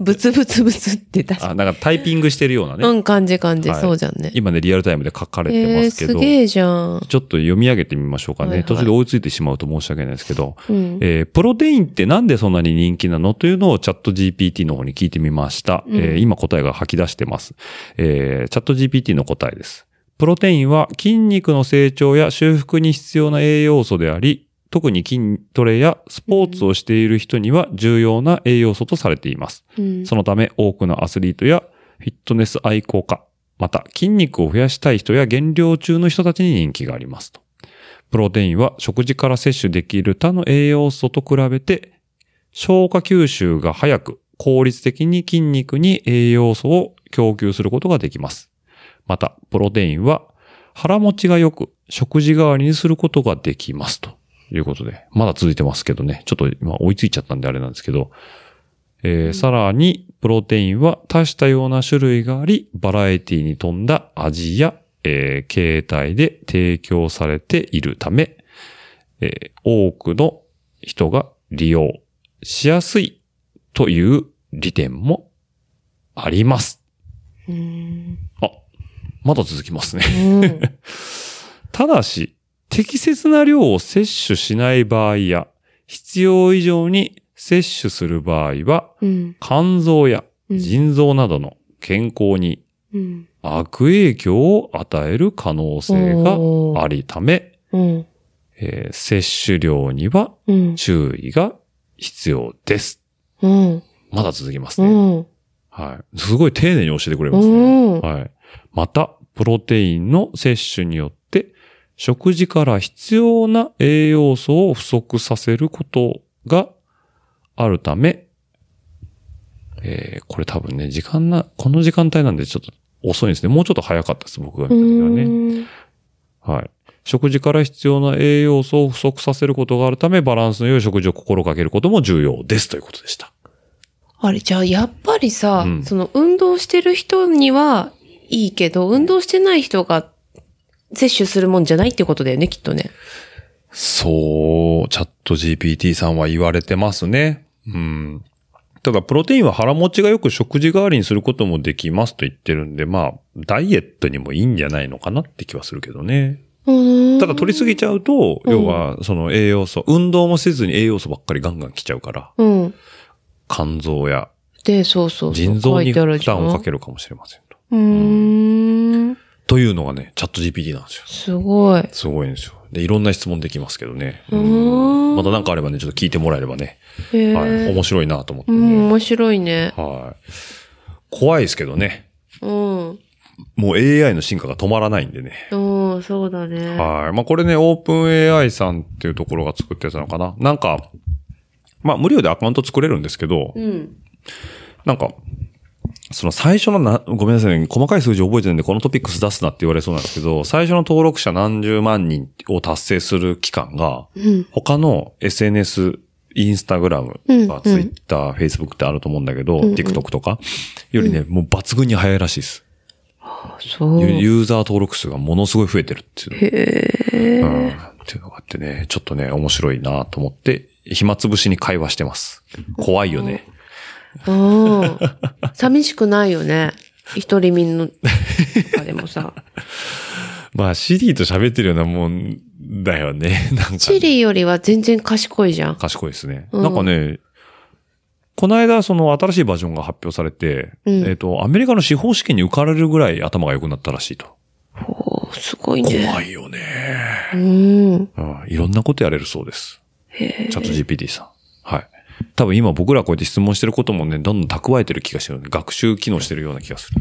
Speaker 5: ブツブツブツって確か
Speaker 2: あ、なんかタイピングしてるようなね。
Speaker 5: うん、感じ感じ、
Speaker 2: はい
Speaker 5: そうじゃんね。
Speaker 2: 今ね、リアルタイムで書かれて
Speaker 5: え
Speaker 2: ま
Speaker 5: ー、
Speaker 2: すけ
Speaker 5: す
Speaker 2: ど。
Speaker 5: げえじゃん。
Speaker 2: ちょっと読み上げてみましょうかね。
Speaker 5: はいはい
Speaker 2: 途中で追いついてしまうと申し訳ないですけど、
Speaker 5: うん。
Speaker 2: えープロテインってなんでそんなに人気なのというのをチャット GPT の方に聞いてみました。
Speaker 5: うん
Speaker 2: えー今答えが吐き出してます。えーチャット GPT の答えです。プロテインは筋肉の成長や修復に必要な栄養素であり、特に筋トレやスポーツをしている人には重要な栄養素とされています。
Speaker 5: うん
Speaker 2: そのため多くのアスリートやフィットネス愛好家、また筋肉を増やしたい人や減量中の人たちに人気がありますと。プロテインは食事から摂取できる他の栄養素と比べて消化吸収が早く効率的に筋肉に栄養素を供給することができます。また、プロテインは腹持ちが良く食事代わりにすることができますということで、まだ続いてますけどね、ちょっと今追いついちゃったんであれなんですけど、えーさらに、プロテインは多種多様な種類があり、バラエティに富んだ味や、えー形態で提供されているため、えー多くの人が利用しやすいという利点もあります。
Speaker 5: うん
Speaker 2: あ、まだ続きますね。
Speaker 5: うん
Speaker 2: ただし、適切な量を摂取しない場合や、必要以上に摂取する場合は、
Speaker 5: うん
Speaker 2: 肝臓や
Speaker 5: うん
Speaker 2: 腎臓などの健康に
Speaker 5: うん
Speaker 2: 悪影響を与える可能性がありため、
Speaker 5: うん
Speaker 2: えー摂取量には
Speaker 5: うん
Speaker 2: 注意が必要です。
Speaker 5: うん
Speaker 2: まだ続きます
Speaker 5: う
Speaker 2: ね。
Speaker 5: ん
Speaker 2: はい。すごい丁寧に教えてくれますね。
Speaker 5: うん
Speaker 2: はい。また、プロテインの摂取によって、食事から必要な栄養素を不足させることがあるため、えー、これ多分ね、時間な、この時間帯なんでちょっと遅いんですね。もうちょっと早かったです、僕が見た時はね。はい。食事から必要な栄養素を不足させることがあるため、バランスの良い食事を心がけることも重要ですということでした。
Speaker 5: あれ、じゃあ、やっぱりさ、
Speaker 2: うん
Speaker 5: その、運動してる人にはいいけど、運動してない人が摂取するもんじゃないってことだよね、きっとね。
Speaker 2: そう、チャット GPT さんは言われてますね。うん。ただ、プロテインは腹持ちがよく食事代わりにすることもできますと言ってるんで、まあ、ダイエットにもいいんじゃないのかなって気はするけどね。ただ、取りすぎちゃうと、
Speaker 5: うん
Speaker 2: 要は、その栄養素、運動もせずに栄養素ばっかりガンガン来ちゃうから、
Speaker 5: うん。
Speaker 2: 肝臓や
Speaker 5: で、そうそうそう。
Speaker 2: 腎臓に負
Speaker 5: ん
Speaker 2: 担をかけるかもしれませんと。
Speaker 5: うーん。
Speaker 2: というのがね、チャット GPT なんですよ。
Speaker 5: すごい。
Speaker 2: すごいんですよ。で、いろんな質問できますけどね。
Speaker 5: うーん
Speaker 2: また何かあればね、ちょっと聞いてもらえればね。
Speaker 5: へえ、
Speaker 2: はい。面白いなと思って
Speaker 5: う
Speaker 2: ね。
Speaker 5: ん、面白いね。
Speaker 2: はい。怖いですけどね。
Speaker 5: うん。
Speaker 2: もう AI の進化が止まらないんでね。
Speaker 5: うん、そうだね。
Speaker 2: はい。まあ、これね、オープン AI さんっていうところが作ったやつなのかな。なんか、まあ、無料でアカウント作れるんですけど、
Speaker 5: うん。
Speaker 2: なんか、その最初のな、ごめんなさいね、細かい数字覚えてるんで、このトピックス出すなって言われそうなんですけど、最初の登録者何十万人を達成する期間が、
Speaker 5: うん。
Speaker 2: 他の SNS、インスタグラム
Speaker 5: うん
Speaker 2: と
Speaker 5: うん
Speaker 2: か、ツイッター、フェイスブックってあると思うんだけど、
Speaker 5: んうん
Speaker 2: TikTok とか、よりね、もう抜群に早いらしいです。
Speaker 5: そう。
Speaker 2: ユユーザー登録数がものすごい増えてるっていう。
Speaker 5: へ
Speaker 2: う
Speaker 5: ー
Speaker 2: ん。っていうのがあってね、ちょっとね、面白いなと思って、暇つぶしに会話してます。怖いよね。
Speaker 5: うん。寂しくないよね。一人身の中で もさ。
Speaker 2: まあ、シリーと喋ってるようなもんだよね。 なんかね
Speaker 5: チリよりは全然賢いじゃん。
Speaker 2: 賢いですね。
Speaker 5: うん
Speaker 2: なんかね、この間、その新しいバージョンが発表されて、
Speaker 5: うん
Speaker 2: えっ、と、アメリカの司法試験に受かれるぐらい頭が良くなったらしいと。
Speaker 5: おーすごいね。
Speaker 2: 怖いよね。
Speaker 5: うん。
Speaker 2: うん、いろんなことやれるそうです。チャット GPT さん。はい。多分今僕らこうやって質問してることもね、どんどん蓄えてる気がしてるので、学習機能してるような気が する。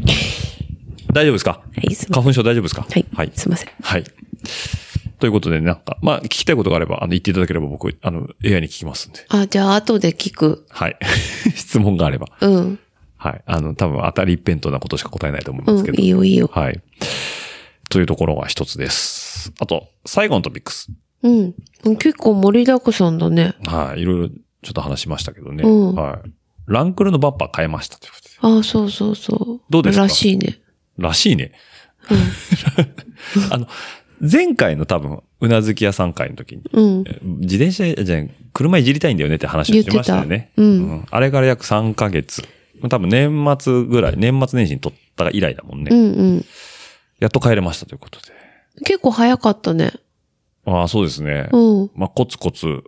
Speaker 2: 大丈夫ですか
Speaker 5: はい、すいま
Speaker 2: 花粉症大丈夫ですか
Speaker 5: せん。
Speaker 2: は
Speaker 5: はいい。。すいません。
Speaker 2: はい。ということで、なんか、まあ、聞きたいことがあれば、あの、言っていただければ僕、あの、AI に聞きますんで。
Speaker 5: あ、じゃあ後で聞く。
Speaker 2: はい。 質問があれば。
Speaker 5: うん。
Speaker 2: はい。あの、多分当たり一辺倒なことしか答えないと思うんで
Speaker 5: う
Speaker 2: す
Speaker 5: ん
Speaker 2: け、ど。
Speaker 5: いいよいいよ。
Speaker 2: はい。というところが一つです。あと、最後のトピックス。
Speaker 5: うん。結構盛りだくさんだね。
Speaker 2: はい。いろいろちょっと話しましたけどね。
Speaker 5: うん
Speaker 2: はい。ランクルのバッパー変えましたということで。
Speaker 5: あ、そうそうそう。
Speaker 2: どうですから
Speaker 5: しいね。
Speaker 2: らしいね。 あの、前回の多分、うなずき屋さん会の時に、
Speaker 5: うん。
Speaker 2: 自転車じゃない車いじりたいんだよねって話をしてましたよね。
Speaker 5: 言ってたうん
Speaker 2: あれから約3ヶ月。多分年末ぐらい、年末年始に撮った以来だもんね。
Speaker 5: うんうん。
Speaker 2: やっと帰れましたということで。
Speaker 5: 結構早かったね。
Speaker 2: ああ、そうですね。
Speaker 5: うん。
Speaker 2: まあ、コツコツ、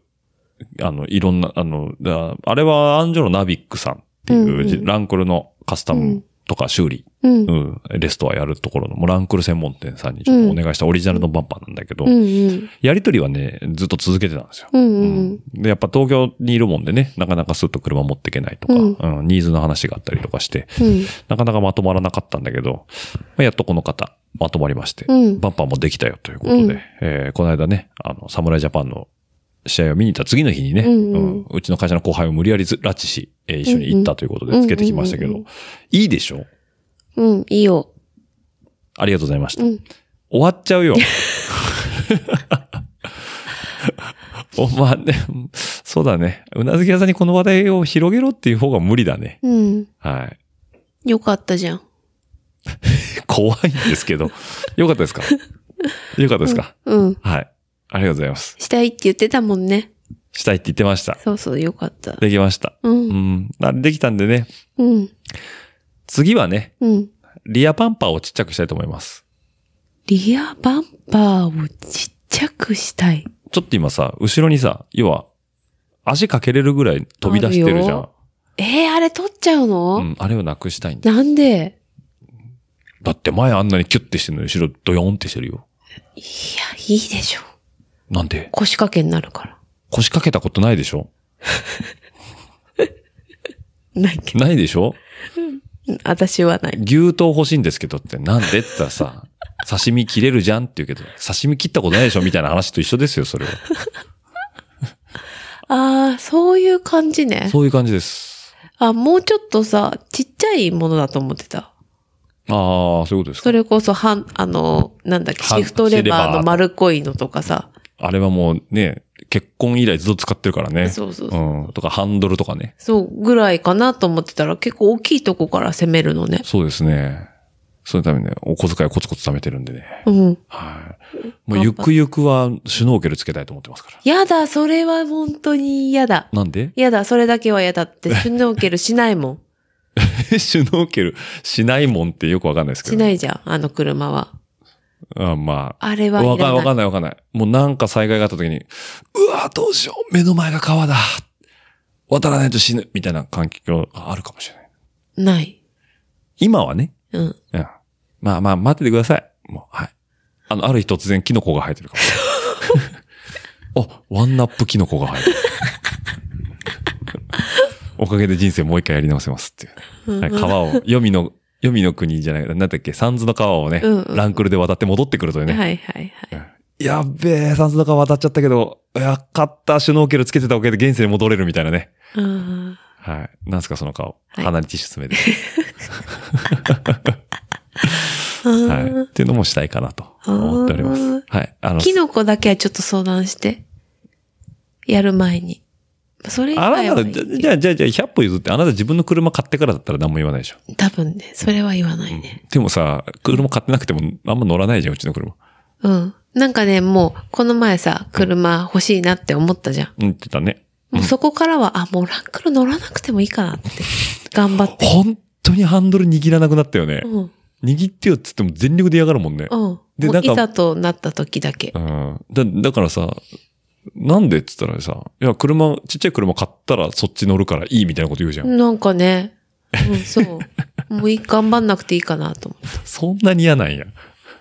Speaker 2: あの、いろんな、あの、だあれはアンジョロナビックさんっていう、
Speaker 5: うんうん
Speaker 2: じランクルのカスタムとか修理、
Speaker 5: う
Speaker 2: う
Speaker 5: ん。うん
Speaker 2: ん、レストアやるところの、もうランクル専門店さんにちょっとお願いしたオリジナルのバンパーなんだけど、
Speaker 5: うん。
Speaker 2: やりとりはね、ずっと続けてたんですよ。
Speaker 5: うんう。
Speaker 2: うんで、やっぱ東京にいるもんでね、なかなかスッと車持っていけないとか、
Speaker 5: う
Speaker 2: うんニーズの話があったりとかして、
Speaker 5: うん。
Speaker 2: なかなかまとまらなかったんだけど、まあ、やっとこの方、まとまりまして、
Speaker 5: うん
Speaker 2: バンパーもできたよということで、
Speaker 5: うん
Speaker 2: えーこの間ね、あの、侍ジャパンの試合を見に行った次の日にね、
Speaker 5: うんうん
Speaker 2: んうちの会社の後輩を無理やりず拉致し、えー一緒に行ったということで
Speaker 5: うんうん
Speaker 2: つけてきましたけど、
Speaker 5: うんうんうん
Speaker 2: いいでしょ
Speaker 5: うん。いいよ。
Speaker 2: ありがとうございました。
Speaker 5: うん
Speaker 2: 終わっちゃう よ。おまあね、そうだね。うなずき屋さんにこの話題を広げろっていう方が無理だね。
Speaker 5: うん。
Speaker 2: はい。
Speaker 5: よかったじゃん。
Speaker 2: 怖いんですけど。よかったですかよかったですか、
Speaker 5: うん。
Speaker 2: はい。ありがとうございます。
Speaker 5: したいって言ってたもんね。
Speaker 2: したいって言ってました。
Speaker 5: そうそう、よかった。
Speaker 2: できました。
Speaker 5: う。
Speaker 2: うんん。なできたんでね、
Speaker 5: うん。
Speaker 2: 次はね、
Speaker 5: うん。
Speaker 2: リアパンパーをちっちゃくしたいと思います。
Speaker 5: リアバンパーをちっちゃくしたい。
Speaker 2: ちょっと今さ、後ろにさ、要は、足かけれるぐらい飛び出してるじゃ
Speaker 5: ある
Speaker 2: ん。
Speaker 5: えー、あれ取っちゃうの、
Speaker 2: うん、あれをなくしたいんだ。
Speaker 5: なんで
Speaker 2: だって前あんなにキュッてしてるのに後ろドヨンってしてるよ。
Speaker 5: いや、いいでしょ。
Speaker 2: なんで
Speaker 5: 腰掛けになるから。
Speaker 2: 腰掛けたことないでしょ
Speaker 5: ないけ
Speaker 2: ないでしょ
Speaker 5: ど、私はない。
Speaker 2: 牛刀欲しいんですけどって、なんでって言ったら さ、刺身切れるじゃんって言うけど、刺身切ったことないでしょみたいな話と一緒ですよ、それは。
Speaker 5: ああ、そういう感じね。
Speaker 2: そういう感じです。
Speaker 5: あ、もうちょっとさ、ちっちゃいものだと思ってた。
Speaker 2: ああ、そういうことです
Speaker 5: そ
Speaker 2: か。
Speaker 5: れこそ、はん、あの、なんだっけ、
Speaker 2: ハン
Speaker 5: シフトレバー
Speaker 2: シレバーと
Speaker 5: の丸っこいのとかさ。
Speaker 2: あれはもうね、結婚以来ずっと使ってるからね。
Speaker 5: そうそうそう
Speaker 2: う。ん。とか、ハンドルとかね。
Speaker 5: そう、ぐらいかなと思ってたら、結構大きいとこから攻めるのね。
Speaker 2: そうですね。そのためにね、お小遣いをコツコツ貯めてるんでね。
Speaker 5: うん。
Speaker 2: はい。もうゆくゆくはシュノーケルつけたいと思ってますから。
Speaker 5: やだ、それは本当にやだ。
Speaker 2: なんで
Speaker 5: やだ、それだけはやだって、シュノーケルしないもん。
Speaker 2: シュノーケルしないもんってよくわかんないですけど
Speaker 5: し
Speaker 2: ね、
Speaker 5: ないじゃん、あの車は。
Speaker 2: あまあ。
Speaker 5: あれはいら
Speaker 2: わ
Speaker 5: な
Speaker 2: か
Speaker 5: い。
Speaker 2: んわかんないわかんない。もうなんか災害があった時に、うわどうしよう目の前が川だ渡らないと死ぬみたいな環境があるかもしれない。
Speaker 5: ない。
Speaker 2: 今はね。
Speaker 5: うん。
Speaker 2: うん。まあまあ、待っててください。もう、はい。あの、ある日突然キノコが生えてるか もしれない。あ、ワンナップキノコが生えてる。おかげで人生もう一回やり直せますっていう。はい、川を、黄みの、黄みの国じゃない、なんだっけ、サンズの川をね、
Speaker 5: うんうん
Speaker 2: ランクルで渡って戻ってくるというね。
Speaker 5: はいはいはい。
Speaker 2: やっべえ、サンズの川渡っちゃったけど、やかった、シュノーケルつけてたおかげで現世に戻れるみたいなね。
Speaker 5: あ
Speaker 2: はい。なんすか、その顔。
Speaker 5: はい
Speaker 2: 鼻にティッシュ詰めて。
Speaker 5: ーあ
Speaker 2: はい。っていうのもしたいかなと思っておりま
Speaker 5: あ
Speaker 2: す
Speaker 5: ー。
Speaker 2: はい。あ
Speaker 5: ー。
Speaker 2: の、
Speaker 5: キノコだけはちょっと相談して。やる前に。それ以
Speaker 2: あ
Speaker 5: 外
Speaker 2: な
Speaker 5: は
Speaker 2: た、
Speaker 5: いいけど
Speaker 2: じゃあ、じゃあ、じゃあ、100歩譲って、あなた自分の車買ってからだったら何も言わないでしょ。
Speaker 5: 多分ね、それは言わないね。
Speaker 2: でもさ、車買ってなくてもあんま乗らないじゃん、うちの車。
Speaker 5: うん。なんかね、もう、この前さ、車欲しいなって思ったじゃん。
Speaker 2: うん、言ってたね。
Speaker 5: もうそこからは、あ、もうランクル乗らなくてもいいかなって。頑張って。
Speaker 2: 本当にハンドル握らなくなったよね。
Speaker 5: うん。
Speaker 2: 握ってよっつっても全力で嫌がるもんね。
Speaker 5: うん。
Speaker 2: で
Speaker 5: も
Speaker 2: な
Speaker 5: うん
Speaker 2: か
Speaker 5: いざとなった時だけ。
Speaker 2: うん。だ、だからさ、なんでっつったらさ、いや、車、ちっちゃい車買ったらそっち乗るからいいみたいなこと言うじゃん。
Speaker 5: なんかね、う ん、そう。もういい頑張んなくていいかなと思って
Speaker 2: そんなに嫌なんや。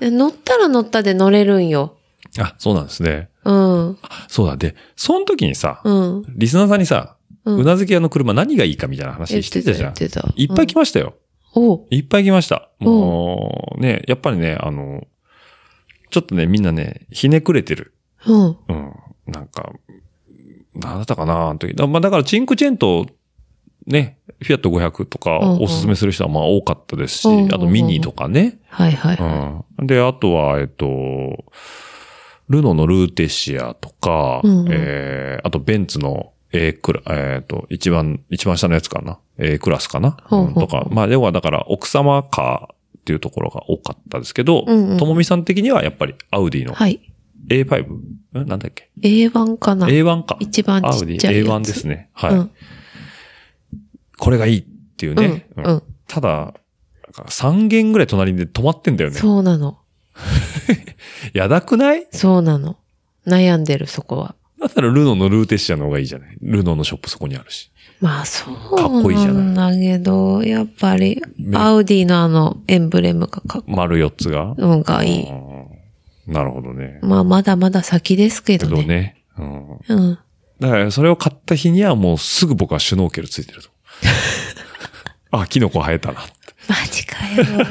Speaker 5: で乗ったら乗ったで乗れるんよ。
Speaker 2: あ、そうなんですね。
Speaker 5: うん。
Speaker 2: そうだ。で、その時にさ、
Speaker 5: うん。
Speaker 2: リスナーさんにさ、う
Speaker 5: うん
Speaker 2: なずき屋の車何がいいかみたいな話してたじゃ
Speaker 5: 言
Speaker 2: ん
Speaker 5: っ。てた。
Speaker 2: いっぱい来
Speaker 5: ま
Speaker 2: ましたよ。
Speaker 5: おう。
Speaker 2: いっぱい来ました。もう、ね、やっぱりね、あの、ちょっとね、みんなね、ひねくれてる。
Speaker 5: うん。
Speaker 2: うん。なんか、なんだったかなあの時。だまあ、だから、チンクチェント、ね、フィアット500とか、
Speaker 5: うんうん
Speaker 2: おすすめする人はまあ多かったですし、
Speaker 5: うんうんうん
Speaker 2: あとミニとかね。
Speaker 5: はいはいうは
Speaker 2: ん。で、あとは、えっと、ルノのルーテシアとか、
Speaker 5: うんうん
Speaker 2: えー、あとベンツの A クラ、えっ、と、一番、一番下のやつかな ?A クラスかな、
Speaker 5: ほうほ
Speaker 2: と
Speaker 5: う
Speaker 2: か、まあ、要はだから奥様カーっていうところが多かったですけど
Speaker 5: うんう、ん
Speaker 2: ともみさん的にはやっぱりアウディの
Speaker 5: はい。
Speaker 2: A5? んなんだっけ
Speaker 5: A1 かな
Speaker 2: ?A1 か。
Speaker 5: 一番ちっちゃいやつ。
Speaker 2: アウディ A1 ですね。はい。
Speaker 5: うん
Speaker 2: これがいいっていうね。
Speaker 5: うん
Speaker 2: うん
Speaker 5: うん
Speaker 2: ただ、3軒ぐらい隣で止まってんだよね。
Speaker 5: そうなの。
Speaker 2: やだくない
Speaker 5: そうなの。悩んでる、そこは。
Speaker 2: だったらルノーのルーテッシアの方がいいじゃない。ルノーのショップそこにあるし。
Speaker 5: まあ、
Speaker 2: かっ
Speaker 5: そ
Speaker 2: こいいじゃ
Speaker 5: う
Speaker 2: な
Speaker 5: なんだけど、やっぱり、
Speaker 2: め
Speaker 5: アウディのあの、エンブレムがかっこ
Speaker 2: 丸4つが。
Speaker 5: のがいい。
Speaker 2: うんなるほどね。
Speaker 5: まあ、まだまだ先ですけ
Speaker 2: けど
Speaker 5: どね。
Speaker 2: ね。うん
Speaker 5: うん。
Speaker 2: だから、それを買った日にはもうすぐ僕はシュノーケルついて ると。あ、キノコ生えたな。い
Speaker 5: マジか よ。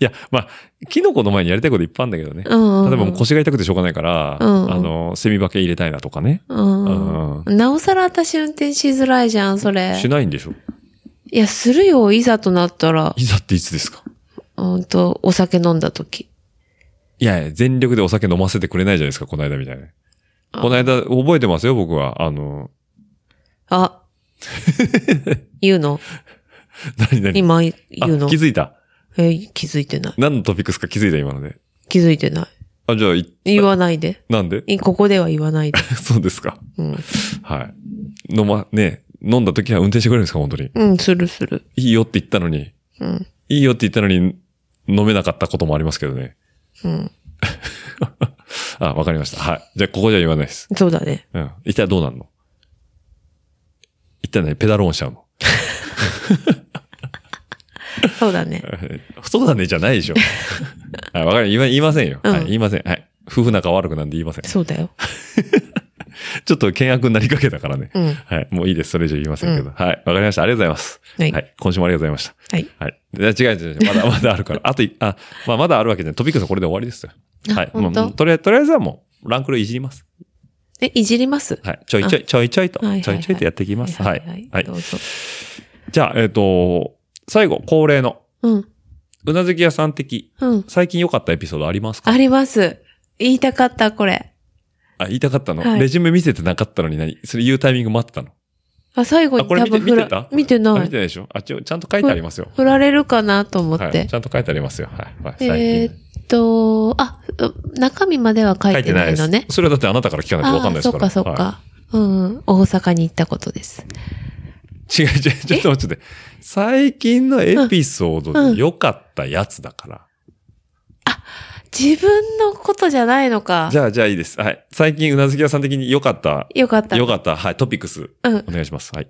Speaker 2: や、まあ、キノコの前にやりたいこといっぱいあるんだけどね。
Speaker 5: うんうんうん
Speaker 2: 例えばもう腰が痛くてしょうがないから、
Speaker 5: うんうん
Speaker 2: あの、セミバケ入れたいなとかね。
Speaker 5: うん。なおさら私運転しづらいじゃん、それ。
Speaker 2: しないんでしょ
Speaker 5: いや、するよ、いざとなったら。
Speaker 2: いざっていつですか
Speaker 5: うんと、お酒飲んだ時。
Speaker 2: いやいや、全力でお酒飲ませてくれないじゃないですか、この間みたいな。
Speaker 5: あ
Speaker 2: この間、覚えてますよ、僕は。あの、
Speaker 5: あ。言うの
Speaker 2: 何何
Speaker 5: 今言
Speaker 2: あ
Speaker 5: うの
Speaker 2: 気づいた。
Speaker 5: えー気づいてない。
Speaker 2: 何のトピックスか気づいた、今のね。
Speaker 5: 気づいてない。
Speaker 2: あ、じゃあ、い
Speaker 5: 言わないで。
Speaker 2: なんで
Speaker 5: いここでは言わ ないで。
Speaker 2: そうですか。
Speaker 5: うん。
Speaker 2: はい。飲ま、ね、飲んだ時は運転してくれるんですか、本当に。
Speaker 5: うん、するする。
Speaker 2: いいよって言ったのに、
Speaker 5: うん。
Speaker 2: いいよって言ったのに、飲めなかったこともありますけどね。
Speaker 5: うん。
Speaker 2: あ、わかりました。はい。じゃあ、ここじゃ言わないです。
Speaker 5: そうだね。
Speaker 2: うん。一体どうなんの一体ね、ペダルオンしちゃうの
Speaker 5: そうだね。
Speaker 2: そうだね、じゃないでしょ。はい、わかり、言いま言いませんよ。
Speaker 5: うん
Speaker 2: はい、言いません。はい。夫婦仲悪くなんで言いません。
Speaker 5: そうだよ。
Speaker 2: ちょっと険悪になりかけたからね。
Speaker 5: うん。
Speaker 2: はい。もういいです。それ以上言いませんけど。はい。わかりました。ありがとうございます。
Speaker 5: はい
Speaker 2: 今週もありがとうございました。
Speaker 5: はい。
Speaker 2: はい。いや違う違う違う。まだま だあるから。あとい、あ、まあまだあるわけじゃない。トピックスはこれで終わりですよ。
Speaker 5: あ
Speaker 2: はい。
Speaker 5: 本当
Speaker 2: もうとりあえず、とりあえずはもう、ランクルいじります。
Speaker 5: え、いじります
Speaker 2: はい。ちょいちょい、ちょいちょいと、
Speaker 5: はいはいはい
Speaker 2: ちょいちょいとやっていきます。はい。
Speaker 5: はい。
Speaker 2: は
Speaker 5: はいい。どうぞ。
Speaker 2: じゃあ、えっ、と、最後、恒例の、
Speaker 5: うん。
Speaker 2: うなずき屋さん的、
Speaker 5: うん。
Speaker 2: 最近良かったエピソードありますか
Speaker 5: あります。言いたかった、これ。
Speaker 2: あ、言いたかったの、
Speaker 5: はい
Speaker 2: レジュメ見せてなかったのに何それ言うタイミング待ってたの
Speaker 5: あ、最後
Speaker 2: あ
Speaker 5: に
Speaker 2: これ
Speaker 5: 多
Speaker 2: 見て
Speaker 5: 分振ら
Speaker 2: 見てた
Speaker 5: 見て
Speaker 2: あ
Speaker 5: な
Speaker 2: 見
Speaker 5: い
Speaker 2: て。ないでしょあ、ちょ、ちゃんと書いてありますよ。
Speaker 5: 振られるかなと思っ
Speaker 2: はい。
Speaker 5: て
Speaker 2: ち。ゃんと書いてありますよ。はい。はい、最
Speaker 5: えー
Speaker 2: 近。
Speaker 5: っと、あ、う中身までは書いてないのね
Speaker 2: で。す。それはだってあなたから聞かないと
Speaker 5: あ
Speaker 2: わかんないで
Speaker 5: ーそ
Speaker 2: すか
Speaker 5: っ
Speaker 2: ら。
Speaker 5: かそっか。
Speaker 2: は
Speaker 5: うん。大阪に行ったことです。
Speaker 2: い違う違う、ちょっと待って。最近のエピソードで良かったやつだから。
Speaker 5: 自分のことじゃないのか。
Speaker 2: じゃあ、じゃあいいです。はい。最近、うなずき屋さん的に良かった。
Speaker 5: よかった。
Speaker 2: 良かった。はい。トピックス。
Speaker 5: うん
Speaker 2: お願いします。はい。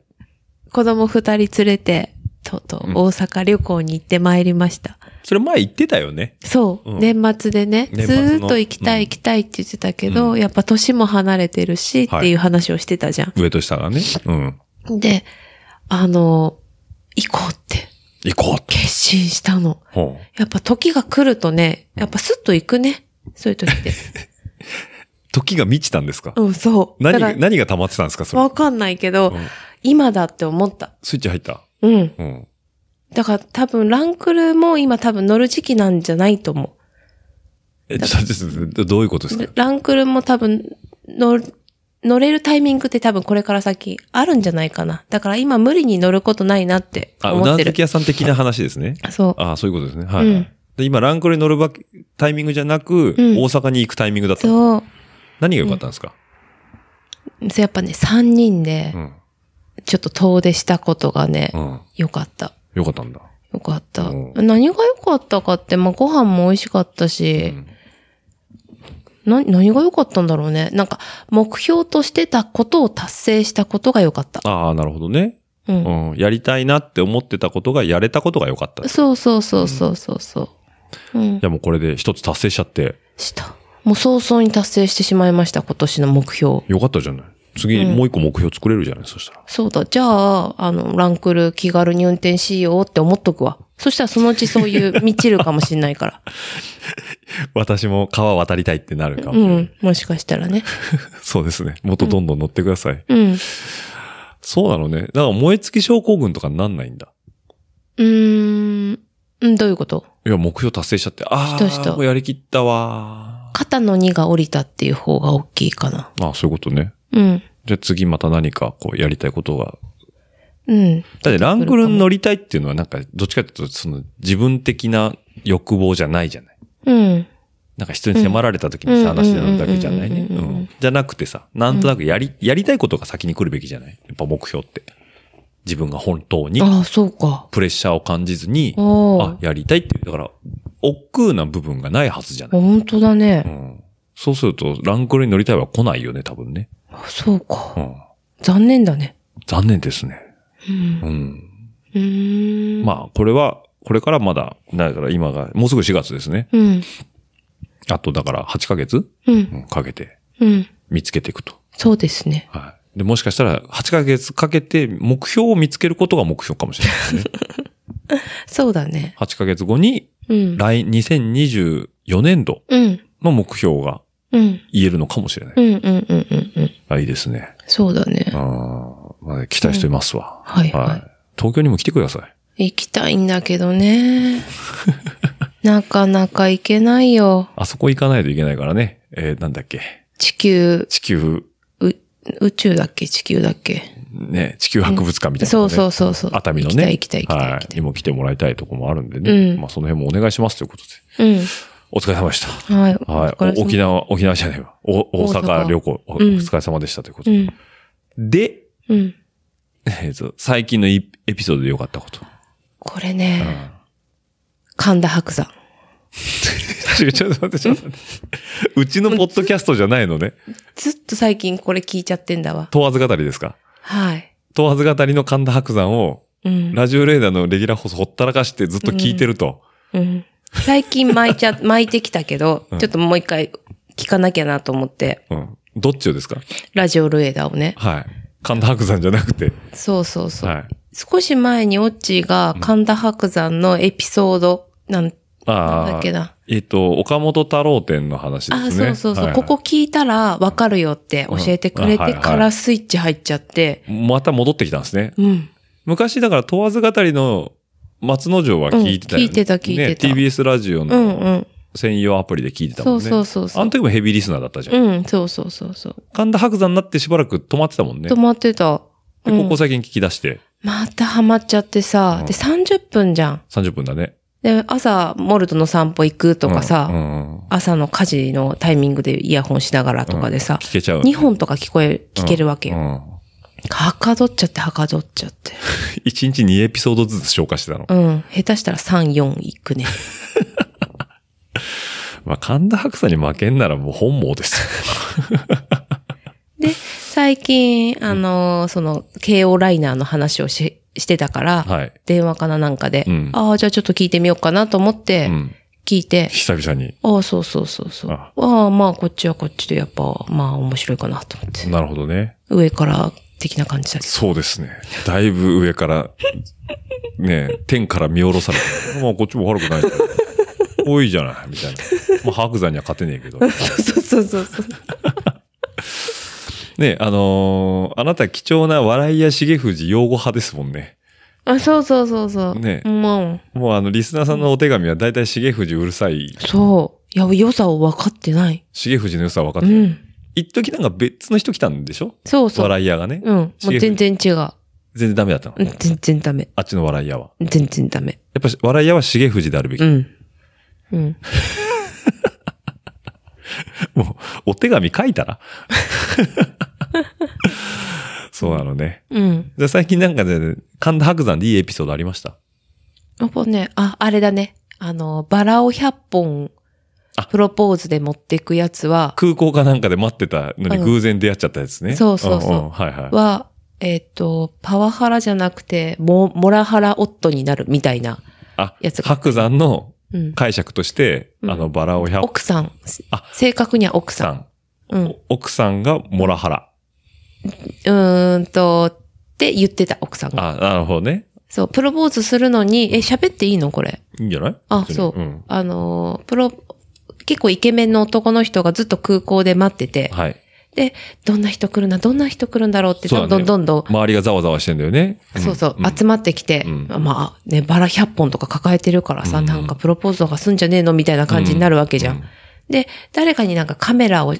Speaker 5: 子供二人連れて、とうとう
Speaker 2: うん
Speaker 5: 大阪旅行に行ってまいりました。
Speaker 2: それ前言ってたよね。
Speaker 5: そう、
Speaker 2: うん
Speaker 5: 年末でね、ず
Speaker 2: 年末の
Speaker 5: ーっと行きたい行きたいって言ってたけど、
Speaker 2: う
Speaker 5: やっぱ年も離れてるし、
Speaker 2: はい
Speaker 5: っていう話をしてたじゃん。
Speaker 2: 上と下がね。うん。
Speaker 5: で、あの、行こうって
Speaker 2: 行こうって。
Speaker 5: 決心したの。
Speaker 2: ほう。
Speaker 5: やっぱ時が来るとね、やっぱスッと行くね。そういう 時って。
Speaker 2: 時が満ちたんですか、
Speaker 5: うん、そう。
Speaker 2: 何が、
Speaker 5: だか
Speaker 2: 何が溜まってたんですかそ
Speaker 5: ら
Speaker 2: れ。
Speaker 5: わかんないけど、
Speaker 2: うん
Speaker 5: 今だって思った。
Speaker 2: スイッチ入った。
Speaker 5: うん。
Speaker 2: うん。
Speaker 5: だから多分ランクルも今多分乗る時期なんじゃないと思
Speaker 2: え、ちょっとちょっと、どういうことです
Speaker 5: う
Speaker 2: か。
Speaker 5: ランクルも多分乗る乗れるタイミングって多分これから先あるんじゃないかな。だから今無理に乗ることないなって
Speaker 2: あ、う
Speaker 5: 思っ
Speaker 2: な
Speaker 5: て
Speaker 2: ず
Speaker 5: る
Speaker 2: き。屋さん的な話ですね。
Speaker 5: そう。
Speaker 2: あそういうことですね。はい。
Speaker 5: うん
Speaker 2: で今、ランクルに乗るばタイミングじゃなく、
Speaker 5: うん
Speaker 2: 大阪に行くタイミングだったの。
Speaker 5: そう。
Speaker 2: 何が良かったんですか、
Speaker 5: そうやっぱね、3人で
Speaker 2: う、ん、
Speaker 5: ちょっと遠出したことがね
Speaker 2: う、ん。
Speaker 5: よかった。
Speaker 2: 良かったんだ。
Speaker 5: よかった。
Speaker 2: うん
Speaker 5: 何が良かったかって、まあ、ご飯も美味しかったし、な、何が良かったんだろうね。なんか、目標としてたことを達成したことが良かった。
Speaker 2: ああ、なるほどね。
Speaker 5: う。
Speaker 2: うんん。やりたいなって思ってたことが、やれたことが良かった。い
Speaker 5: そうそうそうそうそうそう。うん。
Speaker 2: や、もうこれで一つ達成しちゃって、
Speaker 5: した。もう早々に達成してしまいました、今年の目標。
Speaker 2: 良かったじゃない。次、
Speaker 5: うん
Speaker 2: もう一個目標作れるじゃない、そしたら。
Speaker 5: そうだ。じゃあ、あの、ランクル気軽に運転しようって思っとくわ。そしたらそのうちそういう、満ちるかもしんな いから。
Speaker 2: 私も川渡りたいってなるかも。
Speaker 5: うん。もしかしたらね。
Speaker 2: そうですね。もっとどんどん乗ってください。
Speaker 5: うん。
Speaker 2: そうなのね。だから燃え尽き症候群とかになんないんだ。
Speaker 5: うーん。うん、どういうこと
Speaker 2: いや、目標達成しちゃって、あ
Speaker 5: ひとひ
Speaker 2: あ、
Speaker 5: と
Speaker 2: もうやりきったわ
Speaker 5: 肩の荷が降りたっていう方が大きいかな。
Speaker 2: ー。ああ、そういうことね。
Speaker 5: うん。
Speaker 2: じゃあ次また何かこうやりたいことが
Speaker 5: うん。
Speaker 2: だってランクルに乗りたいっていうのはなんか、どっちかっていうと、その自分的な欲望じゃないじゃない。
Speaker 5: うん。
Speaker 2: なんか人に迫られた時にさ、
Speaker 5: うん
Speaker 2: 話になるだけじゃないね。
Speaker 5: うん
Speaker 2: う
Speaker 5: うんうんうん
Speaker 2: ん。じゃなくてさ、なんとなくやり、やりたいことが先に来るべきじゃないやっぱ目標って。自分が本当に、
Speaker 5: ああ、そうか。
Speaker 2: プレッシャーを感じずに、
Speaker 5: あー
Speaker 2: あ、やりたいっていう。だから、億劫な部分がないはずじゃない。
Speaker 5: 本当だね。
Speaker 2: うん。そうすると、ランクルに乗りたいは来ないよね、多分ね。
Speaker 5: あそう
Speaker 2: う
Speaker 5: か。
Speaker 2: ん。
Speaker 5: 残念だね。
Speaker 2: 残念ですね。
Speaker 5: うん。
Speaker 2: うん。
Speaker 5: うーん。
Speaker 2: まあ、これは、これからまだ、だから今が、もうすぐ4月ですね。
Speaker 5: うん。
Speaker 2: あと、だから8ヶ月、
Speaker 5: う。
Speaker 2: うんん、かけて
Speaker 5: うん。
Speaker 2: 見つけていくと。
Speaker 5: そうですね。
Speaker 2: はい。で、もしかしたら8ヶ月かけて目標を見つけることが目標かもしれないですね。
Speaker 5: そうだね。
Speaker 2: 8ヶ月後に、
Speaker 5: うん。
Speaker 2: 来、2024年度
Speaker 5: うん。
Speaker 2: の目標が
Speaker 5: うん。
Speaker 2: 言えるのかもしれない。
Speaker 5: うん。うん。うん。うん。うん。
Speaker 2: あ、いいですね。
Speaker 5: そうだ
Speaker 2: あ
Speaker 5: ね。
Speaker 2: ーまあ、期待していますわ。
Speaker 5: うんはいはい
Speaker 2: 東京にも来てください。
Speaker 5: 行きたいんだけ どね。なかなか行けないよ。
Speaker 2: あそこ行かないといけないからね。えーなんだっけ。
Speaker 5: 地球、
Speaker 2: 地球、
Speaker 5: う宇宙だっけ地球だっけ
Speaker 2: ね、地球博物館みたいな、ね
Speaker 5: そうそうそうそう。
Speaker 2: 熱海のね。
Speaker 5: 行きたい行きたい行
Speaker 2: は
Speaker 5: きた
Speaker 2: い。
Speaker 5: い
Speaker 2: にも来てもらいたいとこもあるんでね。
Speaker 5: うん
Speaker 2: まあ、その辺もお願いしますということで。
Speaker 5: 行き
Speaker 2: お疲れ様でした。
Speaker 5: たい。うん。はい。
Speaker 2: はい
Speaker 5: お疲れ様。
Speaker 2: お沖縄、沖縄じゃないわ。お大
Speaker 5: 大阪
Speaker 2: 阪旅行、おお
Speaker 5: うん
Speaker 2: 疲れ様でしたということ
Speaker 5: う
Speaker 2: で。
Speaker 5: ん。
Speaker 2: で、
Speaker 5: うん。
Speaker 2: えっと、最近のいエピソードで良かったこと。
Speaker 5: これね、神田白山。
Speaker 2: ち ょちょっと待って、ちょっと待って。うちのポッドキャストじゃないのね。
Speaker 5: ずっと最近これ聞いちゃってんだわ。
Speaker 2: 問わず語りですか
Speaker 5: はい。
Speaker 2: 問わず語りの神田伯山を、
Speaker 5: うん。
Speaker 2: ラジオレーダーのレギュラー放送ほったらかしてずっと聞いてると。
Speaker 5: うん。最近巻 いちゃ、巻いてきたけど、
Speaker 2: うん
Speaker 5: ちょっともう一回聞かなきゃなと思って、
Speaker 2: うん。どっちをですか
Speaker 5: ラジオルエダをね。
Speaker 2: はい。神田伯山じゃなくて。
Speaker 5: そうそうそう。
Speaker 2: はい。
Speaker 5: 少し前にオッチーが神田白山のエピソード、なん
Speaker 2: あ
Speaker 5: なん
Speaker 2: あ。
Speaker 5: だっけな。
Speaker 2: えっ、と、岡本太郎店の話で
Speaker 5: あ、
Speaker 2: すね。
Speaker 5: そうそうそう。
Speaker 2: はい
Speaker 5: ここ聞いたらわかるよって教えてくれ
Speaker 2: うんあはい
Speaker 5: て
Speaker 2: はい
Speaker 5: からスイッチ入っちゃって、
Speaker 2: また戻ってきたんですね。
Speaker 5: うん。
Speaker 2: 昔だから問わず語りの松之丞は聞いてたよね、
Speaker 5: うん聞いてた聞いてた
Speaker 2: ね TBS ラジオ
Speaker 5: うんう
Speaker 2: の
Speaker 5: ん。
Speaker 2: 専用アプリで聞いてた
Speaker 5: そ
Speaker 2: もん
Speaker 5: う
Speaker 2: ね。
Speaker 5: そうそうそ
Speaker 2: あの
Speaker 5: う。
Speaker 2: 時もヘビーリスナーだったじゃん。
Speaker 5: うん、そうそうそうそう。
Speaker 2: 神田白山になってしばらく止まってたもんね。
Speaker 5: 止まってた。う
Speaker 2: で、こ
Speaker 5: ん
Speaker 2: こ最近聞き出して
Speaker 5: またハマっちゃって
Speaker 2: う
Speaker 5: さ
Speaker 2: ん、
Speaker 5: で、30分じゃん。
Speaker 2: 30分だね。
Speaker 5: で、朝、モルトの散歩行くとか
Speaker 2: うん
Speaker 5: さ、
Speaker 2: うんうん
Speaker 5: 朝の家事のタイミングでイヤホンしながらとかでさ、
Speaker 2: 聞けちゃう。
Speaker 5: 2本とか聞こえ、聞けるわけ
Speaker 2: う
Speaker 5: よ。
Speaker 2: ん。
Speaker 5: はかどっちゃってはかどっちゃって。
Speaker 2: 1日2エピソードずつ消化してたの。
Speaker 5: うん。下手したら3、4行く ね。
Speaker 2: まあ、神田白山に負けんならもう本望です よ。
Speaker 5: で、最近、あのーその、慶応ライナーの話をし、してたから、
Speaker 2: はい。
Speaker 5: 電話かななんかで、
Speaker 2: うん
Speaker 5: ああ、じゃあちょっと聞いてみようかなと思って
Speaker 2: う、ん。
Speaker 5: 聞いて、
Speaker 2: 久々に。
Speaker 5: ああ、そうそうそうそう。
Speaker 2: あ
Speaker 5: ああ、まあ、こっちはこっちで、やっぱ、まあ、面白いかなと思って。
Speaker 2: なるほどね。
Speaker 5: 上から的な感じだけど。
Speaker 2: そうですね。だいぶ上から、ねえ天から見下ろされて、まあこっちも悪くないんだよ。多いじゃない、みたいな。まあ白山には勝てねえけど。
Speaker 5: そうそうそうそう。
Speaker 2: ねえあのーあなた貴重な笑いや重藤擁護派ですもんね。
Speaker 5: あ、そうそうそうそう。
Speaker 2: ね
Speaker 5: うん。
Speaker 2: もうあの、リスナーさんのお手紙はだいたい重藤うるさい。
Speaker 5: そう。いや、良さを分かってない。
Speaker 2: 重藤の良さは分かっ
Speaker 5: う
Speaker 2: てる。
Speaker 5: ん。
Speaker 2: 一時なんか別の人来たんでしょ
Speaker 5: そうそう。
Speaker 2: 笑い屋がね。
Speaker 5: うん。も
Speaker 2: シェ
Speaker 5: う
Speaker 2: フ
Speaker 5: 全然違う。
Speaker 2: 全然ダメだったの。
Speaker 5: うん全然ダメ。
Speaker 2: あっちの笑い屋は。
Speaker 5: 全然ダメ。
Speaker 2: やっぱし笑い屋は重藤であるべき。
Speaker 5: うん。うん。
Speaker 2: もう、お手紙書いたら そうなのね。
Speaker 5: うん。
Speaker 2: じゃあ最近なんかね、神田白山でいいエピソードありました
Speaker 5: やっぱね、あ、あれだね。あの、バラを100本
Speaker 2: あ、
Speaker 5: プロポーズで持っていくやつは、
Speaker 2: 空港かなんかで待ってたのに
Speaker 5: うん
Speaker 2: 偶然出会っちゃったやつね。
Speaker 5: そうそうそうん
Speaker 2: んはいはい。
Speaker 5: は、えっ、と、パワハラじゃなくて、モモラハラ夫になるみたいな。
Speaker 2: あ
Speaker 5: やつ、が
Speaker 2: 白山の
Speaker 5: うん。
Speaker 2: 解釈として、
Speaker 5: うん
Speaker 2: あの、バラを100
Speaker 5: 奥さん
Speaker 2: あ。
Speaker 5: 正確には奥さ
Speaker 2: さ
Speaker 5: ん。
Speaker 2: ん。
Speaker 5: うん。
Speaker 2: 奥さんがモラハラ。
Speaker 5: うーんと、って言ってた奥さんが。
Speaker 2: あ、なるほどね。
Speaker 5: そう、プロポーズするのに、え、喋っていいのこれ。
Speaker 2: いいんじゃない
Speaker 5: あ
Speaker 2: 別に
Speaker 5: そ
Speaker 2: ん。
Speaker 5: あのー、プロ、結構イケメンの男の人がずっと空港で待ってて、
Speaker 2: はい。
Speaker 5: で、どんな人来るな、どんな人来るんだろうって、
Speaker 2: そうだ
Speaker 5: ど
Speaker 2: ね
Speaker 5: んどんどんどん、
Speaker 2: 周りがざわざわしてんだよね。ん
Speaker 5: そうそう、
Speaker 2: ん
Speaker 5: 集まってきて、
Speaker 2: うん
Speaker 5: まあ、ね、バラ100本とか抱えてるからさ、
Speaker 2: うん
Speaker 5: なんかプロポーズとかすんじゃねえのみたいな感じになるわけじゃ
Speaker 2: う
Speaker 5: ん。
Speaker 2: ん
Speaker 5: で、誰かになんかカメラを、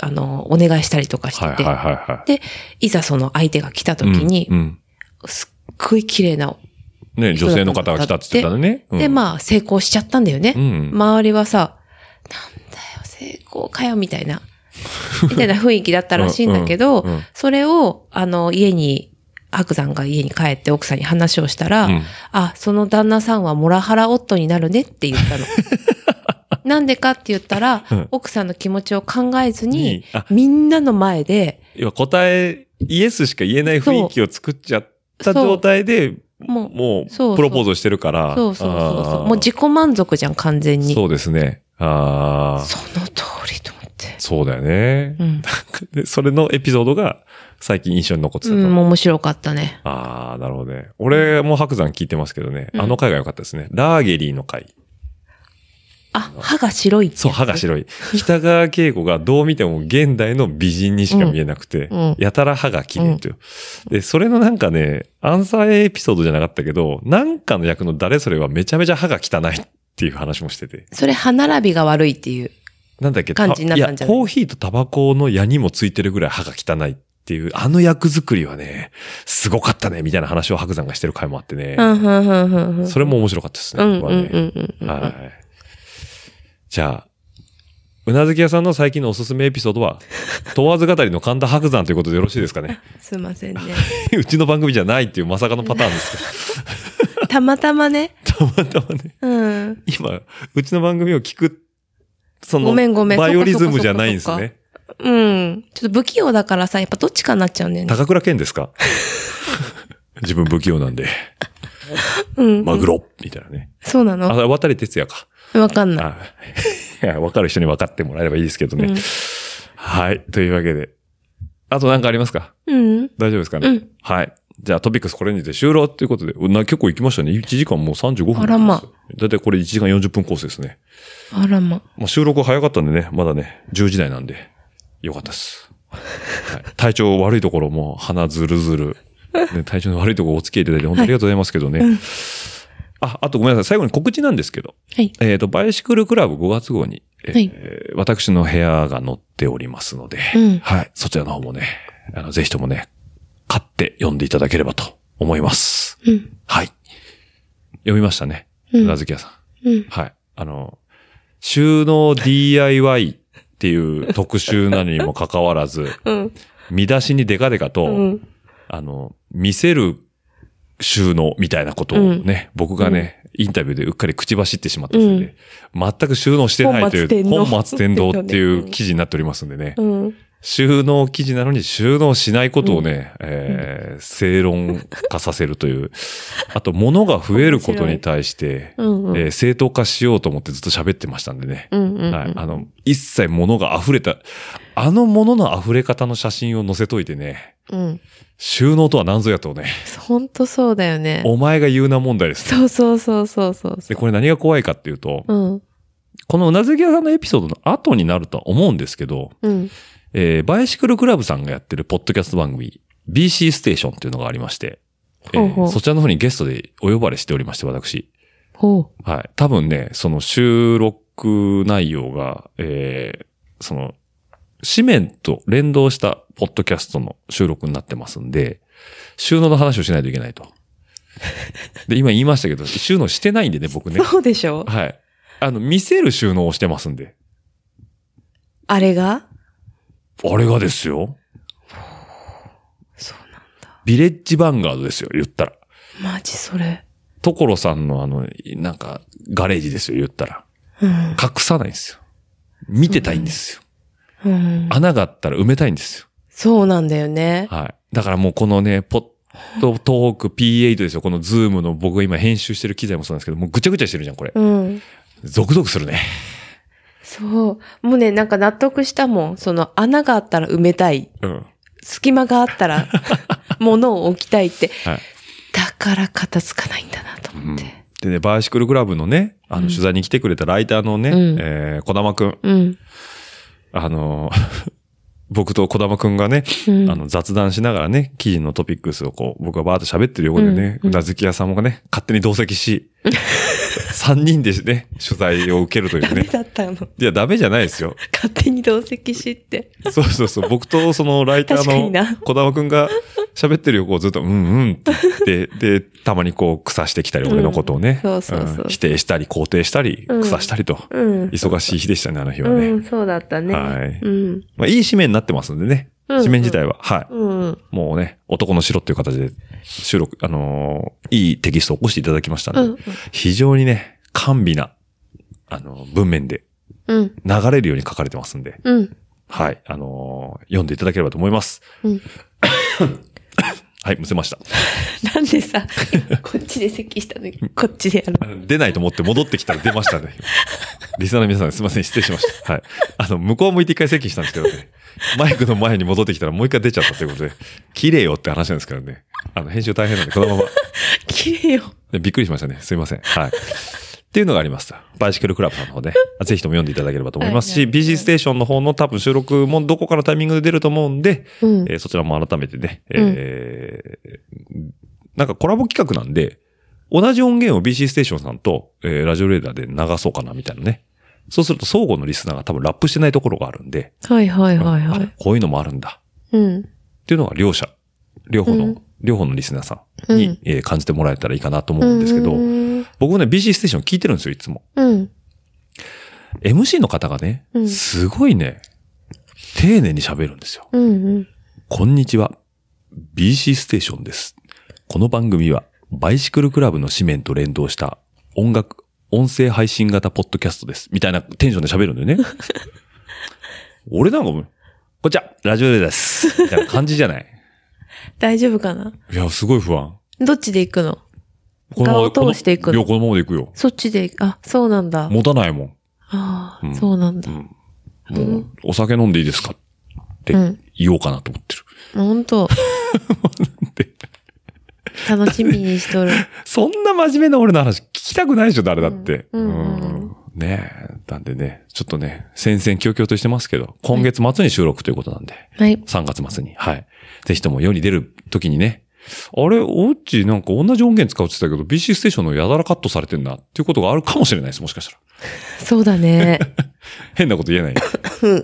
Speaker 5: あの、お願いしたりとかして
Speaker 2: はい
Speaker 5: て、
Speaker 2: はいはいはい。
Speaker 5: で、いざその相手が来た時に、
Speaker 2: うん。うん
Speaker 5: すごい綺麗な。
Speaker 2: ね、女性の方が来たって言ってたのね。
Speaker 5: で、
Speaker 2: あ、
Speaker 5: まあ、成功しちゃったんだよね。
Speaker 2: うん
Speaker 5: 周りはさ、なんだよ、成功かよ、みた いな。みたいな雰囲気だったらしいんだけど、
Speaker 2: うんうんうん
Speaker 5: それを、あの、家に、白山が家に帰って奥さんに話をしたら、
Speaker 2: うん
Speaker 5: あ、その旦那さんはモラハラ夫になるねって言 ったの。なんでかって言ったら、
Speaker 2: うん
Speaker 5: 奥さんの気持ちを考えず
Speaker 2: に
Speaker 5: に
Speaker 2: あ、
Speaker 5: みんなの前で、
Speaker 2: 要は答え、イエスしか言えない雰囲気を作っちゃった
Speaker 5: そう
Speaker 2: 状態で、
Speaker 5: もう、
Speaker 2: も
Speaker 5: そうそう
Speaker 2: う、プロポーズしてるから。
Speaker 5: そうそうそうそ
Speaker 2: あ
Speaker 5: う。
Speaker 2: ー
Speaker 5: もう自己満足じゃん、完全に。
Speaker 2: そうですね。ああ、
Speaker 5: その通りと思って。
Speaker 2: そうだよね
Speaker 5: う。ん。
Speaker 2: で、それのエピソードが最近印象に残ってたと。
Speaker 5: うん、面白かったね。
Speaker 2: ああ、なるほどね。俺も白山聞いてますけどね。
Speaker 5: うん
Speaker 2: あの回が良かったですね。ラーゲリーの回。
Speaker 5: あ、歯が白いってやつ
Speaker 2: そう、歯が白い。北川景子がどう見ても現代の美人にしか見えなくて、
Speaker 5: うんうん
Speaker 2: やたら歯が綺麗っていう。で、それのなんかね、アンサーエピソードじゃなかったけど、なんかの役の誰それはめちゃめちゃ歯が汚いっていう話もしてて。
Speaker 5: それ歯並びが悪いっていう。
Speaker 2: なんだっけ
Speaker 5: 感じになったんじゃない
Speaker 2: いや、コーヒーとタバコの矢にもついてるぐらい歯が汚いっていう、あの役作りはね、すごかったね、みたいな話を白山がしてる回もあってね。
Speaker 5: うん、うん、うん、うん。うん
Speaker 2: それも面白かったです
Speaker 5: う
Speaker 2: ね。
Speaker 5: ん、うん、
Speaker 2: 僕
Speaker 5: う
Speaker 2: はね
Speaker 5: んうん。
Speaker 2: はい。じゃあ、うなずき屋さんの最近のおすすめエピソードは、問わず語りの神田白山ということでよろしいですかね。
Speaker 5: すいませんね。
Speaker 2: うちの番組じゃないっていうまさかのパターンです
Speaker 5: たまたまね。
Speaker 2: けど、 たまたまね、
Speaker 5: うん。
Speaker 2: 今、うちの番組を聞く、その、
Speaker 5: ごめんごめん
Speaker 2: バイオリズムじゃ
Speaker 5: そっかそっかそっか
Speaker 2: ないんですね。
Speaker 5: うん。ちょっと不器用だからさ、やっぱどっちかになっちゃうんだよね。
Speaker 2: 高倉健ですか 自分不器用なんで、
Speaker 5: うん。
Speaker 2: マグロみたいなね。
Speaker 5: そうな
Speaker 2: あ、
Speaker 5: の
Speaker 2: 渡哲也か。
Speaker 5: わかんない。
Speaker 2: あい や、わかる人に分かってもらえればいいですけどね。
Speaker 5: うん
Speaker 2: はい。というわけで。あと何かありますか
Speaker 5: うん。
Speaker 2: 大丈夫ですかね、
Speaker 5: うん
Speaker 2: はい。じゃあトピックスこれにて終了ということで、うな結構行きましたね。1時間もう35分。
Speaker 5: あらま。
Speaker 2: だいたいこれ1時間40分コースですね。
Speaker 5: あらま。
Speaker 2: まあ、収録早かったんでね、まだね、10時台なんで、よかったです。はい、体調悪いところも鼻ずるずる、ね、体調の悪いところお付き合いいただいて本当にありがとうございますけどね。あ、あとごめんなさい。最後に告知なんですけど。
Speaker 5: はい。
Speaker 2: えっ、と、バイシクルクラブ5月号に、えー
Speaker 5: はい
Speaker 2: 私の部屋が載っておりますので、
Speaker 5: うん
Speaker 2: はい。そちらの方もね、あの、ぜひともね、買って読んでいただければと思います。
Speaker 5: うん。
Speaker 2: はい。読みましたね。
Speaker 5: うん
Speaker 2: うなずき屋さん。
Speaker 5: うん。
Speaker 2: はい。あの、収納 DIY っていう特集なのにもかかわらず、
Speaker 5: うん。
Speaker 2: 見出しにデカデカと、
Speaker 5: うん。
Speaker 2: あの、見せる収納みたいなことをね、僕がね、インタビューでうっかり口走ってしまったせいで、全く収納してないという、
Speaker 5: 本末転倒
Speaker 2: 本末転倒っていう記事になっておりますんでね、
Speaker 5: うん。
Speaker 2: 収納記事なのに収納しないことをね、えー正論化させるという、あと物が増えることに対して、
Speaker 5: うんうん
Speaker 2: えー正当化しようと思ってずっと喋ってましたんでね。
Speaker 5: うんうんうん
Speaker 2: はい。あの、一切物が溢れた、あの物の溢れ方の写真を載せといてね、
Speaker 5: うん。
Speaker 2: 収納とは何ぞやとね、
Speaker 5: ほんとそうだよね。
Speaker 2: お前が言うな問題ですね。
Speaker 5: そうそうそうそうそうそ
Speaker 2: で、これ何が怖いかっていうと、
Speaker 5: う。うん。
Speaker 2: このうなずき屋さんのエピソードの後になるとは思うんですけど、
Speaker 5: うん。
Speaker 2: えーバイシクルクラブさんがやってるポッドキャスト番組、BC ステーションっていうのがありまして、えー
Speaker 5: ほうほう
Speaker 2: そちらの方にゲストでお呼ばれしておりまして、私。
Speaker 5: ほ
Speaker 2: はい。多分ね、その収録内容が、えーその、紙面と連動したポッドキャストの収録になってますんで、収納の話をしないといけないと。で、今言いましたけど、収納してないんでね、僕ね
Speaker 5: う。。そうでしょ
Speaker 2: はい。あの、見せる収納をしてますんで。
Speaker 5: あれが
Speaker 2: あれがですよ。
Speaker 5: そうなんだ。
Speaker 2: ビレッジヴァンガードですよ、言ったら。
Speaker 5: マジそれ。
Speaker 2: 所さんのあの、なんか、ガレージですよ、言ったら。
Speaker 5: うん。
Speaker 2: 隠さないんですよ。見てたいんですよ。
Speaker 5: うん。
Speaker 2: 穴があったら埋めたいんですよ。
Speaker 5: そうなんだよね。
Speaker 2: はい。だからもうこのね、ポッドトーク P8 ですよ。このズームの僕が今編集してる機材もそうなんですけど、もうぐちゃぐちゃしてるじゃん、これ。
Speaker 5: うん。
Speaker 2: ゾクゾクするね。
Speaker 5: そう。もうね、なんか納得したもん。その穴があったら埋めたい。
Speaker 2: うん。
Speaker 5: 隙間があった ら物を置きたいって。
Speaker 2: はい。
Speaker 5: だから片付かないんだなと思って。
Speaker 2: でね、バイシクルクラブのね、あの、取材に来てくれたライターのね、
Speaker 5: うん
Speaker 2: えー、小玉くん。
Speaker 5: うん。
Speaker 2: あの、 僕と小玉くんがね、
Speaker 5: うん
Speaker 2: あの、雑談しながらね、記事のトピックスをこう、僕がバーッと喋ってる横でね、うなずき屋さんもね、勝手に同席し、3人でね、取材を受けるとい
Speaker 5: ダ
Speaker 2: う
Speaker 5: メ
Speaker 2: ね。
Speaker 5: だったの。
Speaker 2: いや、ダメじゃないですよ。
Speaker 5: 勝手に同席しって。
Speaker 2: そうそうそう。僕とそのライタ
Speaker 5: 確かに
Speaker 2: ー
Speaker 5: な
Speaker 2: の小玉くんが、喋ってる横をずっと、うんうんって言って、で、たまにこう、草してきたり、俺のことをね。
Speaker 5: そうそうそうん
Speaker 2: 否定したり、肯定したり、
Speaker 5: うん
Speaker 2: 草したりと。
Speaker 5: うん。
Speaker 2: 忙しい日でしたね、あの日は
Speaker 5: う
Speaker 2: ね
Speaker 5: ん、。そうだったね。
Speaker 2: はい
Speaker 5: うん。
Speaker 2: まあ、いい紙面になってますんでね。
Speaker 5: うん
Speaker 2: 紙面自体は。はい。
Speaker 5: うん。
Speaker 2: もうね、男の城っていう形で収録、あのーいいテキストを起こしていただきました
Speaker 5: うん
Speaker 2: で、非常にね、甘美な、あのー文面で
Speaker 5: うん。
Speaker 2: 流れるように書かれてますんで、
Speaker 5: うん。
Speaker 2: はい、あのー読んでいただければと思います。
Speaker 5: うん
Speaker 2: はい、むせました。
Speaker 5: なんでさ、 こっちで席したのに、こっちでやる。
Speaker 2: 出ないと思って戻ってきたら出ました ね。リスナーの皆さんすいません、失礼しました。はい。あの、向こう向いて一回席したんですけどね。マイクの前に戻ってきたらもう一回出ちゃったということで、綺麗よって話なんですけどね。あの、編集大変なんで、このまま。
Speaker 5: 綺麗よ。
Speaker 2: でびっくりしましたね。すいません。はい。っていうのがありました。バイシクルクラブさんの 方で、あぜひとも読んでいただければと思います
Speaker 5: は
Speaker 2: し、
Speaker 5: いはい
Speaker 2: BG ステーションの方の多分収録もどこかのタイミングで出ると思うんで、
Speaker 5: うん
Speaker 2: えーそちらも改めてね、えーなんかコラボ企画なんで、同じ音源を BC ステーションさんと、えーラジオレーダーで流そうかなみたいなね。そうすると相互のリスナーが多分ラップしてないところがあるんで、
Speaker 5: はいはいはいは
Speaker 2: あ
Speaker 5: い。
Speaker 2: こういうのもあるんだ。
Speaker 5: うん。
Speaker 2: っていうのが両者、両方の、
Speaker 5: うん
Speaker 2: 両方のリスナーさんに、
Speaker 5: うん
Speaker 2: えー感じてもらえたらいいかなと思うんですけど、
Speaker 5: うん。
Speaker 2: 僕もね、BC ステーション聞いてるんですよ、いつも。
Speaker 5: うん。
Speaker 2: MC の方がね
Speaker 5: う、ん
Speaker 2: すごいね、丁寧に喋るんですよ。
Speaker 5: うん。
Speaker 2: こんにちは。BC ステーションです。この番組は、バイシクルクラブの紙面と連動した音楽、音声配信型ポッドキャストです。みたいなテンションで喋るんだよね。 俺なんかもう、こんにちは、ラジオでです。みたいな感じじゃない。
Speaker 5: 大丈夫かない
Speaker 2: や、すごい不安。
Speaker 5: どっちで行くの
Speaker 2: このまま
Speaker 5: 顔を通していく
Speaker 2: こ
Speaker 5: の
Speaker 2: のいや、このままでいくよ。
Speaker 5: そっちで、あ、そうなんだ。
Speaker 2: 持たないもん。
Speaker 5: あ
Speaker 2: うん
Speaker 5: あ、そうなんだ。
Speaker 2: もう、お酒飲んでいいですかって
Speaker 5: うん
Speaker 2: 言おうかなと思ってる。
Speaker 5: ほ んと。
Speaker 2: で
Speaker 5: 楽しみに しとる。
Speaker 2: そんな真面目な俺の話聞きたくないでしょ、誰だって。
Speaker 5: うんうんうん
Speaker 2: ねえ。なんでね、ちょっとね、戦々恐々としてますけど、今月末に収録ということなんで、
Speaker 5: はい。
Speaker 2: 3月末に。はい。ぜひとも世に出る時にね、あれ、オッチなんか同じ音源使うって言ってたけど、BC ステーションのやだらカットされてんなっていうことがあるかもしれないです、もしかしたら。
Speaker 5: そうだ ね。
Speaker 2: 変なこと 言えない。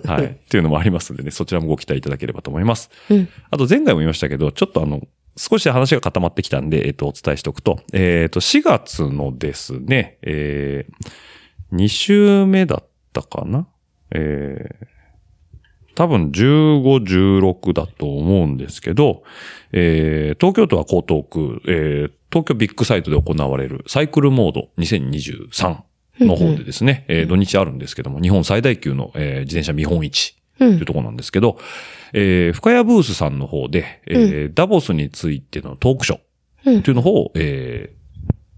Speaker 2: はい。っていうのもありますんでね、そちらもご期待いただければと思います。
Speaker 5: うん
Speaker 2: あと前回も言いましたけど、ちょっとあの、少し話が固まってきたんで、えっ、と、お伝えしておくと、えっ、と、4月のですね、えー、2週目だったかなえー、多分15、16だと思うんですけど、えー、東京都は江東区、えー、東京ビッグサイトで行われるサイクルモード2023の方でですね、えー土日あるんですけども、日本最大級の、えー自転車見本市
Speaker 5: う。
Speaker 2: というんところなんですけど、えー深谷ブースさんの方で、えーダボスについてのトークショ
Speaker 5: う
Speaker 2: ー
Speaker 5: ん
Speaker 2: というの方を、えー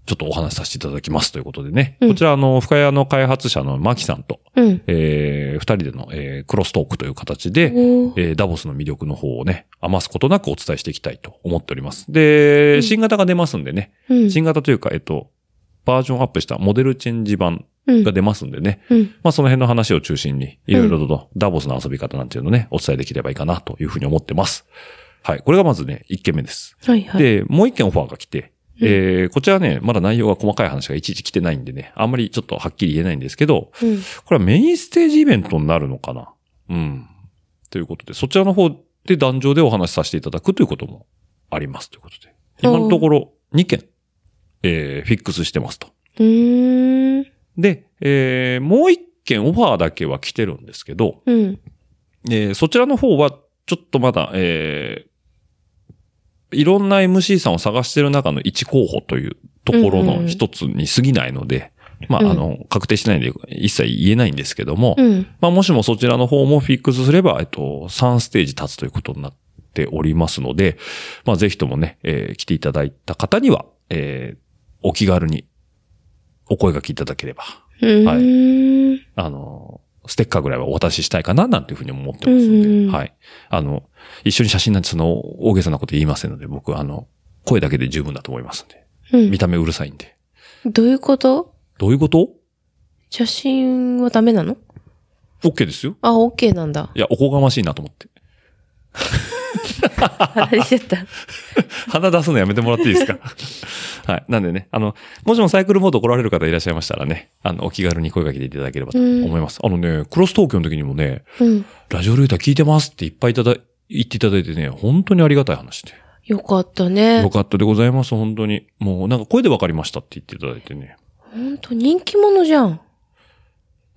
Speaker 2: ちょっとお話しさせていただきますということでね、
Speaker 5: うん
Speaker 2: こちらあの、深谷の開発者のマキさんと、
Speaker 5: うん。
Speaker 2: えー二人での、えークロストークという形で、
Speaker 5: おー
Speaker 2: えーダボスの魅力の方をね、余すことなくお伝えしていきたいと思っております。で、新型が出ますんでね、
Speaker 5: うん。
Speaker 2: 新型というか、えっと、バージョンアップしたモデルチェンジ版
Speaker 5: うん
Speaker 2: が出ますんでね、
Speaker 5: うん。
Speaker 2: まあその辺の話を中心に、いろいろとダボスの遊び方なんていうのをね、お伝えできればいいかなというふうに思ってます。はい。これがまずね、1件目です。
Speaker 5: はいはい。
Speaker 2: で、もう1件オファーが来て、えー、こちらね、まだ内容が細かい話がいちいち来てないんでね、あんまりちょっとはっきり言えないんですけど、
Speaker 5: うん。
Speaker 2: これはメインステージイベントになるのかなうん。ということで、そちらの方で壇上でお話しさせていただくということもありますということで。今のところ2件、えー、フィックスしてますと。
Speaker 5: うーん。
Speaker 2: で、えー、もう1件オファーだけは来てるんですけど、
Speaker 5: うん。
Speaker 2: えーそちらの方はちょっとまだ、えー、いろんな MC さんを探してる中の一候補というところ
Speaker 5: うんう
Speaker 2: の
Speaker 5: ん
Speaker 2: 一つに過ぎないので、まあ、
Speaker 5: うん
Speaker 2: あの、確定しないんで一切言えないんですけども、
Speaker 5: うん。
Speaker 2: まあ、もしもそちらの方もフィックスすれば、えっと、3ステージ立つということになっておりますので、まあ、ぜひともね、えー来ていただいた方には、えーお気軽にお声掛けいただければ、
Speaker 5: うーん。
Speaker 2: あの、ステッカーぐらいはお渡ししたいかな、なんていうふうに思ってますので、
Speaker 5: うんうん
Speaker 2: はい。あの、一緒に写真なんてその大げさなこと言いませんので、僕、あの、声だけで十分だと思いますんで、
Speaker 5: うん
Speaker 2: 見た目うるさいんで。
Speaker 5: どういうこと
Speaker 2: どういうこと
Speaker 5: 写真はダメなの
Speaker 2: ?OK ですよ。
Speaker 5: あ、OK な んだ。
Speaker 2: いや、おこがましいなと思って。
Speaker 5: 話しちゃった。
Speaker 2: 鼻出すのやめてもらっていいですか はい。なんでね、あの、もしもサイクルモード来られる方いらっしゃいましたらね、あの、お気軽に声かけていただければと思います。あのね、クロス東京の時にもね、
Speaker 5: うん。
Speaker 2: ラジオルーター聞いてますっていっぱいいただ、言っていただいてね、本当にありがたい話で。
Speaker 5: よかったね
Speaker 2: よ。かったでございます、本当に。もう、なんか声でわかりましたって言っていただいてね。
Speaker 5: ほんと人気者じゃん。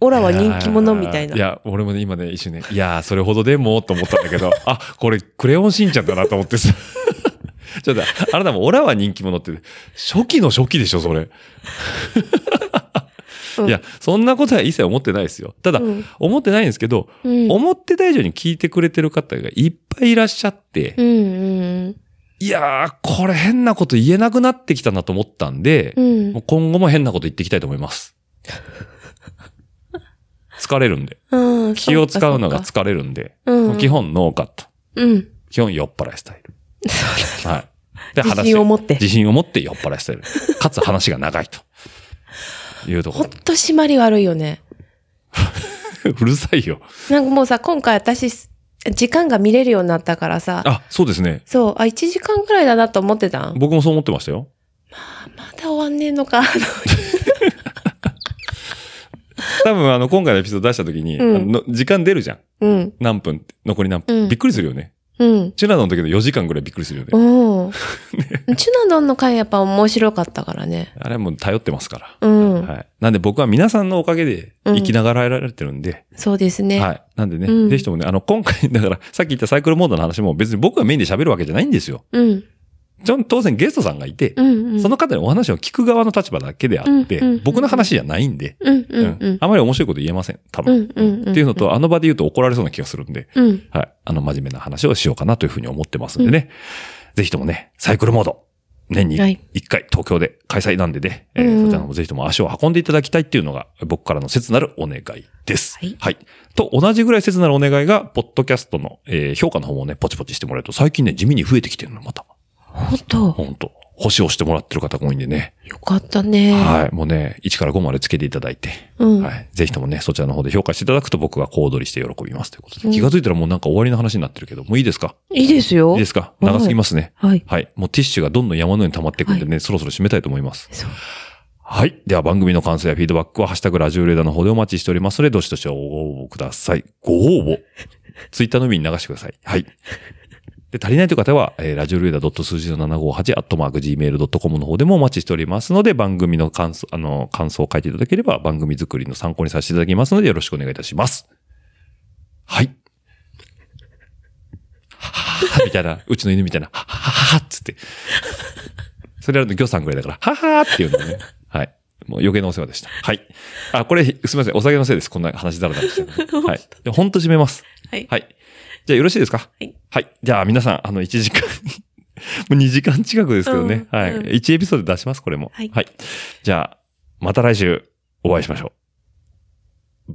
Speaker 5: オラは人気者みたい
Speaker 2: い
Speaker 5: な。
Speaker 2: や、俺もね、今ね、一瞬ね、いやー、それほどでも、と思ったんだけど、 あ、これ、クレヨンしんちゃんだなと思ってさ。 ちょっと、あなたも、オラは人気者って、初期の初期でしょ、それ。
Speaker 5: うん
Speaker 2: いや、そんなことは一切思ってないですよ。ただ、
Speaker 5: うん
Speaker 2: 思ってないんですけど、
Speaker 5: うん。うん
Speaker 2: 思ってた以上に聞いてくれてる方がいっぱいいらっしゃって、
Speaker 5: うん
Speaker 2: いやー、これ変なこと言えなくなってきたなと思ったんで、
Speaker 5: うん。う ん
Speaker 2: もう今後も変なこと言っていきたいと思い ます。疲れるんで。
Speaker 5: うん。
Speaker 2: 気を使うのが
Speaker 5: そっか
Speaker 2: 疲れるんで、
Speaker 5: そっかうん。
Speaker 2: 基。本ノーカット。
Speaker 5: うん。
Speaker 2: 基本酔っ払いスタイル。はい。で
Speaker 5: 自信を持って
Speaker 2: 自信を持って酔っ払いスタイル。かつ話が長いと。いうと
Speaker 5: ほ
Speaker 2: こ
Speaker 5: んと締まり悪いよね。
Speaker 2: ろ。 うるさいよ。
Speaker 5: なんかもうさ、今回私、時間が見れるようになったからさ、
Speaker 2: あ、そうですね。
Speaker 5: そう、あ、1時間くらいだなと思ってたん
Speaker 2: 僕もそう思ってましたよ。
Speaker 5: まだ終わんねえのか。
Speaker 2: 多分あの、今回のエピソード出した時に、
Speaker 5: うん
Speaker 2: あの時間出るじゃん。
Speaker 5: うん。
Speaker 2: 何分って、残り何分。
Speaker 5: うん
Speaker 2: びっくりするよね。
Speaker 5: うん。
Speaker 2: チュラの時の4時間ぐらいびっくりするよね。
Speaker 5: うん。チュナドンの回やっぱ面白かったからね。
Speaker 2: あれはもう頼ってますから。
Speaker 5: うん。
Speaker 2: はい。なんで僕は皆さんのおかげで生きながらえられてるんで、
Speaker 5: そうですね。
Speaker 2: はい。なんでね、
Speaker 5: うん
Speaker 2: ぜひともね、あの、今回、 だから、さっき言ったサイクルモードの話も別に僕がメインで喋るわけじゃないんですよ。
Speaker 5: うん。
Speaker 2: ちょ当然ゲストさんがいて、
Speaker 5: うん、うん。
Speaker 2: その方にお話を聞く側の立場だけであって、
Speaker 5: うんうんうん
Speaker 2: 僕の話じゃないんで、
Speaker 5: うん、う、
Speaker 2: うん
Speaker 5: うん。
Speaker 2: あまり面白いこと言えません、多
Speaker 5: う
Speaker 2: 分。
Speaker 5: んうんうん
Speaker 2: っていうのと、あの場で言うと怒られそうな気がするんで、
Speaker 5: うん。
Speaker 2: はい。あの、真面目な話をしようかなというふうに思ってますんでね。ぜひともね、サイクルモード、年に
Speaker 5: はい
Speaker 2: 1回東京で開催なんでね、え
Speaker 5: うんう
Speaker 2: ー
Speaker 5: ん
Speaker 2: そちらのもぜひとも足を運んでいただきたいっていうのが僕からの切なるお願いです。
Speaker 5: はい
Speaker 2: と同じぐらい切なるお願いが、ポッドキャストの、えー評価の方もね、ポチポチしてもらえると、最近ね、地味に増えてきてるの、また。
Speaker 5: ほんと、
Speaker 2: ほんと。星を押してもらってる方が多いんでね。
Speaker 5: よかったね。
Speaker 2: はい。もうね、1から5までつけていただいて。
Speaker 5: うん
Speaker 2: はい。ぜひともね、そちらの方で評価していただくと僕が小躍りして喜びますということで。
Speaker 5: うん
Speaker 2: 気がついたらもうなんか終わりの話になってるけど、もういいですか
Speaker 5: いいです
Speaker 2: い
Speaker 5: よ。
Speaker 2: いですか長すぎますね。
Speaker 5: はい。
Speaker 2: はい。もうティッシュがどんどん山のように溜まっていくんでね、そろそろ締めたいと思います。
Speaker 5: そう
Speaker 2: はい。では番組の感想やフィードバックは、ハッシュタグラジオレーダーの方でお待ちしておりますので、どしどしご応募ください。ご応募。ツイッターのみに流してください。はい。で、足りないという方は、えー、ラジオレーダー数字の758、アットマーク gmail.com の方でもお待ちしておりますので、番組の感想、あの、感想を書いていただければ、番組作りの参考にさせていただきますので、よろしくお願いいたします。はい。はぁはぁみたいな、うちの犬みたいな、はぁはぁはぁっつって。それやると魚さんぐらいだから、はぁはぁっていうのね。 はい。もう余計なお世話でした。はい。あ、これ、すみません。お酒のせいです。こんな話だらだらして るの。はい。でほんと締めます。
Speaker 5: はい
Speaker 2: はい。じゃあよろしいですか
Speaker 5: はい。
Speaker 2: じゃあ皆さん、あの、1時間、 もう2時間近くですけどね。
Speaker 5: うん
Speaker 2: はい。
Speaker 5: うん
Speaker 2: 1エピソード出します、これも。
Speaker 5: はい
Speaker 2: じゃあ、また来週お会いしましょう。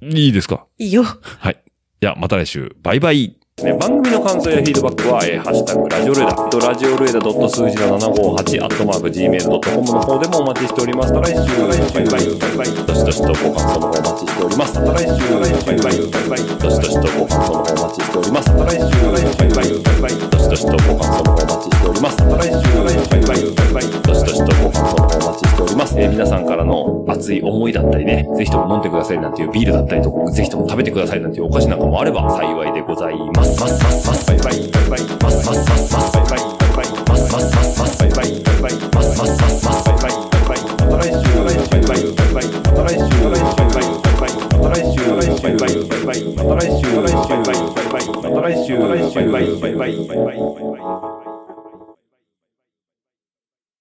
Speaker 2: いいですか
Speaker 5: いいよ。
Speaker 2: はい。じゃあ、また来週。バイバイ。ね、番組の感想やフィードバックは、えーハッシュタグ、ラジオルエダ、とラジオルエダ数字の758、アットマーク、gmail.com の方でもお待ちしております。また来週、バイバイ、バイバイ、どしどしとご感想の方お待ちしております。また来週、バイバイ、バイバイ、どしどしとご感想の方お待ちしております。また来週、バイバイ、バイバイ、どしどしとご感想の方お待ちしております。また来週、バイバイ、バイバイ、どしどしとご感想の方お待ちしております。えー皆さんからの熱い思いだったりね、ぜひとも飲んでくださいなんていうビールだったりとか、ぜひとも食べてくださいなんていうお菓子なんかもあれば幸いでございます。ますますますバイバイバイバイますますますますバイバイバイバイますますますますバイバイバイバイますますますますバイバイバイバイまた来週バイバイバイバイまた来週バイバイバイバイまた来週バイバイバイバイまた来週バイバイバイバイまた来週バイバイバイバイバイまた来週バイバイバイバイバイ